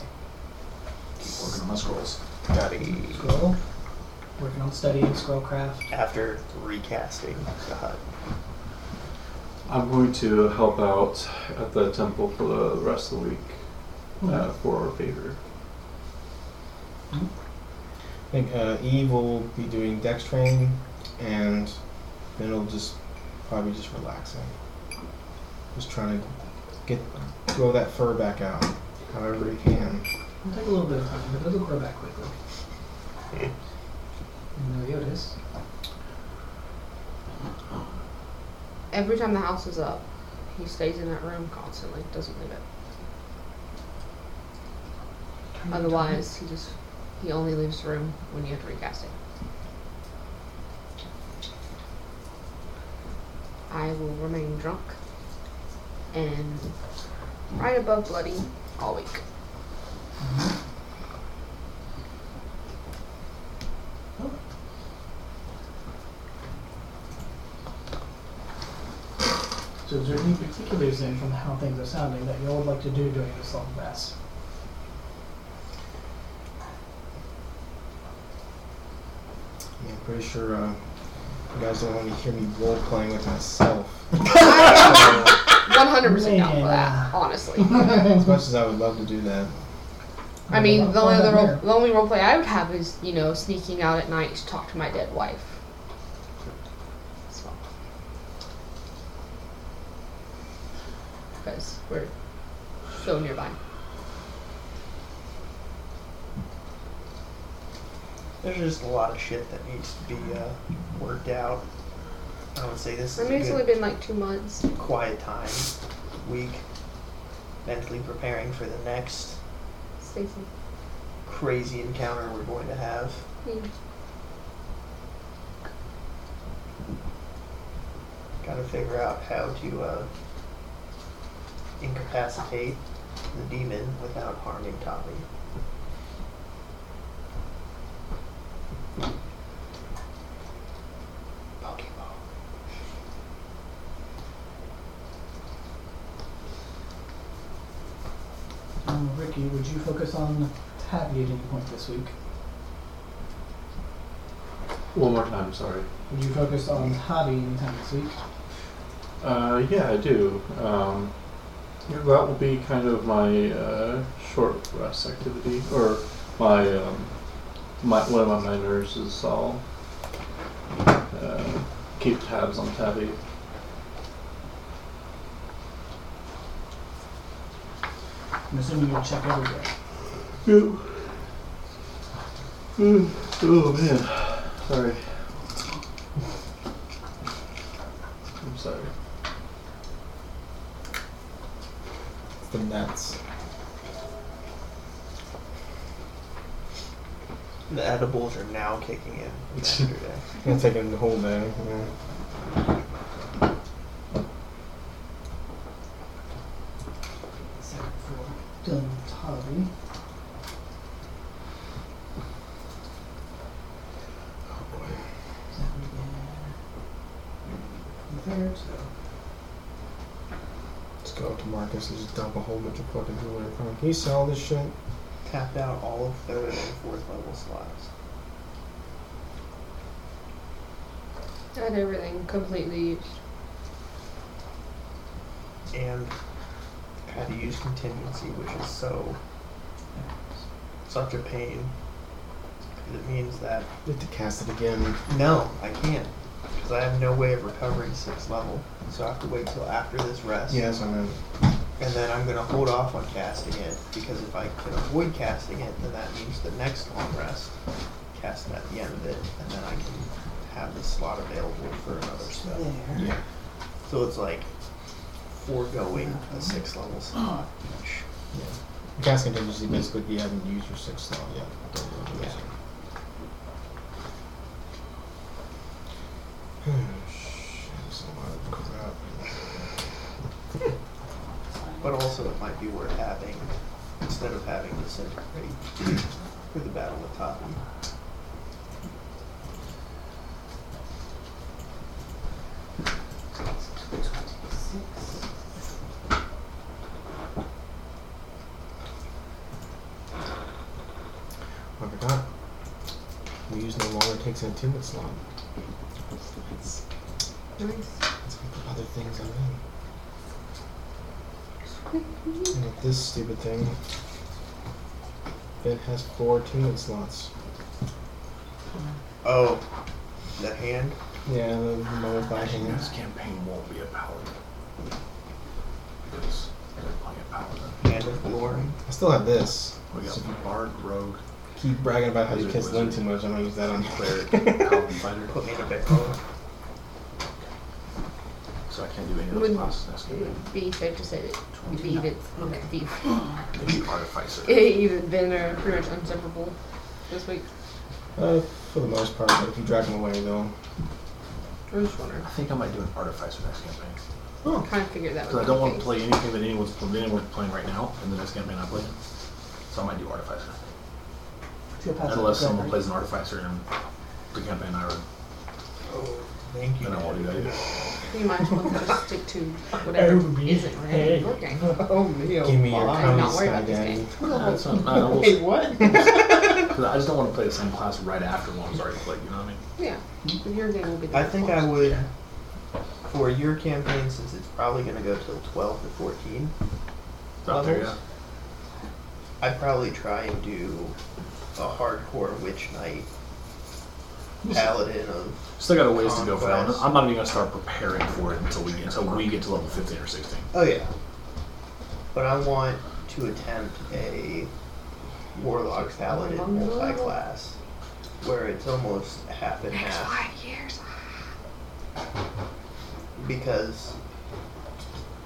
Speaker 6: Keep working on my scrolls.
Speaker 1: Study
Speaker 3: Scroll. Working on studying scrollcraft.
Speaker 1: after recasting the hut.
Speaker 5: I'm going to help out at the temple for the rest of the week
Speaker 2: Oh,
Speaker 5: uh, for our favor.
Speaker 7: I think uh, Eve will be doing dex training, and then it'll just probably just relaxing. Just trying to get grow that fur back out, however you can.
Speaker 3: It'll take a little bit of time, but it'll grow back quickly. You know, Yodis.
Speaker 2: Every time the house is up, he stays in that room constantly. Doesn't leave it. Otherwise, he just he only leaves the room when you have to recast it. I will remain drunk and right above bloody all week.
Speaker 3: So is there any particulars in from how things are sounding that y'all would like to do during this long rest?
Speaker 7: I mean, I'm pretty sure uh, you guys don't want to hear me role playing with myself.
Speaker 2: One hundred percent down for
Speaker 3: Man.
Speaker 2: that, honestly.
Speaker 7: As much as I would love to do that,
Speaker 2: I mean, the only
Speaker 3: Find out
Speaker 2: other role,
Speaker 3: there.
Speaker 2: the only role play I would have is you know sneaking out at night to talk to my dead wife. So. Because we're so nearby.
Speaker 1: There's just a lot of shit that needs to be uh, worked out. I would say this
Speaker 2: I
Speaker 1: is
Speaker 2: mean, it's
Speaker 1: a
Speaker 2: only
Speaker 1: good
Speaker 2: been like two months.
Speaker 1: quiet time, week, mentally preparing for the next
Speaker 2: Stacy,
Speaker 1: crazy encounter we're going to have.
Speaker 2: yeah.
Speaker 1: Gotta figure out how to uh, incapacitate the demon without harming Tommy. Pokeball.
Speaker 3: Um, Ricky, would you focus on Tabby at any point this week?
Speaker 5: One more time, sorry.
Speaker 3: Would you focus on Tabby anytime this week?
Speaker 5: Uh, yeah, I do. Um, yeah, that will be kind of my uh, short rest activity, or my um, my, one of my minors is I'll uh, keep tabs on Tabby.
Speaker 3: I'm assuming you'll check every day.
Speaker 5: Yep. Mm. Oh man, sorry. I'm sorry.
Speaker 7: It's the nuts.
Speaker 1: The edibles are now kicking in. Saturday.
Speaker 7: It's gonna take him the whole day. Yeah.
Speaker 3: Except for Duntari. There too.
Speaker 7: Let's go up to Marcus and just dump a whole bunch of fucking jewelry. Come on, can you sell this shit?
Speaker 1: Tapped out all of third and fourth level slots.
Speaker 2: I had everything completely used.
Speaker 1: And had to use contingency, which is so such a pain. 'Cause It means that
Speaker 7: You have to cast it again.
Speaker 1: no, I can't. Because I have no way of recovering sixth level. So I have to wait till after this rest.
Speaker 7: Yeah, that's what I meant.
Speaker 1: And then I'm gonna hold off on casting it, because if I can avoid casting it, then that means the next long rest, cast it at the end of it, and then I can have this slot available for another spell.
Speaker 3: There.
Speaker 7: Yeah.
Speaker 1: So it's like foregoing a six level slot. which-
Speaker 7: Cast contingency basically if you haven't used your sixth slot yet. Don't go do it. Shit, That's a lot of crap.
Speaker 1: But also it might be worth having, instead of having this integrate for the battle of Totten.
Speaker 7: I forgot. We use no longer takes an attunement slot.
Speaker 2: Nice.
Speaker 7: Let's go put other things on in. And if this stupid thing then has four attunement slots.
Speaker 1: Oh, the hand?
Speaker 7: Yeah, the mummified
Speaker 6: Imagine
Speaker 7: hands.
Speaker 6: this campaign won't be a paladin. Because they're playing a paladin.
Speaker 1: Hand of glory?
Speaker 7: I still have this.
Speaker 6: We got
Speaker 7: So if you
Speaker 6: bard, rogue,
Speaker 7: keep bragging about how you
Speaker 6: Wizard,
Speaker 7: kiss Lynn too
Speaker 6: wizard.
Speaker 7: much, I'm gonna use that on
Speaker 6: cleric, paladin fighter.
Speaker 1: Put me in a big hole.
Speaker 6: So I can't do any of those
Speaker 2: Wouldn't-
Speaker 6: classes next
Speaker 2: It
Speaker 6: game.
Speaker 2: would be fair to say that you'd be even, it'd be
Speaker 6: Maybe artificer.
Speaker 2: even been or pretty much inseparable this week.
Speaker 7: Uh, for the most part, but if you drag them away, they'll.
Speaker 2: I was just wondering.
Speaker 6: I think I might do an artificer next campaign.
Speaker 2: kind of figured that
Speaker 6: Because
Speaker 2: would
Speaker 6: I
Speaker 2: be
Speaker 6: don't
Speaker 2: the
Speaker 6: want to
Speaker 2: case.
Speaker 6: play anything that anyone's, anyone's playing right now in the next campaign I play. So I might do artificer.
Speaker 3: Two paths of
Speaker 6: Unless someone
Speaker 3: recovery.
Speaker 6: plays an artificer in the campaign I run.
Speaker 1: oh, Thank you.
Speaker 6: Then I won't do that either.
Speaker 2: You might as well just stick to whatever
Speaker 3: Every
Speaker 2: isn't really
Speaker 3: day.
Speaker 2: working.
Speaker 1: Oh, me, oh,
Speaker 7: Give me your
Speaker 1: my.
Speaker 2: I'm
Speaker 7: crony
Speaker 2: not worried
Speaker 7: sky
Speaker 2: about this
Speaker 7: daddy.
Speaker 2: game.
Speaker 6: That's not, I, don't-
Speaker 1: Wait, what?
Speaker 6: 'cause I just don't want to play the same class right after one was already played. You know what I mean?
Speaker 2: Yeah. Your game will be the
Speaker 1: I
Speaker 2: best
Speaker 1: think
Speaker 2: one.
Speaker 1: I would, for your campaign, since it's probably going to go till 12 to 14,
Speaker 6: Out there, yeah.
Speaker 1: Levels? I'd probably try and do a hardcore witch knight, paladin of.
Speaker 6: Still got a ways to go for that. one. I'm not even gonna start preparing for it until we get until we get to level 15 or 16.
Speaker 1: Oh, yeah. But I want to attempt a warlock paladin multi class where it's almost half and
Speaker 8: Next
Speaker 1: half.
Speaker 8: five years.
Speaker 1: because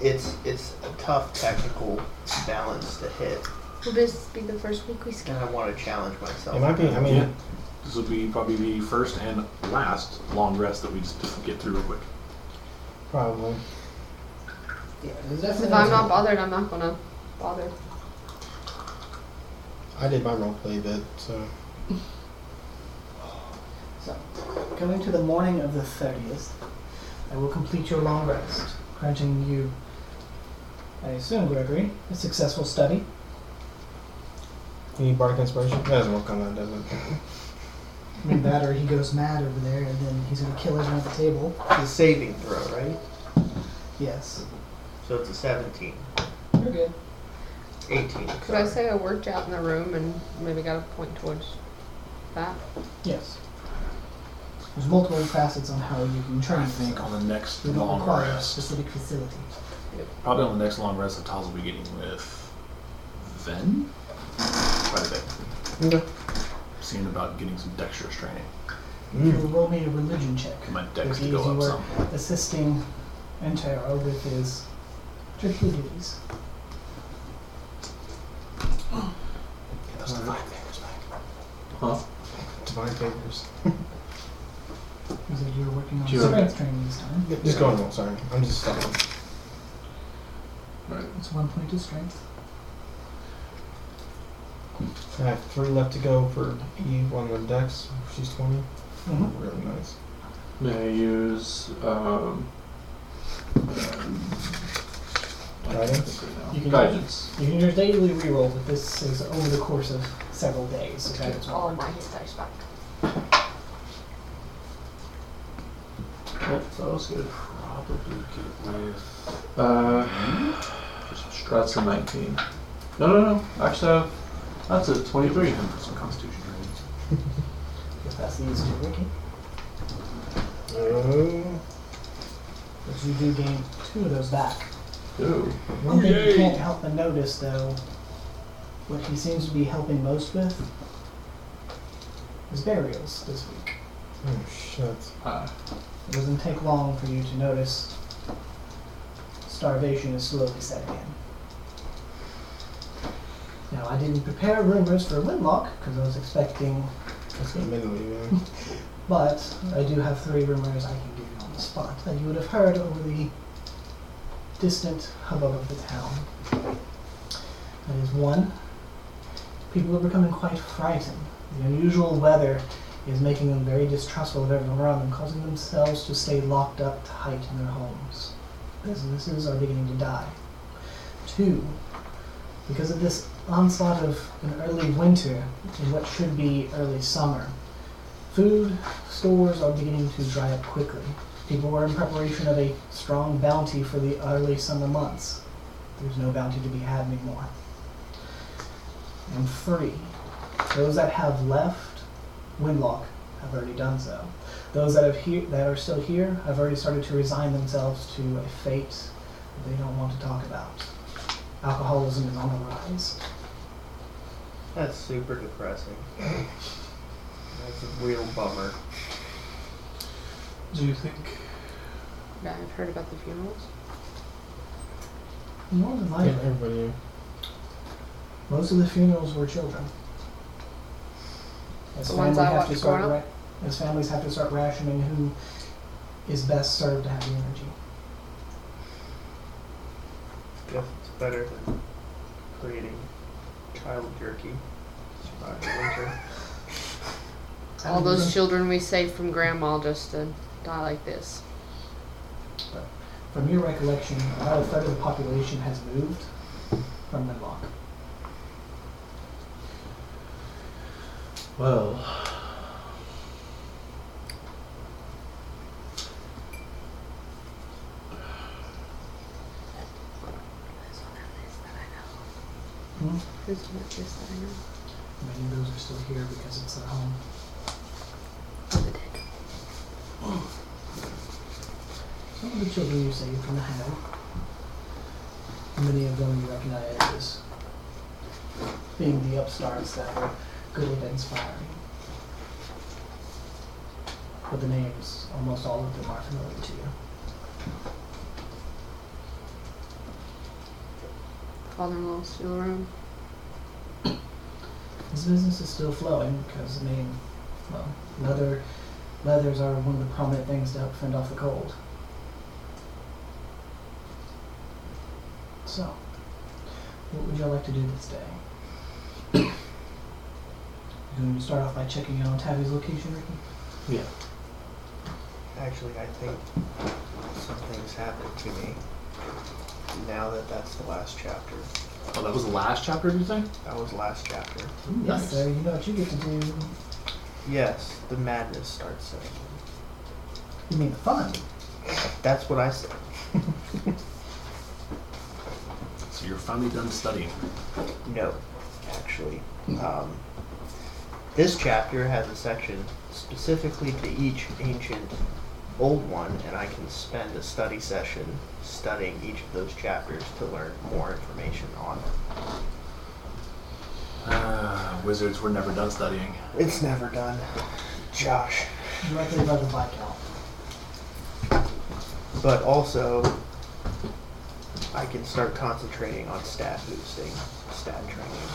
Speaker 1: it's it's a tough technical balance to hit,
Speaker 2: Will this be the first week we
Speaker 1: and
Speaker 2: skip?
Speaker 1: I want to challenge myself.
Speaker 7: It might be, I mean,
Speaker 6: Yeah. This will be probably the first and last long rest that we just get through real quick.
Speaker 7: probably.
Speaker 3: Yeah, there's
Speaker 2: If
Speaker 3: definitely
Speaker 2: I'm not bothered, I'm not gonna bother.
Speaker 7: I did my roleplay bit, so.
Speaker 3: So, going to the morning of the 30th, I will complete your long rest, granting you, I assume, Gregory, a successful study.
Speaker 7: You need bardic inspiration? That doesn't work on that, does it?
Speaker 3: I mean, that or he goes mad over there and then he's going to kill everyone at the table.
Speaker 1: the saving throw, right?
Speaker 3: Yes.
Speaker 1: So it's a 17,
Speaker 3: You're good.
Speaker 1: 18.
Speaker 2: Could I say I worked out in the room and maybe got a point towards that?
Speaker 3: Yes. There's multiple facets on how you can
Speaker 4: I
Speaker 3: train things.
Speaker 4: think on the next
Speaker 3: They don't
Speaker 4: long
Speaker 3: require a
Speaker 4: rest,
Speaker 3: specific facility.
Speaker 4: probably on the next long rest, the Taz will be getting with Ven. Quite a bit.
Speaker 1: Okay.
Speaker 4: Seeing about getting some dexterous training.
Speaker 3: You roll me a religion check.
Speaker 4: Get my dex to
Speaker 3: Because
Speaker 4: go
Speaker 3: you
Speaker 4: up
Speaker 3: were
Speaker 4: some.
Speaker 3: assisting Antero with his tricky duties.
Speaker 7: those divine favors back. Divine favors.
Speaker 3: You said you were working on
Speaker 5: Do you have-
Speaker 3: strength training this time.
Speaker 7: Just go on roll, sorry. I'm just stopping.
Speaker 3: It's one point of strength.
Speaker 7: I have three left to go for Eve on the decks. She's 20.
Speaker 3: Mm-hmm.
Speaker 7: Really nice.
Speaker 5: May I use um, uh, I can't
Speaker 7: Guidance?
Speaker 5: think right now.
Speaker 3: You can-
Speaker 5: guidance.
Speaker 3: You can do daily reroll, but this is over the course of several days. So that is
Speaker 2: All
Speaker 3: all.
Speaker 2: of my hit dice back.
Speaker 5: Yep, that was good.
Speaker 4: Probably get with
Speaker 5: Uh,
Speaker 4: for some strength.
Speaker 5: that's a 19. No, no, no. Actually, uh, that's a 23.
Speaker 4: him for some constitution training.
Speaker 3: If that's the easiest way.
Speaker 7: Oh.
Speaker 3: But you do gain two of those back.
Speaker 5: Ooh.
Speaker 3: One thing you can't help but notice, though, what he seems to be helping most with is burials this week.
Speaker 7: Oh, shit.
Speaker 5: Ah,
Speaker 3: It doesn't take long for you to notice starvation is slowly setting in. Now, I didn't prepare rumors for Winlock because I was expecting
Speaker 7: That's what mentally, man.
Speaker 3: But I do have three rumors I can give you on the spot that you would have heard over the distant hubbub of the town. That is one, people are becoming quite frightened. The unusual weather is making them very distrustful of everyone around them, causing themselves to stay locked up tight in their homes. Businesses are beginning to die. Two, because of this onslaught of an early winter in what should be early summer, Food stores are beginning to dry up quickly. People were in preparation of a strong bounty for the early summer months. There's no bounty to be had anymore. And three, those that have left Windlock have already done so. Those that, have he- that are still here have already started to resign themselves to a fate that they don't want to talk about. Alcoholism is on the rise.
Speaker 1: That's super depressing. That's a real bummer.
Speaker 5: do you think?
Speaker 2: Yeah, I've heard about the funerals.
Speaker 3: More than
Speaker 7: Yeah,
Speaker 3: likely,
Speaker 7: everybody.
Speaker 3: Most of the funerals were children. As
Speaker 2: The ones
Speaker 3: families
Speaker 2: I
Speaker 3: have to
Speaker 2: watched
Speaker 3: start,
Speaker 2: growing
Speaker 3: ra- as families have to start rationing who is best served to have the energy.
Speaker 1: Guess it's better than creating child jerky. Survive the winter.
Speaker 2: All those children we saved from grandma just to die like this.
Speaker 3: From your recollection, about a third of the population has moved from Midlock.
Speaker 5: Well,
Speaker 2: Who's on that list that I
Speaker 3: Hmm?
Speaker 2: know? Who's on that list that I know?
Speaker 3: Many of those are still here because it's their home.
Speaker 2: Oh, the dead.
Speaker 3: Some of the children you saved from the Hatter. Many of them you recognize as being the upstarts that were good at inspiring. But the names, almost all of them are familiar to you.
Speaker 2: Father-in-law's still around.
Speaker 3: This business is still flowing because, I mean, well, leather, leathers are one of the prominent things to help fend off the cold. So, what would you all like to do this day? You're going to start off by checking out Tabby's location, Ricky?
Speaker 1: Actually, I think something's happened to me. Now that that's the last chapter.
Speaker 4: Oh, that was the last chapter of your thing?
Speaker 1: That was last chapter.
Speaker 3: Yes, sir. You know what you get to do.
Speaker 1: Yes, the madness starts setting in.
Speaker 3: You mean the fun?
Speaker 1: That's what I said.
Speaker 4: So you're finally done studying.
Speaker 1: No, actually. Um, This chapter has a section specifically to each ancient old one, and I can spend a study session studying each of those chapters to learn more information on them.
Speaker 4: Ah, wizards were never done studying.
Speaker 1: It's never done. Josh.
Speaker 3: directly above the blackout.
Speaker 1: But also, I can start concentrating on stat boosting, stat training.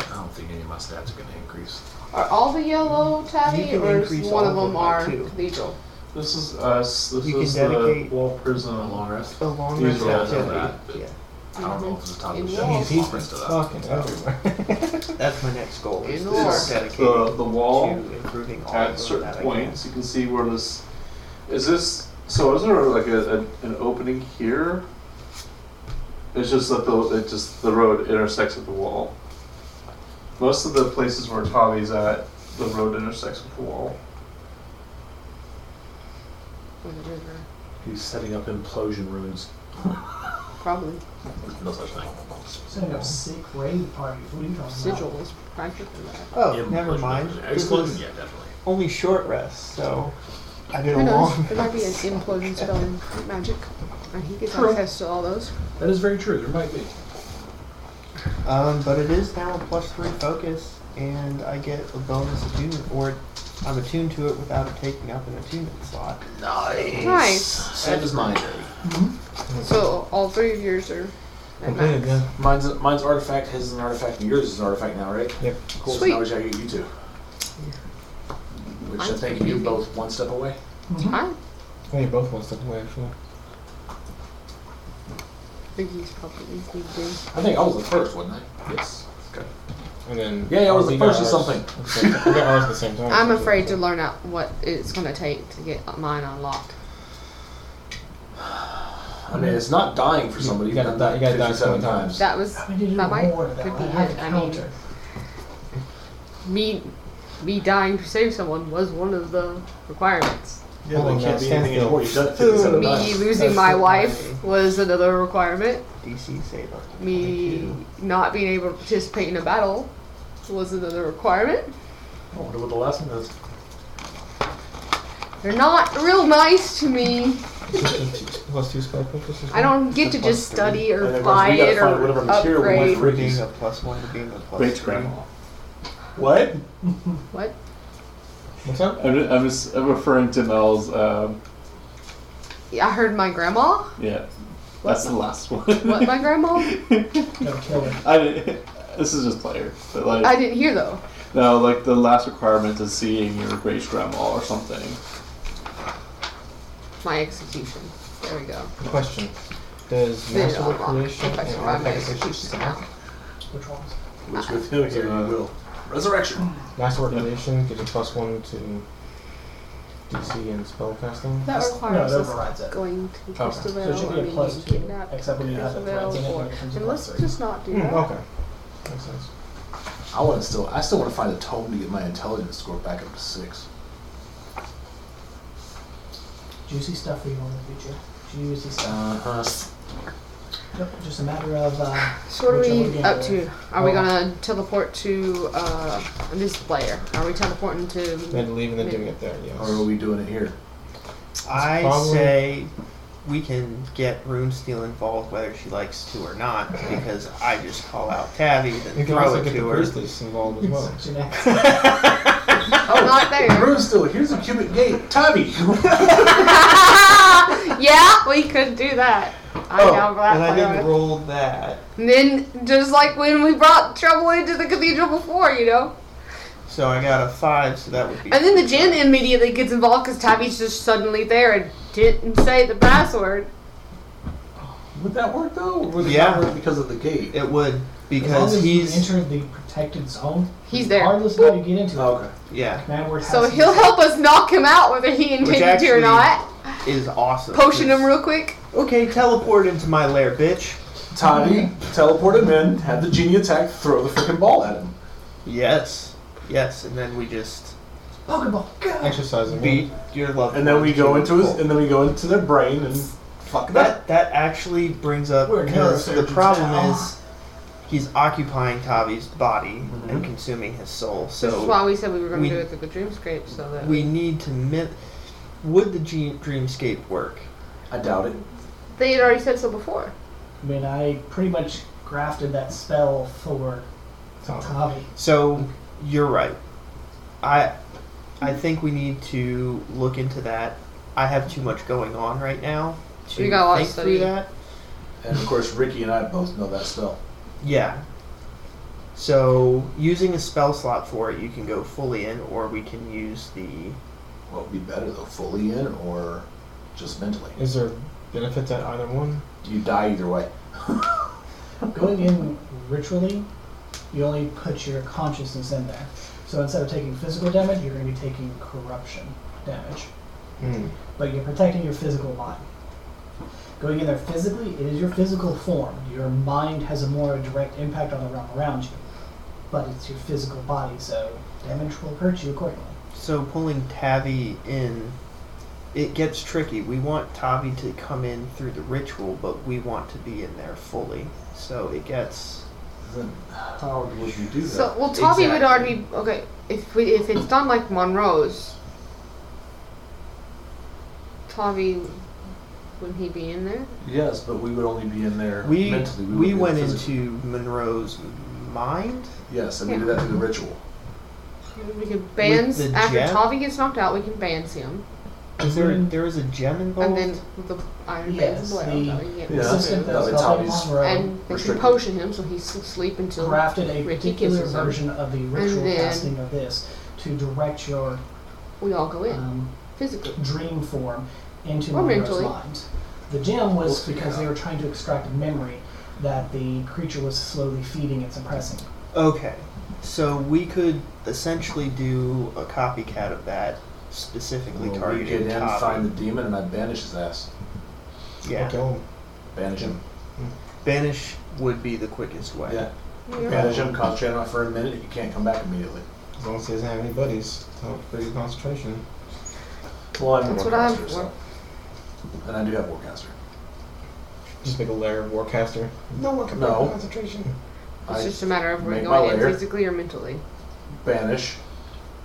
Speaker 4: I don't think any of my stats are going to increase.
Speaker 2: Are all the yellow
Speaker 1: You
Speaker 2: tabby,
Speaker 1: can
Speaker 2: or is
Speaker 1: increase
Speaker 2: one
Speaker 1: all
Speaker 2: of
Speaker 1: of
Speaker 2: them
Speaker 1: them by
Speaker 2: are
Speaker 1: two.
Speaker 2: cathedral?
Speaker 5: This is us. This
Speaker 1: You
Speaker 5: is
Speaker 1: can
Speaker 5: the
Speaker 1: dedicate-
Speaker 5: wall prison and long rest.
Speaker 1: A long
Speaker 5: These
Speaker 1: rest
Speaker 5: are all
Speaker 1: activity.
Speaker 5: that, but-
Speaker 1: Yeah.
Speaker 4: I don't know if it's the top of
Speaker 2: In
Speaker 4: the
Speaker 2: walls.
Speaker 4: shelf.
Speaker 7: He's
Speaker 4: Reference to that.
Speaker 7: Fucking everywhere.
Speaker 1: That's my next goal. Is
Speaker 2: In
Speaker 1: to
Speaker 2: order.
Speaker 1: start dedicating
Speaker 5: The, the wall
Speaker 1: to improving all
Speaker 5: uh, at
Speaker 1: of
Speaker 5: certain
Speaker 1: that I can.
Speaker 5: points. You can see where this is. This so is there like a, a, an opening here? It's just that the it just the road intersects with the wall. Most of the places where Tavi's at, the road intersects with the wall.
Speaker 2: Or the river?
Speaker 4: He's setting up implosion runes.
Speaker 2: Probably.
Speaker 4: No such thing.
Speaker 3: Setting up sick raid parties. What are you talking
Speaker 2: Sigil
Speaker 3: about?
Speaker 2: was practically that.
Speaker 1: Oh,
Speaker 4: Implosion
Speaker 1: never mind.
Speaker 4: runes.
Speaker 1: This
Speaker 4: Explosion?
Speaker 1: was
Speaker 4: Yeah, definitely.
Speaker 1: only short rest, so I did a
Speaker 2: Who knows?
Speaker 1: long.
Speaker 2: There might be an implosion spell in magic, and he gets access to all those.
Speaker 4: That is very true. There might be.
Speaker 1: Um, but it is now a plus three focus, and I get a bonus attunement, or I'm attuned to it without it taking up an attunement slot.
Speaker 4: Nice.
Speaker 2: Nice.
Speaker 4: Same as mine.
Speaker 2: So all three of yours are at max.
Speaker 7: Completed, yeah.
Speaker 6: Mine's mine's artifact. His is an artifact. And yours is an artifact now, right?
Speaker 7: Yep.
Speaker 6: Cool.
Speaker 2: Sweet.
Speaker 6: So now we gotta get you two. Which I
Speaker 2: Mine's
Speaker 6: think
Speaker 2: pretty
Speaker 6: you
Speaker 2: easy.
Speaker 6: both one step away.
Speaker 3: Mm-hmm.
Speaker 2: I
Speaker 7: I think both of us took away, actually.
Speaker 2: think he's probably easily do.
Speaker 6: I think I was the first, wasn't I? Yes. Okay.
Speaker 7: And then.
Speaker 6: Yeah, I was the
Speaker 7: we got
Speaker 6: first or
Speaker 7: ours- We got ours at the same
Speaker 4: Oh,
Speaker 7: time.
Speaker 2: I'm afraid to learn out what it's going to take to get mine unlocked.
Speaker 6: I mean, it's not dying for somebody.
Speaker 7: You
Speaker 6: You've
Speaker 7: gotta
Speaker 6: done
Speaker 7: die-
Speaker 6: that
Speaker 7: you gotta die
Speaker 6: 57
Speaker 7: sometime.
Speaker 6: times.
Speaker 2: That was
Speaker 3: How many did you
Speaker 2: that might
Speaker 3: reward that?
Speaker 2: could be
Speaker 3: I have
Speaker 2: it.
Speaker 3: a
Speaker 2: I mean,
Speaker 3: counter.
Speaker 2: me me dying to save someone was one of the requirements.
Speaker 6: Yeah,
Speaker 7: Hold
Speaker 6: they
Speaker 7: on,
Speaker 6: can't
Speaker 7: now,
Speaker 6: be
Speaker 7: stand
Speaker 6: anything
Speaker 7: still.
Speaker 6: anymore. You've done it 57
Speaker 2: me
Speaker 6: times.
Speaker 2: losing
Speaker 1: That's
Speaker 2: my
Speaker 1: the
Speaker 2: wife
Speaker 1: priority.
Speaker 2: was another requirement.
Speaker 1: DC save up. to
Speaker 2: Me
Speaker 1: 22.
Speaker 2: not being able to participate in a battle was another requirement.
Speaker 6: I wonder what the last one is.
Speaker 2: They're not real nice to me.
Speaker 7: Plus two spell focus as
Speaker 2: I
Speaker 7: well?
Speaker 2: don't get to just study
Speaker 6: And
Speaker 2: or
Speaker 6: then
Speaker 2: buy
Speaker 6: we gotta
Speaker 2: it
Speaker 6: find
Speaker 2: or
Speaker 6: whatever material we want
Speaker 2: upgrade.
Speaker 6: for-
Speaker 1: From being a plus one to being a plus
Speaker 5: Great
Speaker 1: three.
Speaker 5: grandma.
Speaker 6: What?
Speaker 2: What?
Speaker 7: What's up?
Speaker 5: I'm, I'm, just, I'm referring to Mel's. Um,
Speaker 2: Yeah, I heard my grandma.
Speaker 5: yeah, that's the last one.
Speaker 2: What my grandma?
Speaker 3: No, kill her.
Speaker 5: I didn't- this is just player, but like
Speaker 2: I didn't hear though.
Speaker 5: no, like the last requirement is seeing your great grandma or something.
Speaker 2: My execution. There we go.
Speaker 7: Question. Does
Speaker 2: They
Speaker 7: Master
Speaker 2: unlock.
Speaker 7: Recreation
Speaker 2: If I
Speaker 7: and
Speaker 2: survive uh, my
Speaker 7: Artifact
Speaker 2: execution
Speaker 7: Execution
Speaker 2: now.
Speaker 3: Which ones?
Speaker 6: Which with him here, you will. Resurrection.
Speaker 7: Master Recreation gives a plus one to DC and spell casting.
Speaker 2: That
Speaker 3: No,
Speaker 2: requires
Speaker 3: it
Speaker 2: us
Speaker 3: overrides it.
Speaker 2: going to
Speaker 3: So it
Speaker 2: Christabel
Speaker 3: should
Speaker 2: or
Speaker 3: be a
Speaker 2: being
Speaker 3: plus two,
Speaker 2: kidnapped.
Speaker 3: except when you have the threats in it.
Speaker 2: Christabel
Speaker 3: it becomes a
Speaker 2: and
Speaker 3: plus
Speaker 2: let's
Speaker 3: three.
Speaker 2: just not do
Speaker 7: Hmm,
Speaker 2: that.
Speaker 7: okay. Makes sense.
Speaker 6: I want to still. I still want to find a tome to get my intelligence score back up to six.
Speaker 3: Juicy stuff for you in the future. Juicy stuff.
Speaker 6: Uh huh.
Speaker 3: Yep, just a matter of uh,
Speaker 2: So what
Speaker 3: Which
Speaker 2: are
Speaker 3: one
Speaker 2: we
Speaker 3: again?
Speaker 2: up to? Are we
Speaker 3: Oh.
Speaker 2: gonna teleport to uh, this player? Are we teleporting
Speaker 7: We
Speaker 2: to?
Speaker 7: had to leave and then doing it there, yes.
Speaker 6: Or are we doing it here?
Speaker 1: I
Speaker 7: probably-
Speaker 1: say we can get Rune Steel involved whether she likes to or not, because I just call out Tabby
Speaker 7: You
Speaker 1: and
Speaker 7: can
Speaker 1: throw
Speaker 7: also
Speaker 1: it
Speaker 7: get the
Speaker 1: to her.
Speaker 7: Grizzlies involved as well.
Speaker 3: genetics.
Speaker 2: Oh, not there.
Speaker 6: Rune still. Here's a cubic gate. Tommy.
Speaker 2: yeah, we could do that. I
Speaker 1: Oh,
Speaker 2: now brought
Speaker 1: and I
Speaker 2: player
Speaker 1: didn't
Speaker 2: in.
Speaker 1: roll that.
Speaker 2: And then just like when we brought trouble into the cathedral before, you know.
Speaker 1: So I got a five, so that would be.
Speaker 2: And then the gin immediately gets involved because Tabby's just suddenly there and didn't say the password.
Speaker 6: Would that work though? Or would it
Speaker 1: Yeah.
Speaker 6: not work because of the gate?
Speaker 1: It would
Speaker 3: As long
Speaker 1: because
Speaker 3: as you
Speaker 1: he's
Speaker 3: enter the protected zone,
Speaker 2: He's there.
Speaker 3: regardless of how you get into it,
Speaker 6: Oh, okay.
Speaker 1: yeah
Speaker 3: Command word
Speaker 2: So
Speaker 3: has to
Speaker 2: he'll
Speaker 3: be-
Speaker 2: help us knock him out whether he intended to
Speaker 1: actually-
Speaker 2: or not.
Speaker 1: is awesome.
Speaker 2: Potion him real quick.
Speaker 1: Okay, teleport into my lair, bitch.
Speaker 6: Tommy, teleport him in. Have the genie attack. Throw the freaking ball at him.
Speaker 1: Yes, yes, and then we just
Speaker 3: Pokeball. Go!
Speaker 7: Exercising.
Speaker 1: beat your loved
Speaker 6: And then we
Speaker 1: one
Speaker 6: go
Speaker 1: to
Speaker 6: into his.
Speaker 1: full.
Speaker 6: And then we go into their brain and fuck
Speaker 1: That
Speaker 6: that.
Speaker 1: that actually brings up
Speaker 3: We're
Speaker 1: because the
Speaker 3: neurosurgeons
Speaker 1: problem
Speaker 3: now.
Speaker 1: is he's occupying Tavi's body
Speaker 6: Mhm.
Speaker 1: and consuming his soul.
Speaker 2: Which is
Speaker 1: So
Speaker 2: why we said we were going
Speaker 1: we-
Speaker 2: to do it through the dreamscape so that
Speaker 1: we need to myth. Would the dream- dreamscape work?
Speaker 6: I doubt it.
Speaker 2: they had already said so before.
Speaker 3: I mean, I pretty much grafted that spell for Tavi.
Speaker 1: So you're right. I I think we need to look into that. I have too much going on right now to
Speaker 2: You got a lot of
Speaker 1: think through
Speaker 2: study.
Speaker 1: that.
Speaker 6: And of course, Ricky and I both know that spell.
Speaker 1: Yeah. So using a spell slot for it, you can go fully in, or we can use the
Speaker 6: What would be better though, fully in or just mentally?
Speaker 7: Is there benefit to either one?
Speaker 6: You die either way.
Speaker 3: Going in ritually, you only put your consciousness in there. So instead of taking physical damage, you're going to be taking corruption damage.
Speaker 7: Hmm.
Speaker 3: But you're protecting your physical body. Going in there physically, it is your physical form. Your mind has a more direct impact on the realm around you. But it's your physical body, so damage will hurt you accordingly.
Speaker 1: So pulling Tavi in, it gets tricky. We want Tavi to come in through the ritual, but we want to be in there fully. So it gets
Speaker 6: Then how would you do that?
Speaker 2: So well, Tavi would
Speaker 1: Exactly.
Speaker 2: already be okay if we if it's done like Monroe's. Tavi, wouldn't he be in there?
Speaker 6: yes, but we would only be in there
Speaker 1: we
Speaker 6: mentally.
Speaker 1: we
Speaker 6: wouldn't be
Speaker 1: went
Speaker 6: there physically.
Speaker 1: into Monroe's mind.
Speaker 6: yes, and we
Speaker 2: Yeah.
Speaker 6: did that through the ritual.
Speaker 2: We could bans
Speaker 1: the
Speaker 2: after
Speaker 1: gem?
Speaker 2: Tavi gets knocked out. We can bans him,
Speaker 1: Is there there is a gem
Speaker 2: Mm-hmm. and
Speaker 1: involved?
Speaker 2: then with the iron
Speaker 3: Yes,
Speaker 2: bands blood.
Speaker 3: the-
Speaker 2: out, you can't-
Speaker 6: Yeah.
Speaker 3: Assistant
Speaker 6: no,
Speaker 3: that's
Speaker 6: it's
Speaker 3: helping
Speaker 6: obvious.
Speaker 3: Monroe
Speaker 2: And they can
Speaker 6: Restricted.
Speaker 2: potion him so he's asleep until
Speaker 3: crafted a
Speaker 2: Ricky
Speaker 3: particular
Speaker 2: kisses him.
Speaker 3: version of the ritual
Speaker 2: then-
Speaker 3: casting of this to direct your
Speaker 2: we all go
Speaker 1: Uh,
Speaker 2: in
Speaker 3: um,
Speaker 2: physically.
Speaker 3: dream form into
Speaker 2: Or
Speaker 3: Monroe's
Speaker 2: mentally.
Speaker 3: mind. The gem
Speaker 6: We'll
Speaker 3: was
Speaker 6: figure
Speaker 3: because they
Speaker 6: out.
Speaker 3: were trying to extract memory that the creature was slowly feeding and suppressing.
Speaker 1: okay, so we could essentially do a copycat of that, specifically
Speaker 6: Well, we get
Speaker 1: targeting
Speaker 6: in,
Speaker 1: Tavi.
Speaker 6: find the demon, and I banish his ass.
Speaker 1: yeah,
Speaker 7: Kill him.
Speaker 6: Banish him.
Speaker 1: banish would be the quickest way.
Speaker 6: Yeah.
Speaker 2: Yeah.
Speaker 6: Banish him, concentrate on it for a minute. He can't come back immediately.
Speaker 7: As long as he doesn't have any buddies. So pretty good concentration.
Speaker 6: Well, I'm
Speaker 2: That's
Speaker 6: a
Speaker 2: what I'm
Speaker 6: warcaster, so- And I do have warcaster.
Speaker 7: Just make a layer of Warcaster. No one can
Speaker 6: No.
Speaker 7: break concentration.
Speaker 2: It's
Speaker 6: I
Speaker 2: just a matter of we're
Speaker 6: make my
Speaker 2: going in
Speaker 6: layer.
Speaker 2: physically or mentally.
Speaker 6: banish,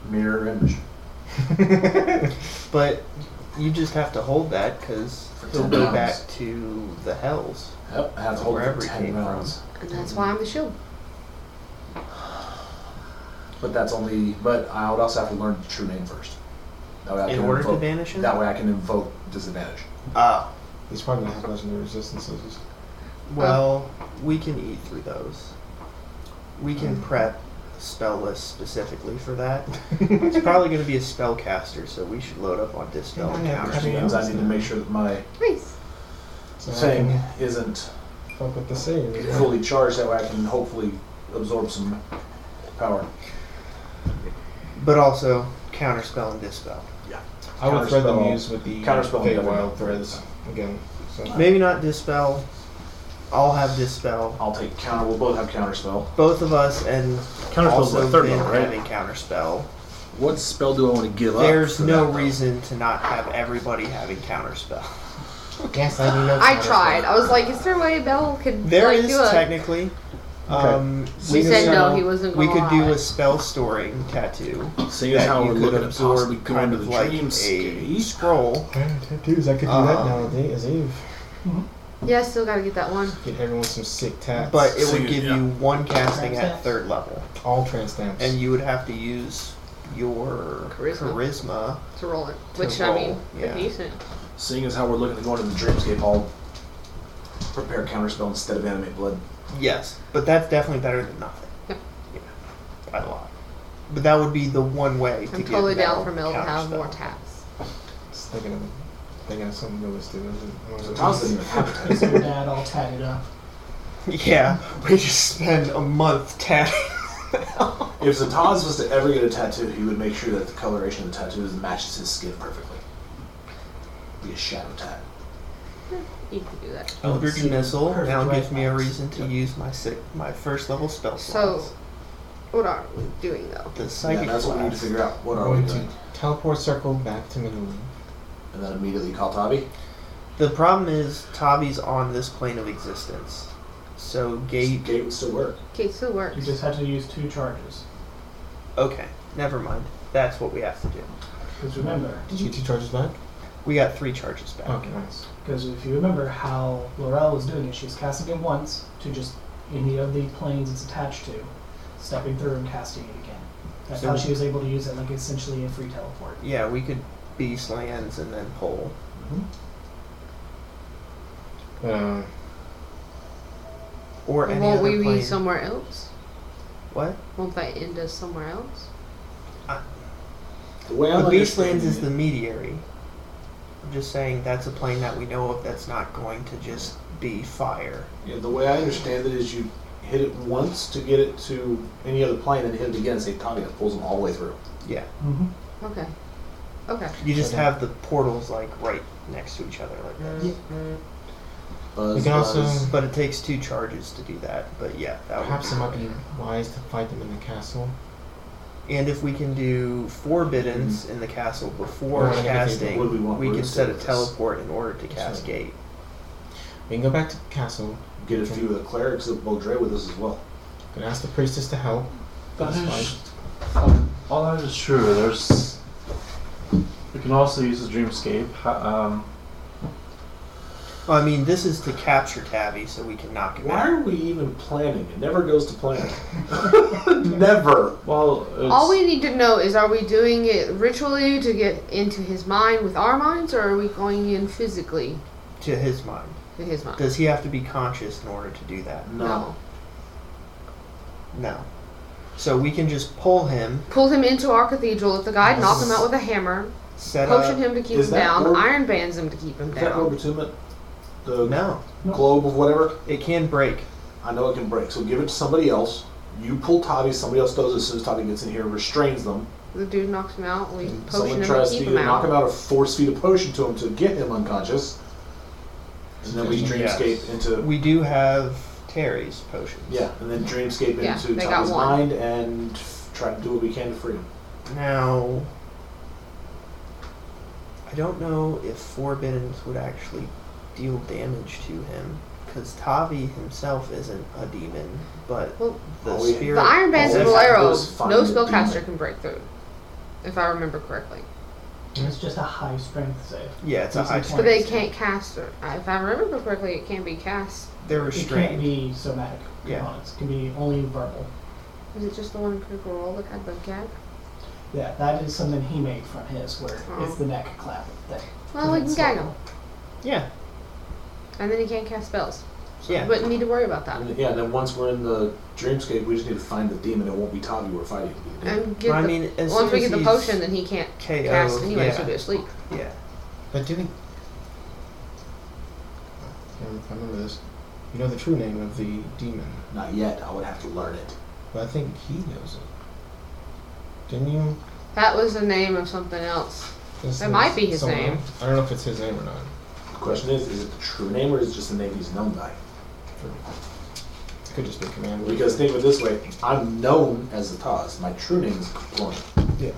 Speaker 6: mirror image.
Speaker 1: But you just have to hold that because
Speaker 6: For
Speaker 1: he'll
Speaker 6: 10
Speaker 1: go
Speaker 6: rounds.
Speaker 1: back to the hells.
Speaker 6: Yep, I had to hold it
Speaker 1: Wherever
Speaker 6: for
Speaker 1: it
Speaker 6: 10
Speaker 1: came from.
Speaker 6: rounds.
Speaker 2: And that's why I'm the shield.
Speaker 6: But that's only. But I would also have to learn the true name first. That way I
Speaker 1: In
Speaker 6: can
Speaker 1: order to
Speaker 6: invoke,
Speaker 1: banish him?
Speaker 6: That way I can invoke disadvantage.
Speaker 1: Oh.
Speaker 7: He's probably gonna have legendary resistance, so just
Speaker 1: Well, we can eat through those. We
Speaker 6: Mm.
Speaker 1: can prep spell lists specifically for that. it's probably going to be a spell caster, so we should load up on dispel
Speaker 7: Yeah, yeah,
Speaker 1: counters.
Speaker 6: Which
Speaker 7: Actually,
Speaker 6: means I
Speaker 7: no,
Speaker 6: need to
Speaker 7: it's
Speaker 6: make sure that my
Speaker 2: Nice.
Speaker 7: so I
Speaker 6: thing
Speaker 7: can
Speaker 6: isn't
Speaker 7: fuck with the save.
Speaker 6: fully charged. That way I can hopefully absorb some power.
Speaker 1: But also counterspell and dispel.
Speaker 7: I would thread the
Speaker 6: Counterspell-
Speaker 7: muse with the
Speaker 6: counterspell
Speaker 7: Fey
Speaker 6: and
Speaker 7: wild
Speaker 6: Deadeye.
Speaker 7: threads again. So
Speaker 1: Maybe not dispel. I'll have dispel.
Speaker 6: I'll take counter. We'll both have counterspell.
Speaker 1: Both of us and
Speaker 4: Counterspell's
Speaker 1: also
Speaker 4: the third
Speaker 1: Vin
Speaker 4: level, right?
Speaker 1: having counterspell.
Speaker 4: What spell do I want to give up?
Speaker 1: There's
Speaker 4: for
Speaker 1: no
Speaker 4: that, though?
Speaker 1: reason to not have everybody having counterspell.
Speaker 7: guess I do know.
Speaker 2: I tried. I was like, is there a way Bell could
Speaker 1: There
Speaker 2: like,
Speaker 1: is
Speaker 2: do a...
Speaker 1: technically. Um,
Speaker 2: She
Speaker 1: we
Speaker 2: said
Speaker 1: could-
Speaker 2: no, he wasn't
Speaker 1: We
Speaker 2: gonna
Speaker 1: could do
Speaker 2: allow
Speaker 1: a
Speaker 2: it.
Speaker 1: spell storing tattoo.
Speaker 4: Seeing as
Speaker 1: that
Speaker 4: how
Speaker 1: you
Speaker 4: we're
Speaker 1: could
Speaker 4: looking at
Speaker 1: absorb
Speaker 4: possibly going
Speaker 1: kind
Speaker 4: to
Speaker 1: of
Speaker 4: the
Speaker 1: like a
Speaker 4: dreamscape,
Speaker 1: scroll.
Speaker 7: tattoos. I could do
Speaker 1: Uh-huh.
Speaker 7: that nowadays. Eve.
Speaker 2: Yeah, I still gotta get that one.
Speaker 7: Get everyone some sick tats.
Speaker 1: But it
Speaker 4: So
Speaker 1: would
Speaker 4: you-
Speaker 1: give
Speaker 4: yeah.
Speaker 1: you one casting
Speaker 3: Trans
Speaker 1: at
Speaker 3: stamps?
Speaker 1: third level,
Speaker 7: all trans stamps.
Speaker 1: and you would have to use your
Speaker 2: Charisma.
Speaker 1: charisma.
Speaker 2: to roll it.
Speaker 1: To
Speaker 2: Which
Speaker 1: roll,
Speaker 2: I mean,
Speaker 1: yeah.
Speaker 2: pretty decent.
Speaker 6: Seeing as how we're looking at going to the dreamscape, I'll prepare counterspell instead of animate blood.
Speaker 1: Yes, but that's definitely better than nothing.
Speaker 2: Yeah.
Speaker 1: Yeah, by a lot. But that would be the one way to
Speaker 2: I'm
Speaker 1: get
Speaker 2: totally down
Speaker 1: Mel
Speaker 2: for Mel to have
Speaker 1: counterspell.
Speaker 2: more tats.
Speaker 7: Just thinking of thinking of something really stupid. I don't know.
Speaker 6: Tom's doesn't even have a
Speaker 3: Is your dad all tatted up?
Speaker 1: Yeah, we just spend a month tatting.
Speaker 6: If Zataz was to ever get a tattoo, he would make sure that the coloration of the tattoos matches his skin perfectly. Be a shadow tat.
Speaker 2: You can do that.
Speaker 1: Eldritch
Speaker 3: see,
Speaker 1: Missile
Speaker 3: perfect
Speaker 1: now
Speaker 3: right
Speaker 1: gives me a
Speaker 3: box.
Speaker 1: reason to use my six, my first level spell
Speaker 2: So,
Speaker 1: slots.
Speaker 2: what are we doing though?
Speaker 1: the
Speaker 6: Yeah,
Speaker 1: psychic
Speaker 6: that's what we need to
Speaker 1: class.
Speaker 6: figure out. What
Speaker 7: I'm
Speaker 6: are we
Speaker 7: going to
Speaker 6: doing?
Speaker 7: teleport circle back to Midland.
Speaker 6: And then immediately call Tavi.
Speaker 1: The problem is Tavi's on this plane of existence. So gate.
Speaker 6: Gate would still work.
Speaker 2: Okay, still
Speaker 3: You
Speaker 2: works.
Speaker 3: just have to use two charges.
Speaker 1: Okay, never mind. That's what we have to do.
Speaker 3: Because remember,
Speaker 7: Did you get two charges back?
Speaker 1: We got three charges back.
Speaker 7: Okay, nice.
Speaker 3: because if you remember how Laurel was doing it, she was casting it once to just any of the planes it's attached to, stepping through and casting it again. That's how
Speaker 1: So-
Speaker 3: she was able to use it, like essentially a free teleport.
Speaker 1: Yeah, we could beast lands and then pole.
Speaker 7: Uh,
Speaker 1: Or any
Speaker 2: Won't
Speaker 1: other
Speaker 2: we
Speaker 1: plane.
Speaker 2: be somewhere else?
Speaker 1: What?
Speaker 2: Won't that end us somewhere else?
Speaker 6: The way I
Speaker 1: The beast
Speaker 6: understand
Speaker 1: lands is
Speaker 6: it-
Speaker 1: the meteory. I'm just saying that's a plane that we know of that's not going to just be fire.
Speaker 6: Yeah, the way I understand it is you hit it once to get it to any other plane, and hit it again and say Tommy that pulls them all the way through.
Speaker 3: Mm-hmm.
Speaker 2: Okay. Okay.
Speaker 1: You just
Speaker 7: Okay.
Speaker 1: have the portals like right next to each other like this.
Speaker 6: Buzz,
Speaker 7: We can also-
Speaker 6: buzz.
Speaker 1: But it takes two charges to do that. But yeah, that
Speaker 7: perhaps it
Speaker 1: would
Speaker 7: might be wise to fight them in the castle.
Speaker 1: And if we can do forbiddance in the castle before
Speaker 7: Or like if they-
Speaker 1: casting,
Speaker 6: what do we want
Speaker 1: can
Speaker 6: Bruce to
Speaker 1: set a
Speaker 6: do with this?
Speaker 1: teleport in order to cast
Speaker 7: right.
Speaker 1: gate.
Speaker 7: We can go back to the castle.
Speaker 6: get a few of the clerics of Baudre with us as well.
Speaker 7: Can ask the priestess to help.
Speaker 5: That
Speaker 7: That's
Speaker 5: is-
Speaker 7: fine.
Speaker 5: um, All that is true. There's. We can also use the dreamscape. Ha- Um,
Speaker 1: Well, I mean, this is to capture Tabby so we can knock him
Speaker 6: Why
Speaker 1: out.
Speaker 6: are we even planning? It never goes to plan. never.
Speaker 5: well, it's,
Speaker 2: All we need to know is are we doing it ritually to get into his mind with our minds, or are we going in physically
Speaker 1: To his mind.
Speaker 2: to his mind?
Speaker 1: Does he have to be conscious in order to do that?
Speaker 6: No.
Speaker 1: No. So we can just pull him,
Speaker 2: Pull him into our cathedral with the guide, knock him out with a hammer,
Speaker 1: set
Speaker 2: potion
Speaker 1: up.
Speaker 2: him to keep
Speaker 6: is
Speaker 2: him
Speaker 6: that
Speaker 2: down,
Speaker 6: orb-
Speaker 2: iron bands him to keep him
Speaker 6: Is that
Speaker 2: down.
Speaker 6: orb attunement? The
Speaker 1: No,
Speaker 6: globe of whatever?
Speaker 1: it can break.
Speaker 6: I know it can break, so give it to somebody else. You pull Tavi, somebody else does it as soon as Tavi gets in here, restrains them.
Speaker 2: The dude knocks him out, we potion
Speaker 6: Someone
Speaker 2: him to
Speaker 6: tries to
Speaker 2: keep
Speaker 6: either
Speaker 2: him
Speaker 6: knock him
Speaker 2: out.
Speaker 6: out or force feed a potion to him to get him unconscious. And then we
Speaker 7: Suggestion,
Speaker 6: dreamscape
Speaker 1: yes.
Speaker 6: into
Speaker 1: We do have Terry's potions.
Speaker 6: yeah, and then dreamscape
Speaker 2: Yeah,
Speaker 6: into
Speaker 2: they got
Speaker 6: Tavi's
Speaker 2: one.
Speaker 6: mind and try to do what we can to free him.
Speaker 1: Now, I don't know if Forbiddance would actually deal damage to him, because Tavi himself isn't a demon, but
Speaker 2: Well,
Speaker 1: the
Speaker 6: all we-
Speaker 1: spirit.
Speaker 2: The iron bands
Speaker 6: All
Speaker 2: and
Speaker 6: they have to do
Speaker 2: Valero,
Speaker 6: is find
Speaker 2: no
Speaker 6: the
Speaker 2: spellcaster
Speaker 6: demon.
Speaker 2: can break through, if I remember correctly.
Speaker 3: And it's just a high strength save.
Speaker 1: Yeah, it's a high.
Speaker 3: But
Speaker 2: But they
Speaker 1: strength.
Speaker 2: can't cast her. If I remember correctly, it can't be cast.
Speaker 1: They're
Speaker 3: It can't
Speaker 1: restrained.
Speaker 3: be somatic
Speaker 1: Yeah.
Speaker 3: components. It can be only verbal.
Speaker 2: Is it just the one critical roll that had the gap?
Speaker 3: Yeah, that is something he made from his, where
Speaker 2: Oh.
Speaker 3: it's the neck clap thing.
Speaker 2: Well, we can
Speaker 3: That's
Speaker 2: gag
Speaker 3: all.
Speaker 2: him,
Speaker 1: Yeah,
Speaker 2: and then he can't cast spells. So
Speaker 1: Yeah.
Speaker 2: we wouldn't need to worry about that.
Speaker 6: And yeah, and then once we're in the dreamscape, we just need to find the demon. It won't be Tavi we're fighting. It'll be the demon.
Speaker 2: And get
Speaker 1: but I
Speaker 2: the-
Speaker 1: mean, as soon
Speaker 2: once we
Speaker 1: as
Speaker 2: get the
Speaker 1: he's
Speaker 2: potion, then he can't
Speaker 1: KO,
Speaker 2: cast anyway,
Speaker 1: yeah,
Speaker 2: so he'll be asleep.
Speaker 1: yeah.
Speaker 7: But do we? I don't know if I remember this. You know the true name of the demon,
Speaker 6: Not yet. I would have to learn it.
Speaker 7: but I think he knows it. Didn't you?
Speaker 2: That was the name of something else.
Speaker 7: Does
Speaker 2: That
Speaker 7: the-
Speaker 2: might be his
Speaker 7: someone
Speaker 2: name.
Speaker 7: else- I don't know if it's his name or not.
Speaker 6: The question is, is it the true name or is it just the name he's known by?
Speaker 7: It could just be Commander.
Speaker 6: Because think of it this way: I'm known as the Taz. My true name is Kaplon.
Speaker 7: Yeah.
Speaker 6: You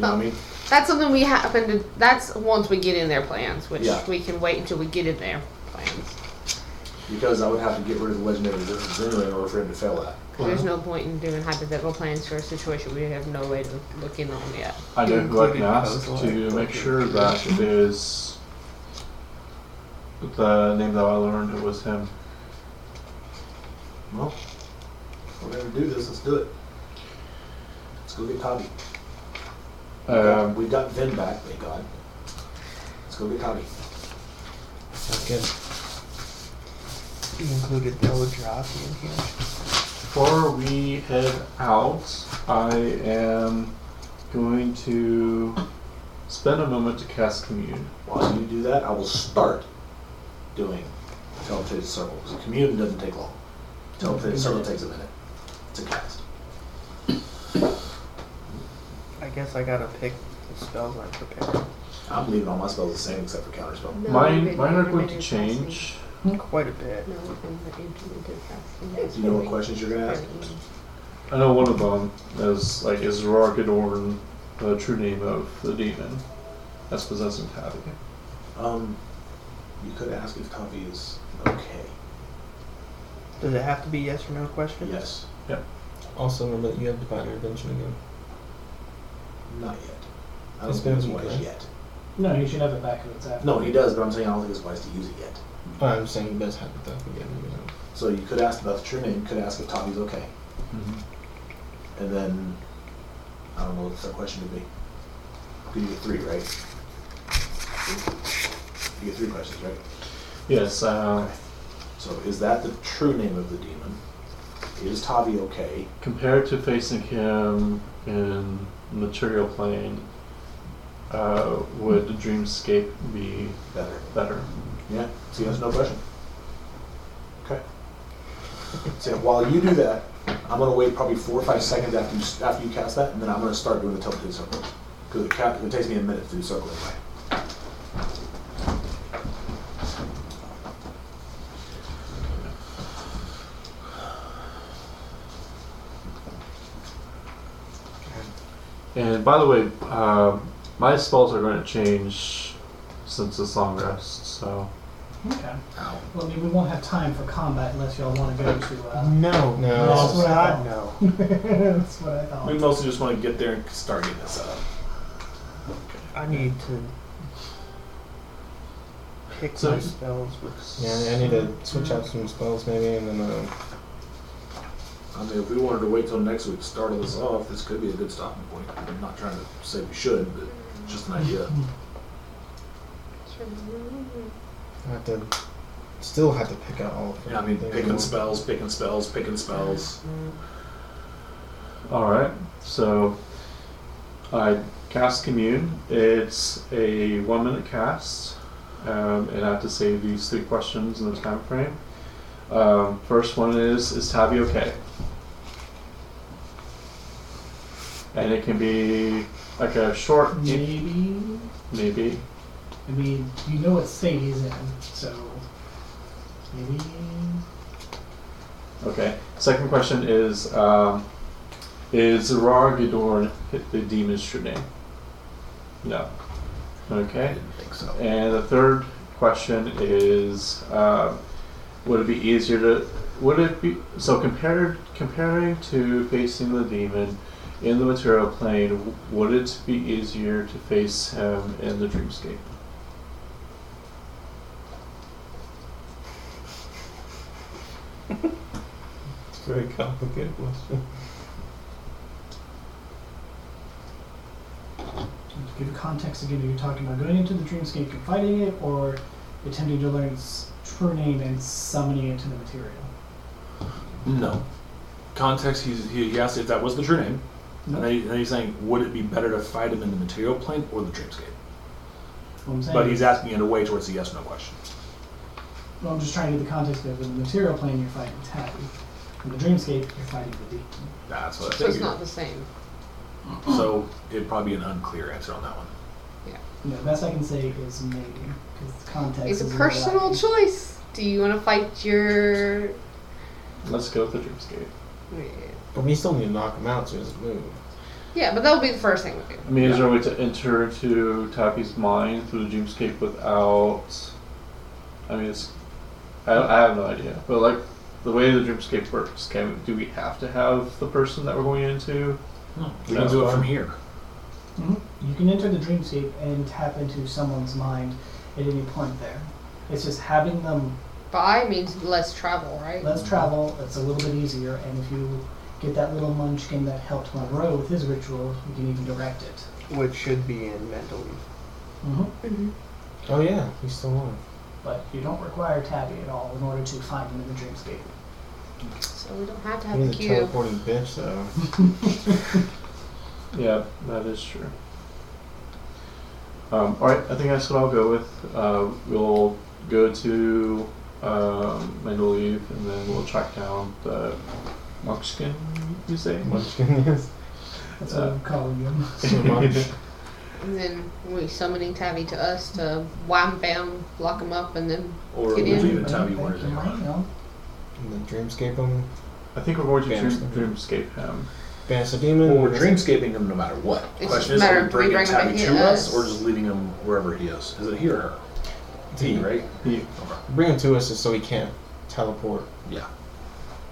Speaker 6: know what I mean?
Speaker 2: That's something we happen to. That's once we get in their plans, which
Speaker 6: Yeah.
Speaker 2: we can wait until we get in their plans.
Speaker 6: Because I would have to get rid of the legendary Green Ring in order for him to fail that.
Speaker 2: 'Cause There's no point in doing hypothetical plans for a situation we have no way to look in on yet.
Speaker 5: I know who I can
Speaker 1: Including
Speaker 5: ask
Speaker 1: those,
Speaker 5: to
Speaker 1: like,
Speaker 5: make
Speaker 1: like-
Speaker 5: sure that it is the name that I learned. It was him.
Speaker 6: Well, if we're gonna do this. Let's do it. Let's go get Tavi.
Speaker 5: Um,
Speaker 6: we got Vin back, thank God. Let's go get Tavi.
Speaker 7: That's good.
Speaker 1: He included Eldrazi in here.
Speaker 5: Before we head out, I am going to spend a moment to cast commune.
Speaker 6: While you do that, I will start doing Teleported Circle. Because Commune doesn't take long. Teleported Circle takes a minute to cast.
Speaker 1: I guess I gotta pick the spells I'm prepared.
Speaker 6: I'm leaving all my spells the same except for Counterspell.
Speaker 2: No,
Speaker 5: mine
Speaker 2: we've
Speaker 5: mine are
Speaker 2: never
Speaker 5: going
Speaker 2: been
Speaker 5: to
Speaker 2: in
Speaker 5: change.
Speaker 2: Hmm.
Speaker 1: Quite a bit.
Speaker 2: casting. No, we've never implemented casting.
Speaker 6: Do you know what questions you're going to ask?
Speaker 5: I know one of them is like is Rargadorn the true name of the demon that's possessing Tavi.
Speaker 6: Um, you could ask if Tavi is okay.
Speaker 1: Does it have to be yes or no question?
Speaker 6: Yes.
Speaker 7: Also, remember that you have divine intervention again.
Speaker 6: Not yet. I don't
Speaker 7: It's been
Speaker 6: think it's
Speaker 7: a week,
Speaker 6: wise
Speaker 7: right?
Speaker 6: yet.
Speaker 3: No, you should have it back if it's after.
Speaker 6: No, he does, but I'm saying I don't think it's wise to use it yet.
Speaker 7: But I'm saying you best have it up again. You know.
Speaker 6: So you could ask about the true name. You could ask if Tommy's okay. And then, I don't know what the third question would be. Could you get three, right? You get three questions, right?
Speaker 5: Yes, uh,
Speaker 6: So is that the true name of the demon? Is Tavi okay?
Speaker 5: compared to facing him in material plane, uh, would dreamscape be
Speaker 6: Better.
Speaker 5: better?
Speaker 6: Yeah. So that's no question. Okay. So while you do that, I'm gonna wait probably four or five seconds after you s- after you cast that, and then I'm gonna start doing the tilted circle because it, ca- it takes me a minute to do circle anyway.
Speaker 5: And by the way, uh, my spells are going to change since this long rest, so.
Speaker 3: Okay. Well, I mean, we won't have time for combat unless y'all want to go to. Uh,
Speaker 1: No.
Speaker 7: No.
Speaker 3: That's what I
Speaker 1: God, no.
Speaker 3: that's what I thought.
Speaker 4: We mostly just want to get there and start getting this up.
Speaker 1: I need to pick
Speaker 5: So-
Speaker 1: my spells with.
Speaker 7: Yeah, I need to switch out some spells maybe, and then uh,
Speaker 6: I mean, if we wanted to wait till next week to start all this off, this could be a good stopping point. I'm not trying to say we should, but just an idea.
Speaker 7: I have to still have to pick out all of them.
Speaker 6: Yeah, I mean,
Speaker 7: They're
Speaker 6: picking
Speaker 7: all-
Speaker 6: spells, picking spells, picking spells.
Speaker 5: Alright, so I cast Commune. It's a one minute cast, um, and I have to say these three questions in the time frame. Um, first one is Is Tabby okay? And it can be like a short
Speaker 3: Maybe.
Speaker 5: maybe.
Speaker 3: I mean, you know what state he's in, so maybe.
Speaker 5: Okay. Second question is um, Is Rar Gidorn the demon's true name? No. Okay.
Speaker 6: didn't think so.
Speaker 5: And the third question is, uh, would it be easier to? Would it be so compared comparing to facing the demon in the material plane? w- Would it be easier to face him in the dreamscape?
Speaker 7: It's a very complicated question.
Speaker 3: To give context again, are you talking about going into the dreamscape and fighting it, or attempting to learn its true name and summoning it to the material?
Speaker 4: No. Context, he's, he, he asked if that was the true name.
Speaker 3: No.
Speaker 4: And then, he- then he's saying, would it be better to fight him in the material plane or the dreamscape?
Speaker 3: What I'm saying
Speaker 4: But
Speaker 3: is-
Speaker 4: he's asking in a way towards the yes no question.
Speaker 3: Well, I'm just trying to get the context of in the material plane, you're fighting Tabby. In the dreamscape, you're fighting the demon.
Speaker 4: That's what I
Speaker 2: So it's
Speaker 4: figured.
Speaker 2: not the same.
Speaker 4: So it'd probably be an unclear answer on that one.
Speaker 3: You know, the best I can say is maybe, because the context
Speaker 2: It's a
Speaker 3: is
Speaker 2: personal
Speaker 3: lacking.
Speaker 2: choice. Do you want to fight your?
Speaker 5: Let's go with the dreamscape.
Speaker 7: But we still need to knock him out to his move.
Speaker 2: Yeah, but that'll be the first thing we do.
Speaker 5: I mean, is there a way to enter into Tappy's mind through the dreamscape without? I mean, it's. I, I have no idea, but like the way the dreamscape works, can do we have to have the person that we're going into?
Speaker 4: We
Speaker 5: No.
Speaker 4: can do it from here.
Speaker 3: Mhm. You can enter the dreamscape and tap into someone's mind at any point there. It's just having them
Speaker 2: Buy means less travel, right?
Speaker 3: Let's travel. It's a little bit easier, and if you get that little munchkin that helped Monroe with his ritual, you can even direct it.
Speaker 1: Which should be in mentally.
Speaker 3: Mm-hmm.
Speaker 7: Oh yeah, he's still on.
Speaker 3: But you don't require Tabby at all in order to find him in the dreamscape.
Speaker 2: So we don't have to have
Speaker 7: He's
Speaker 2: the
Speaker 7: a
Speaker 2: cube.
Speaker 7: teleporting bitch, though.
Speaker 5: Yeah, that is true. Um, all right, I think that's what I'll go with. Uh, we'll go to um, Mendel Eve, and then we'll track down the Munchkin. You say?
Speaker 4: Mm-hmm.
Speaker 7: Munchkin is.
Speaker 3: That's
Speaker 4: Uh,
Speaker 3: what I'm calling him.
Speaker 7: So much.
Speaker 2: And then we summoning Tabby to us to wham bam lock him up and then
Speaker 4: Or
Speaker 2: Get
Speaker 4: we
Speaker 2: in.
Speaker 4: leave it time you wanted to
Speaker 3: Thank you,
Speaker 4: hang
Speaker 3: Mino.
Speaker 7: And then dreamscape him.
Speaker 5: I think we're going to dream,
Speaker 7: Banish
Speaker 5: dreamscape him.
Speaker 7: Banish the demon.
Speaker 6: Well, we're dreamscaping him no matter what. The
Speaker 2: It's
Speaker 6: question
Speaker 2: just
Speaker 6: is,
Speaker 2: a matter
Speaker 6: are we
Speaker 2: of- do we
Speaker 6: bringing
Speaker 2: bring him
Speaker 6: Tabby
Speaker 2: back
Speaker 6: to
Speaker 2: here?
Speaker 6: us, or just leaving him wherever he is? Is it he or her? He, right?
Speaker 5: He-
Speaker 7: Bring him to us just so he can't teleport.
Speaker 6: Yeah.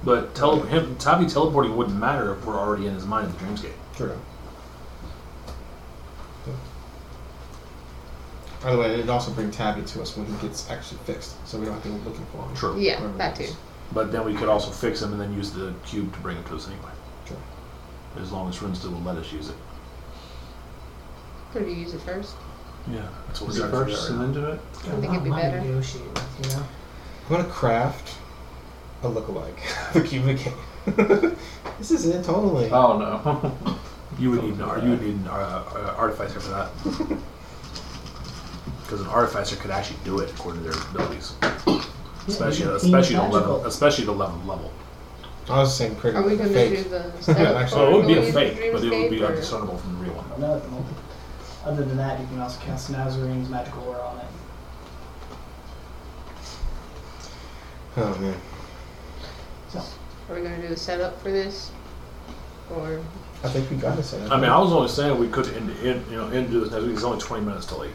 Speaker 4: But tele- him, Tavi teleporting wouldn't matter if we're already in his mind in the dreamscape.
Speaker 7: True. By the way, it'd also bring Tabby to us when he gets actually fixed, so we don't have to go looking for him.
Speaker 4: True.
Speaker 2: Yeah,
Speaker 7: Whatever
Speaker 2: that
Speaker 7: it
Speaker 2: too.
Speaker 7: is.
Speaker 4: But then we could also fix him and then use the cube to bring him to us anyway.
Speaker 7: True.
Speaker 4: As long as Rinstill will let us use it.
Speaker 2: Could we use it first?
Speaker 4: Yeah. That's what
Speaker 5: Is
Speaker 4: we're
Speaker 5: it
Speaker 4: trying to figure out
Speaker 5: first and
Speaker 4: right
Speaker 5: then do it?
Speaker 2: I think it'd be
Speaker 3: Might
Speaker 2: better.
Speaker 3: negotiate with, you know?
Speaker 7: I'm gonna craft a look-alike for Cuba Cave. this is it, totally.
Speaker 5: Oh no.
Speaker 4: now. You would need an, ar- you would need an uh, uh, artificer for that. Because an artificer could actually do it according to their abilities, especially
Speaker 3: Yeah,
Speaker 4: especially the
Speaker 3: magical.
Speaker 4: level especially the level level.
Speaker 7: I was saying pretty
Speaker 2: Are we going to
Speaker 7: fake.
Speaker 2: do the
Speaker 7: Actually, Oh, it would be a
Speaker 4: undiscernible from the real one.
Speaker 3: But no, at the moment. Other than that, you can also cast Nazarene's magical aura on it.
Speaker 7: Oh man.
Speaker 2: Are we going to do the setup for this? Or
Speaker 7: I think we got it. set up.
Speaker 4: I mean, I was only saying we could end, end you know end do this next week. It's only twenty minutes till eight.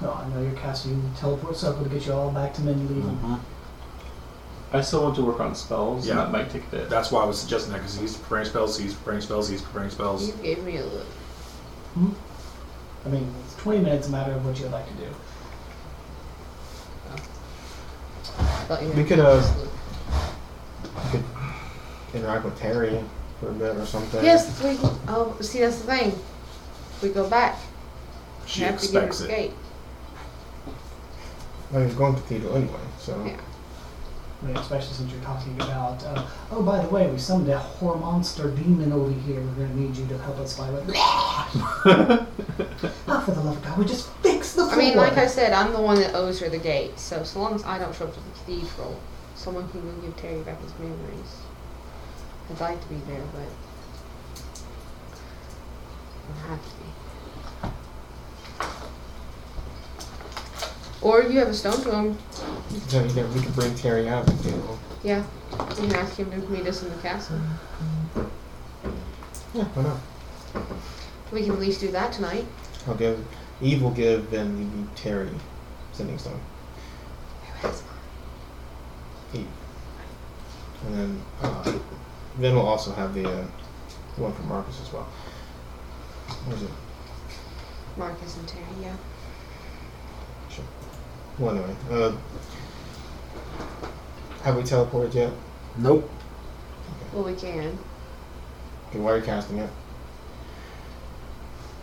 Speaker 3: No, I know you're casting teleport circle to get you all back to men leaving.
Speaker 4: Mm-hmm.
Speaker 5: I still want to work on spells.
Speaker 4: Yeah.
Speaker 5: And that might take a bit.
Speaker 4: That's why I was suggesting that because he's preparing spells, he's preparing spells, he's preparing spells.
Speaker 2: you gave me a look.
Speaker 3: I mean, it's 20 minutes, a matter of what you'd like to do.
Speaker 2: I thought you
Speaker 7: We
Speaker 2: had
Speaker 7: could,
Speaker 2: a
Speaker 7: uh,
Speaker 2: look.
Speaker 7: I could interact with Terry for a bit or something.
Speaker 2: Yes, we. Oh, see, that's the thing. We go back.
Speaker 4: She
Speaker 2: have to get
Speaker 4: expects it.
Speaker 2: escape.
Speaker 7: I mean, we're going to cathedral anyway, so
Speaker 2: Yeah.
Speaker 3: I mean, especially since you're talking about, uh, oh, by the way, we summoned a whore monster demon over here. We're going to need you to help us fight with. Not for the love of God, we just fix the floor.
Speaker 2: I mean, like I said, I'm the one that owes her the gate. So, so long as I don't show up to the cathedral, someone can go give Terry back his memories. I'd like to be there, but I don't have to be. Or you have a stone to him.
Speaker 7: so either we could bring Terry out of the cathedral.
Speaker 2: Yeah, you can ask him to meet us in the castle.
Speaker 7: Yeah, why not?
Speaker 2: We can at least do that tonight.
Speaker 7: I'll give Eve will give then the Terry sending stone. Eve. And then uh, then we'll also have the uh, the one for Marcus as well. Where's it?
Speaker 2: Marcus and Terry, yeah.
Speaker 7: Well, anyway, uh, have we teleported yet?
Speaker 4: Nope.
Speaker 2: Well, we can.
Speaker 7: Okay, why are you casting it?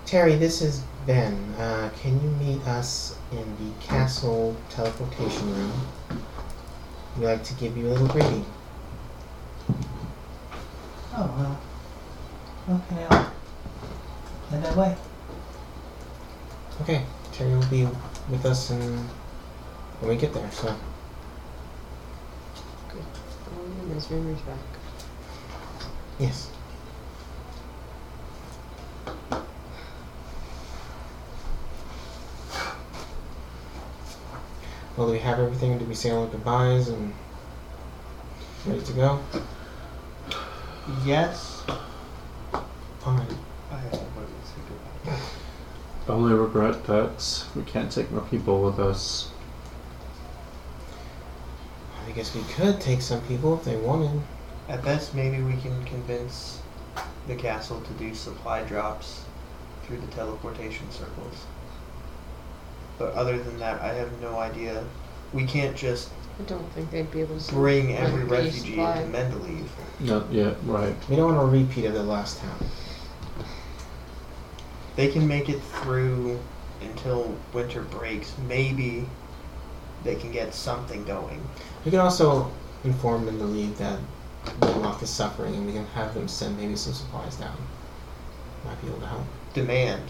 Speaker 7: Terry, this is Ben. Uh, can you meet us in the castle teleportation room? We like to give you a little greeting.
Speaker 3: Oh, well. Okay, I'll head that way.
Speaker 7: Okay, Terry will be with us in, when we get there. So,
Speaker 2: I'll give his memories back.
Speaker 7: yes. Well, do we have everything? Did we say all our goodbyes and ready to go?
Speaker 1: Yes.
Speaker 7: Fine.
Speaker 1: I have to wait and say goodbye.
Speaker 5: Only regret that we can't take more people with us.
Speaker 7: I guess we could take some people if they wanted.
Speaker 1: At best, maybe we can convince the castle to do supply drops through the teleportation circles. But other than that, I have no idea. We can't just
Speaker 2: I don't think they'd be able to.
Speaker 1: bring every
Speaker 2: Like, they
Speaker 1: refugee
Speaker 2: supply-
Speaker 1: into Mendeleev.
Speaker 5: Not yet, right.
Speaker 7: We don't want a repeat of the last town.
Speaker 1: They can make it through until winter breaks. Maybe they can get something going.
Speaker 7: We can also inform them to leave that Wilmoth is suffering, and we can have them send maybe some supplies down. Might be able to help.
Speaker 1: Demand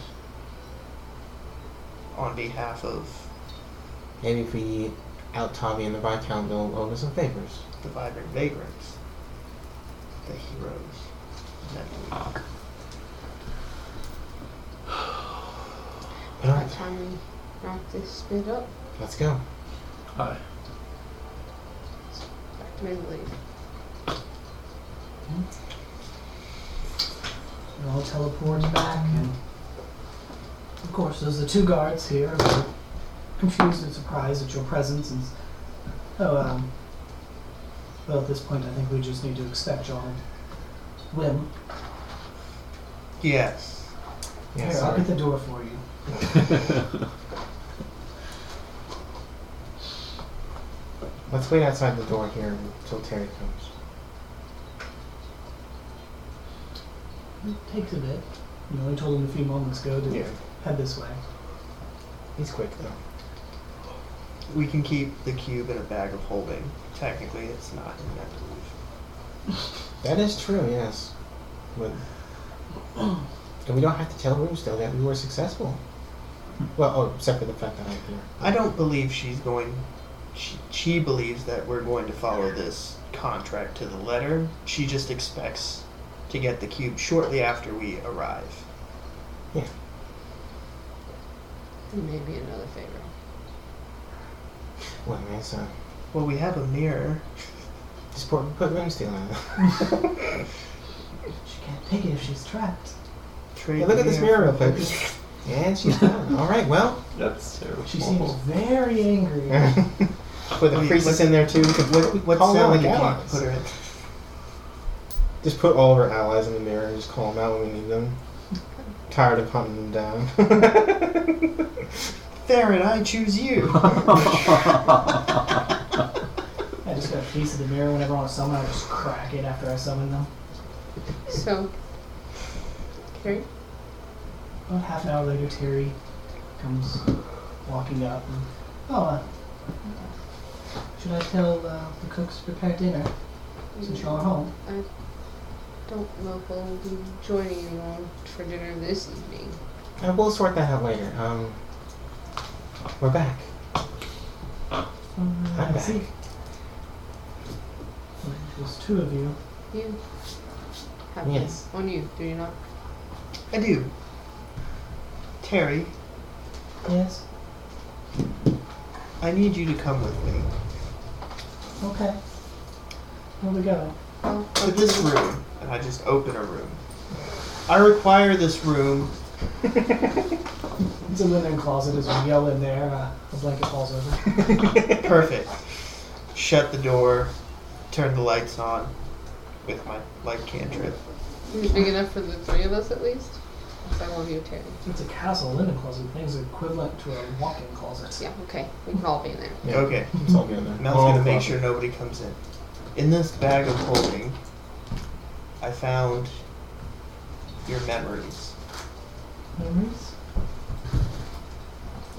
Speaker 1: on behalf of
Speaker 7: Maybe if we out Tommy and the Viscount, they'll owe us some favors.
Speaker 1: the vibrant vagrants, the heroes. of Mendeleev.
Speaker 7: But
Speaker 2: By the
Speaker 7: alright,
Speaker 2: time we wrap this bit up,
Speaker 7: let's go.
Speaker 5: Hi.
Speaker 2: back to Mendeleev.
Speaker 3: It all teleports back, and of course, there's the two guards here who are confused and surprised at your presence. And s- oh, um, Well, at this point, I think we just need to expect your whim.
Speaker 1: Yes.
Speaker 7: Yeah,
Speaker 3: Here, I'll
Speaker 7: sorry.
Speaker 3: get the door for you.
Speaker 7: Let's wait outside the door here until Terry comes.
Speaker 3: It takes a bit. You only told him a few moments ago to head this way.
Speaker 7: He's quick though.
Speaker 1: We can keep the cube in a bag of holding. Technically, it's not in that
Speaker 7: That is true, yes. But and we don't have to tell Room still that we were successful. Well, oh, except for the fact that I did.
Speaker 1: I don't believe she's going. She, she believes that we're going to follow this contract to the letter. She just expects to get the cube shortly after we arrive.
Speaker 2: Maybe another favor.
Speaker 7: Well, I mean, so
Speaker 1: Well, we have a mirror.
Speaker 7: just put put Room still on.
Speaker 3: She can't take it if she's trapped.
Speaker 1: Trade
Speaker 7: Hey, look
Speaker 1: the
Speaker 7: at this mirror real quick. And she's gone. All right, well.
Speaker 5: That's terrible.
Speaker 3: She seems very angry.
Speaker 7: Put the
Speaker 1: Wait,
Speaker 7: creases
Speaker 1: what-
Speaker 7: in there too. We could
Speaker 1: What, what
Speaker 7: call
Speaker 1: sound
Speaker 7: out
Speaker 1: like
Speaker 7: the
Speaker 1: you
Speaker 7: allies.
Speaker 1: put her in?
Speaker 7: Just put all of our allies in the mirror and just call them out when we need them. Tired of hunting them down.
Speaker 1: Theron, I choose you.
Speaker 3: I just got a piece of the mirror whenever I want to summon, I just crack it after I summon them.
Speaker 2: So, Carrie,
Speaker 3: About half an hour later, Terry comes walking up. And, oh, uh, should I tell uh, the cooks to prepare dinner since y'all are home?
Speaker 2: don't know if we'll be joining anyone for dinner this evening.
Speaker 7: I will sort that out later. Um, we're back.
Speaker 3: I
Speaker 7: back.
Speaker 3: see. Well, There's two of you.
Speaker 2: You have
Speaker 7: Yes.
Speaker 2: this on you, do you not?
Speaker 1: I do. Terry,
Speaker 3: Yes.
Speaker 1: I need you to come with me
Speaker 3: Okay. Here we go.
Speaker 2: Oh,
Speaker 1: to this room. And I just open a room. I require this room.
Speaker 3: It's a linen closet. As we yell in there, uh, a blanket falls over.
Speaker 1: Perfect. Shut the door. Turn the lights on with my light cantrip.
Speaker 2: Is it big enough for the three of us at least? Because I want you, Terry.
Speaker 3: It's a castle linen closet. Things equivalent to a walk-in closet.
Speaker 2: Yeah, okay. We can all be in there.
Speaker 7: Yeah. Oh,
Speaker 1: Okay.
Speaker 7: It's all good.
Speaker 1: Mel's gonna make sure nobody comes in. In this bag of holding, I found your memories.
Speaker 3: Memories?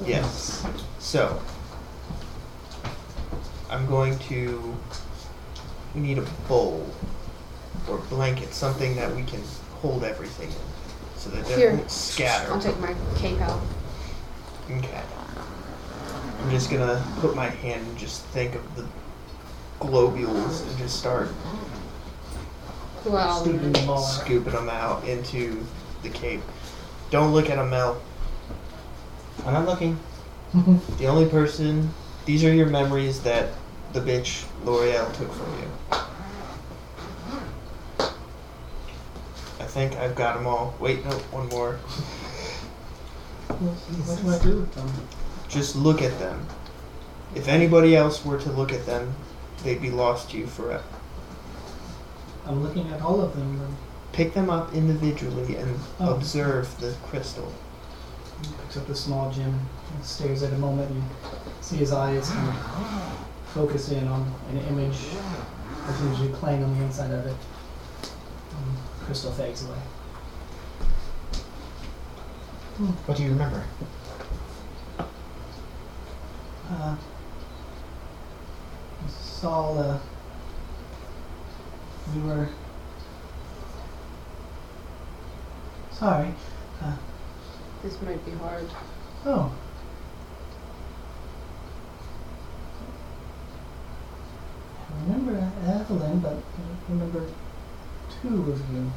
Speaker 1: Yes. So, I'm going to. We need a bowl or blanket, something that we can hold everything in, so that
Speaker 2: Here.
Speaker 1: it won't scatter.
Speaker 2: I'll take my cape out.
Speaker 1: Okay. I'm just gonna put my hand and just think of the globules and just start
Speaker 2: Well,
Speaker 3: Scooping them all out.
Speaker 1: scooping them out into the cape. Don't look at them, Mel.
Speaker 7: I'm not looking.
Speaker 1: The only person. These are your memories that the bitch L'Oreal took from you. I think I've got them all. Wait, no, one more.
Speaker 3: what do I do with them?
Speaker 1: Just look at them. If anybody else were to look at them, they'd be lost to you forever.
Speaker 3: I'm looking at all of them. and
Speaker 1: Pick them up individually and
Speaker 3: Oh.
Speaker 1: observe the crystal.
Speaker 3: picks up the small gem and stares at a moment. You see his eyes kind of focus in on an image that's usually playing on the inside of it. Um, crystal fades away.
Speaker 7: What do you remember?
Speaker 3: Uh, Saul, uh, we were. Sorry.
Speaker 2: this might be hard.
Speaker 3: Oh. I remember Evelyn, but I don't remember two of you.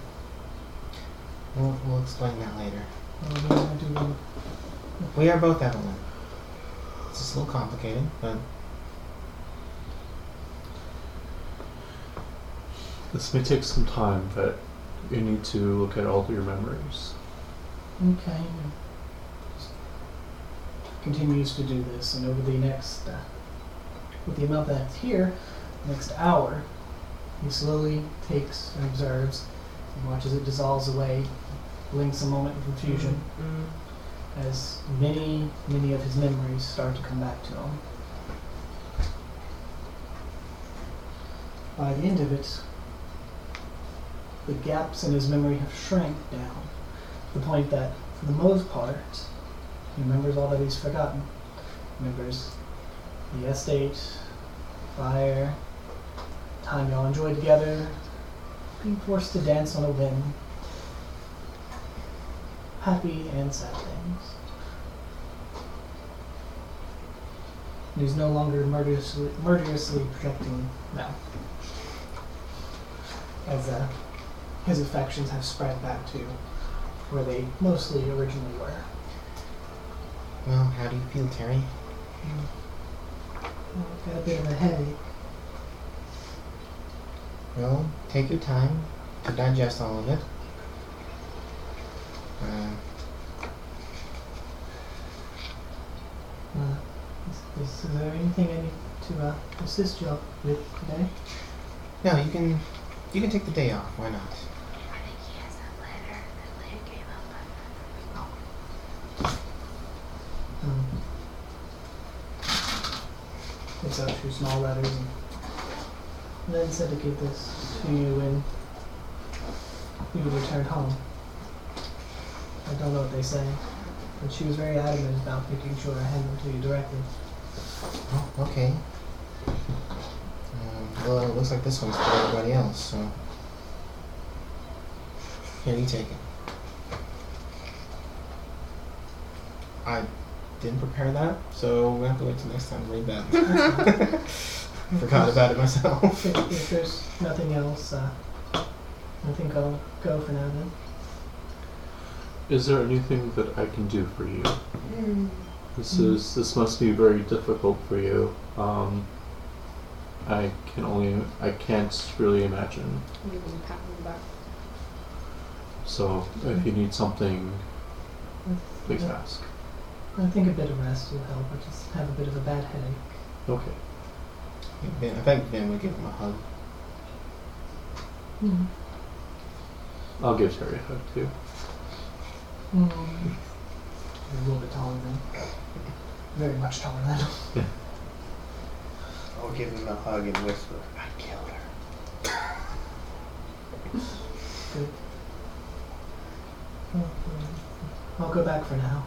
Speaker 7: We'll, we'll explain that later.
Speaker 3: Or do I do them?
Speaker 7: We are both Evelyn. It's just a little complicated, but
Speaker 5: This may take some time, but you need to look at all your memories.
Speaker 3: Okay. Continues to do this, and over the next, uh, with the amount that's here, next hour, He slowly takes and observes and watches it dissolves away, blinks a moment in confusion as many, many of his memories start to come back to him. By the end of it, the gaps in his memory have shrank down to the point that, for the most part, he remembers all that he's forgotten. Remembers the estate, fire, time y'all enjoyed together, being forced to dance on a whim, happy and sad things. And he's no longer murderously, murderously projecting now, as uh, his affections have spread back to where they mostly originally were.
Speaker 7: Well, how do you feel, Terry?
Speaker 3: Got a bit of a headache.
Speaker 7: Well, take your time to digest all of it. Uh,
Speaker 3: Uh, is, is, is there anything I need to uh, assist y'all with today?
Speaker 7: no, you can you can take the day off. Why not?
Speaker 8: I think he has that letter. That letter came up.
Speaker 3: Um, it's up through small letters and and then said to give this to you when you returned home. I don't know what they say, but she was very adamant about making sure I hand them to you directly.
Speaker 7: Oh, okay. Um, well, it looks like this one's for everybody else. So here, you take it. I didn't prepare that, so we have to wait till next time to read that. Forgot about it myself.
Speaker 3: If, if there's nothing else, uh, I think I'll go for now then.
Speaker 5: Is there anything that I can do for you?
Speaker 2: Mm.
Speaker 5: This is this must be very difficult for you. Um, I can only I can't really imagine.
Speaker 2: You can pat him on the back.
Speaker 5: So if you need something, please
Speaker 3: Yeah.
Speaker 5: ask.
Speaker 3: I think a bit of rest will help. I just have a bit of a bad headache.
Speaker 5: Okay.
Speaker 7: Ben, I think Ben would give him a hug.
Speaker 3: Mm.
Speaker 5: I'll give Terry a hug too.
Speaker 3: Mm. A little bit taller than. Very much taller than.
Speaker 1: I'll give him a hug and whisper, I killed her.
Speaker 3: Mm, I'll go back for now.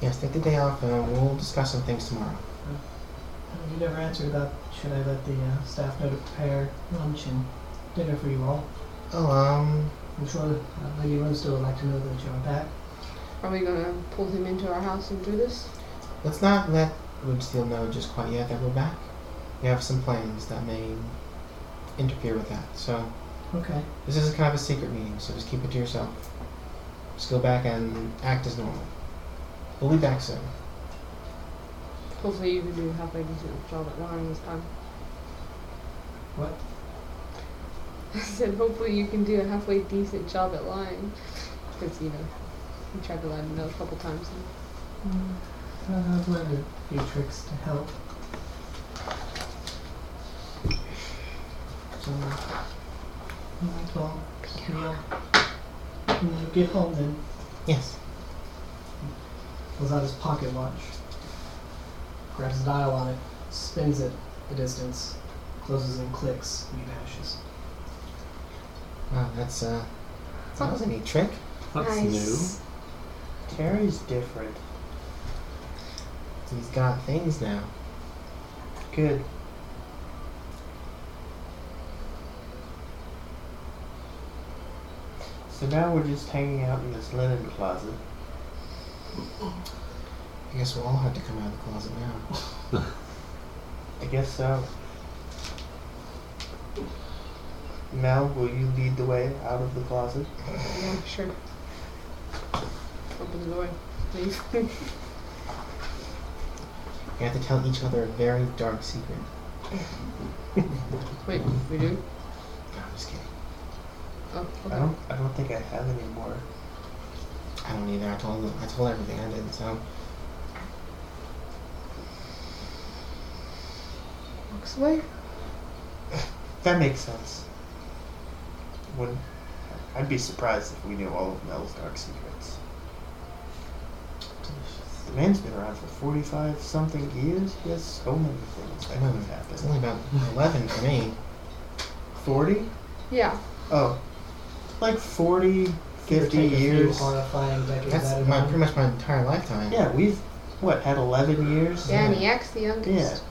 Speaker 7: Yes, take the day off, and we'll discuss some things tomorrow.
Speaker 3: Uh, You never answered about should I let the uh, staff know to prepare lunch and dinner for you all.
Speaker 7: Oh, um,
Speaker 3: I'm sure uh, Lady Rose still would like to know that you are back.
Speaker 2: Are we gonna pull him into our house and do this?
Speaker 7: let's not let Woodsteel know just quite yet that we're back. We have some plans that may interfere with that. So
Speaker 3: Okay.
Speaker 7: this is kind of a secret meeting. So just keep it to yourself. Just go back and act as normal. We'll be back soon.
Speaker 2: Hopefully you can do halfway decent job at lying this time.
Speaker 3: What?
Speaker 2: I said hopefully you can do a halfway decent job at lying. Because, you know, you tried to lie to know a couple times. And
Speaker 3: Mm, I've learned a few tricks to help. So, mm, well, yeah. When you get home, then
Speaker 7: Yes.
Speaker 3: pulls out his pocket watch, grabs the dial on it, spins it the distance, closes and clicks, and he vanishes.
Speaker 7: Wow, that's uh, that was a neat trick.
Speaker 5: That's
Speaker 8: nice.
Speaker 1: Terry's different.
Speaker 7: He's got things now.
Speaker 1: Good. So now we're just hanging out in this linen closet.
Speaker 7: I guess we'll all have to come out of the closet now.
Speaker 1: I guess so. Mel, will you lead the way out of the closet?
Speaker 2: yeah, sure. Open the door, please.
Speaker 7: We have to tell each other a very dark secret.
Speaker 2: Wait, we do?
Speaker 7: No, I'm just kidding.
Speaker 1: I
Speaker 2: Oh, okay.
Speaker 1: don't. I don't think I have any more.
Speaker 7: I don't either. I told I told everything I did. So
Speaker 2: Walks away.
Speaker 1: That makes sense. would I'd be surprised if we knew all of Mel's dark secrets. The man's been around for forty-five something years. He has so many things that could have
Speaker 7: It's
Speaker 1: happened.
Speaker 7: only about 11 for me.
Speaker 1: Forty?
Speaker 2: Yeah.
Speaker 1: Oh, like 40,
Speaker 3: Give or
Speaker 1: 50
Speaker 3: take a few
Speaker 1: years.
Speaker 3: horrifying decades out
Speaker 7: That's
Speaker 3: of
Speaker 7: my,
Speaker 3: mine.
Speaker 7: pretty much my entire lifetime.
Speaker 1: Yeah, we've what had eleven years.
Speaker 2: Yeah, and he acts the youngest.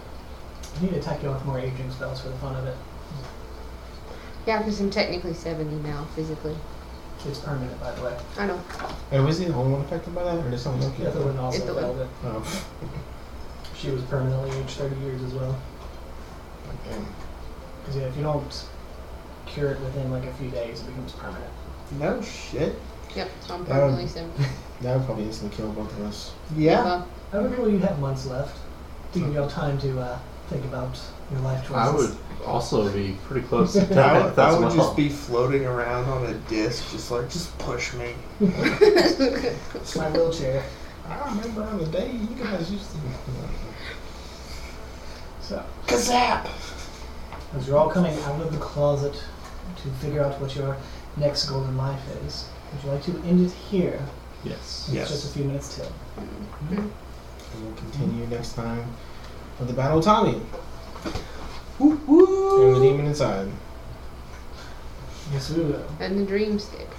Speaker 3: I need to attack you with more aging spells for the fun of it.
Speaker 2: Yeah, because I'm technically 70 now, physically.
Speaker 3: It's permanent, by the way.
Speaker 2: I know.
Speaker 7: And was he the only one affected by that, or did someone else get
Speaker 3: Ethelwyn
Speaker 7: it?
Speaker 3: also
Speaker 2: Ethelwyn.
Speaker 3: held it.
Speaker 7: Oh,
Speaker 3: She was permanently aged 30 years as well.
Speaker 7: damn.
Speaker 3: Because yeah, if you don't cure it within like a few days, it becomes permanent.
Speaker 1: No shit.
Speaker 2: Yep, so I'm permanently 70.
Speaker 7: That would probably instantly kill both of us.
Speaker 1: Yeah.
Speaker 2: Well,
Speaker 3: I would agree you have months left to give you all time to uh, think about your life choices.
Speaker 5: I would also be pretty close to
Speaker 1: I
Speaker 5: death
Speaker 1: would, I
Speaker 5: as
Speaker 1: would
Speaker 5: well.
Speaker 1: just be floating around on a disc, just like, just push me.
Speaker 3: It's my wheelchair.
Speaker 7: I remember on the day you guys used to.
Speaker 3: So,
Speaker 1: Kazap!
Speaker 3: as you're all coming out of the closet to figure out what your next goal in life is, would you like to end it here?
Speaker 5: Yes.
Speaker 3: It's
Speaker 1: Yes.
Speaker 3: just a few minutes till.
Speaker 7: We'll continue next time with the Battle of Tommy
Speaker 1: Woo woo!
Speaker 7: and the Demon Inside.
Speaker 3: Yes, we will.
Speaker 2: and the dream stick.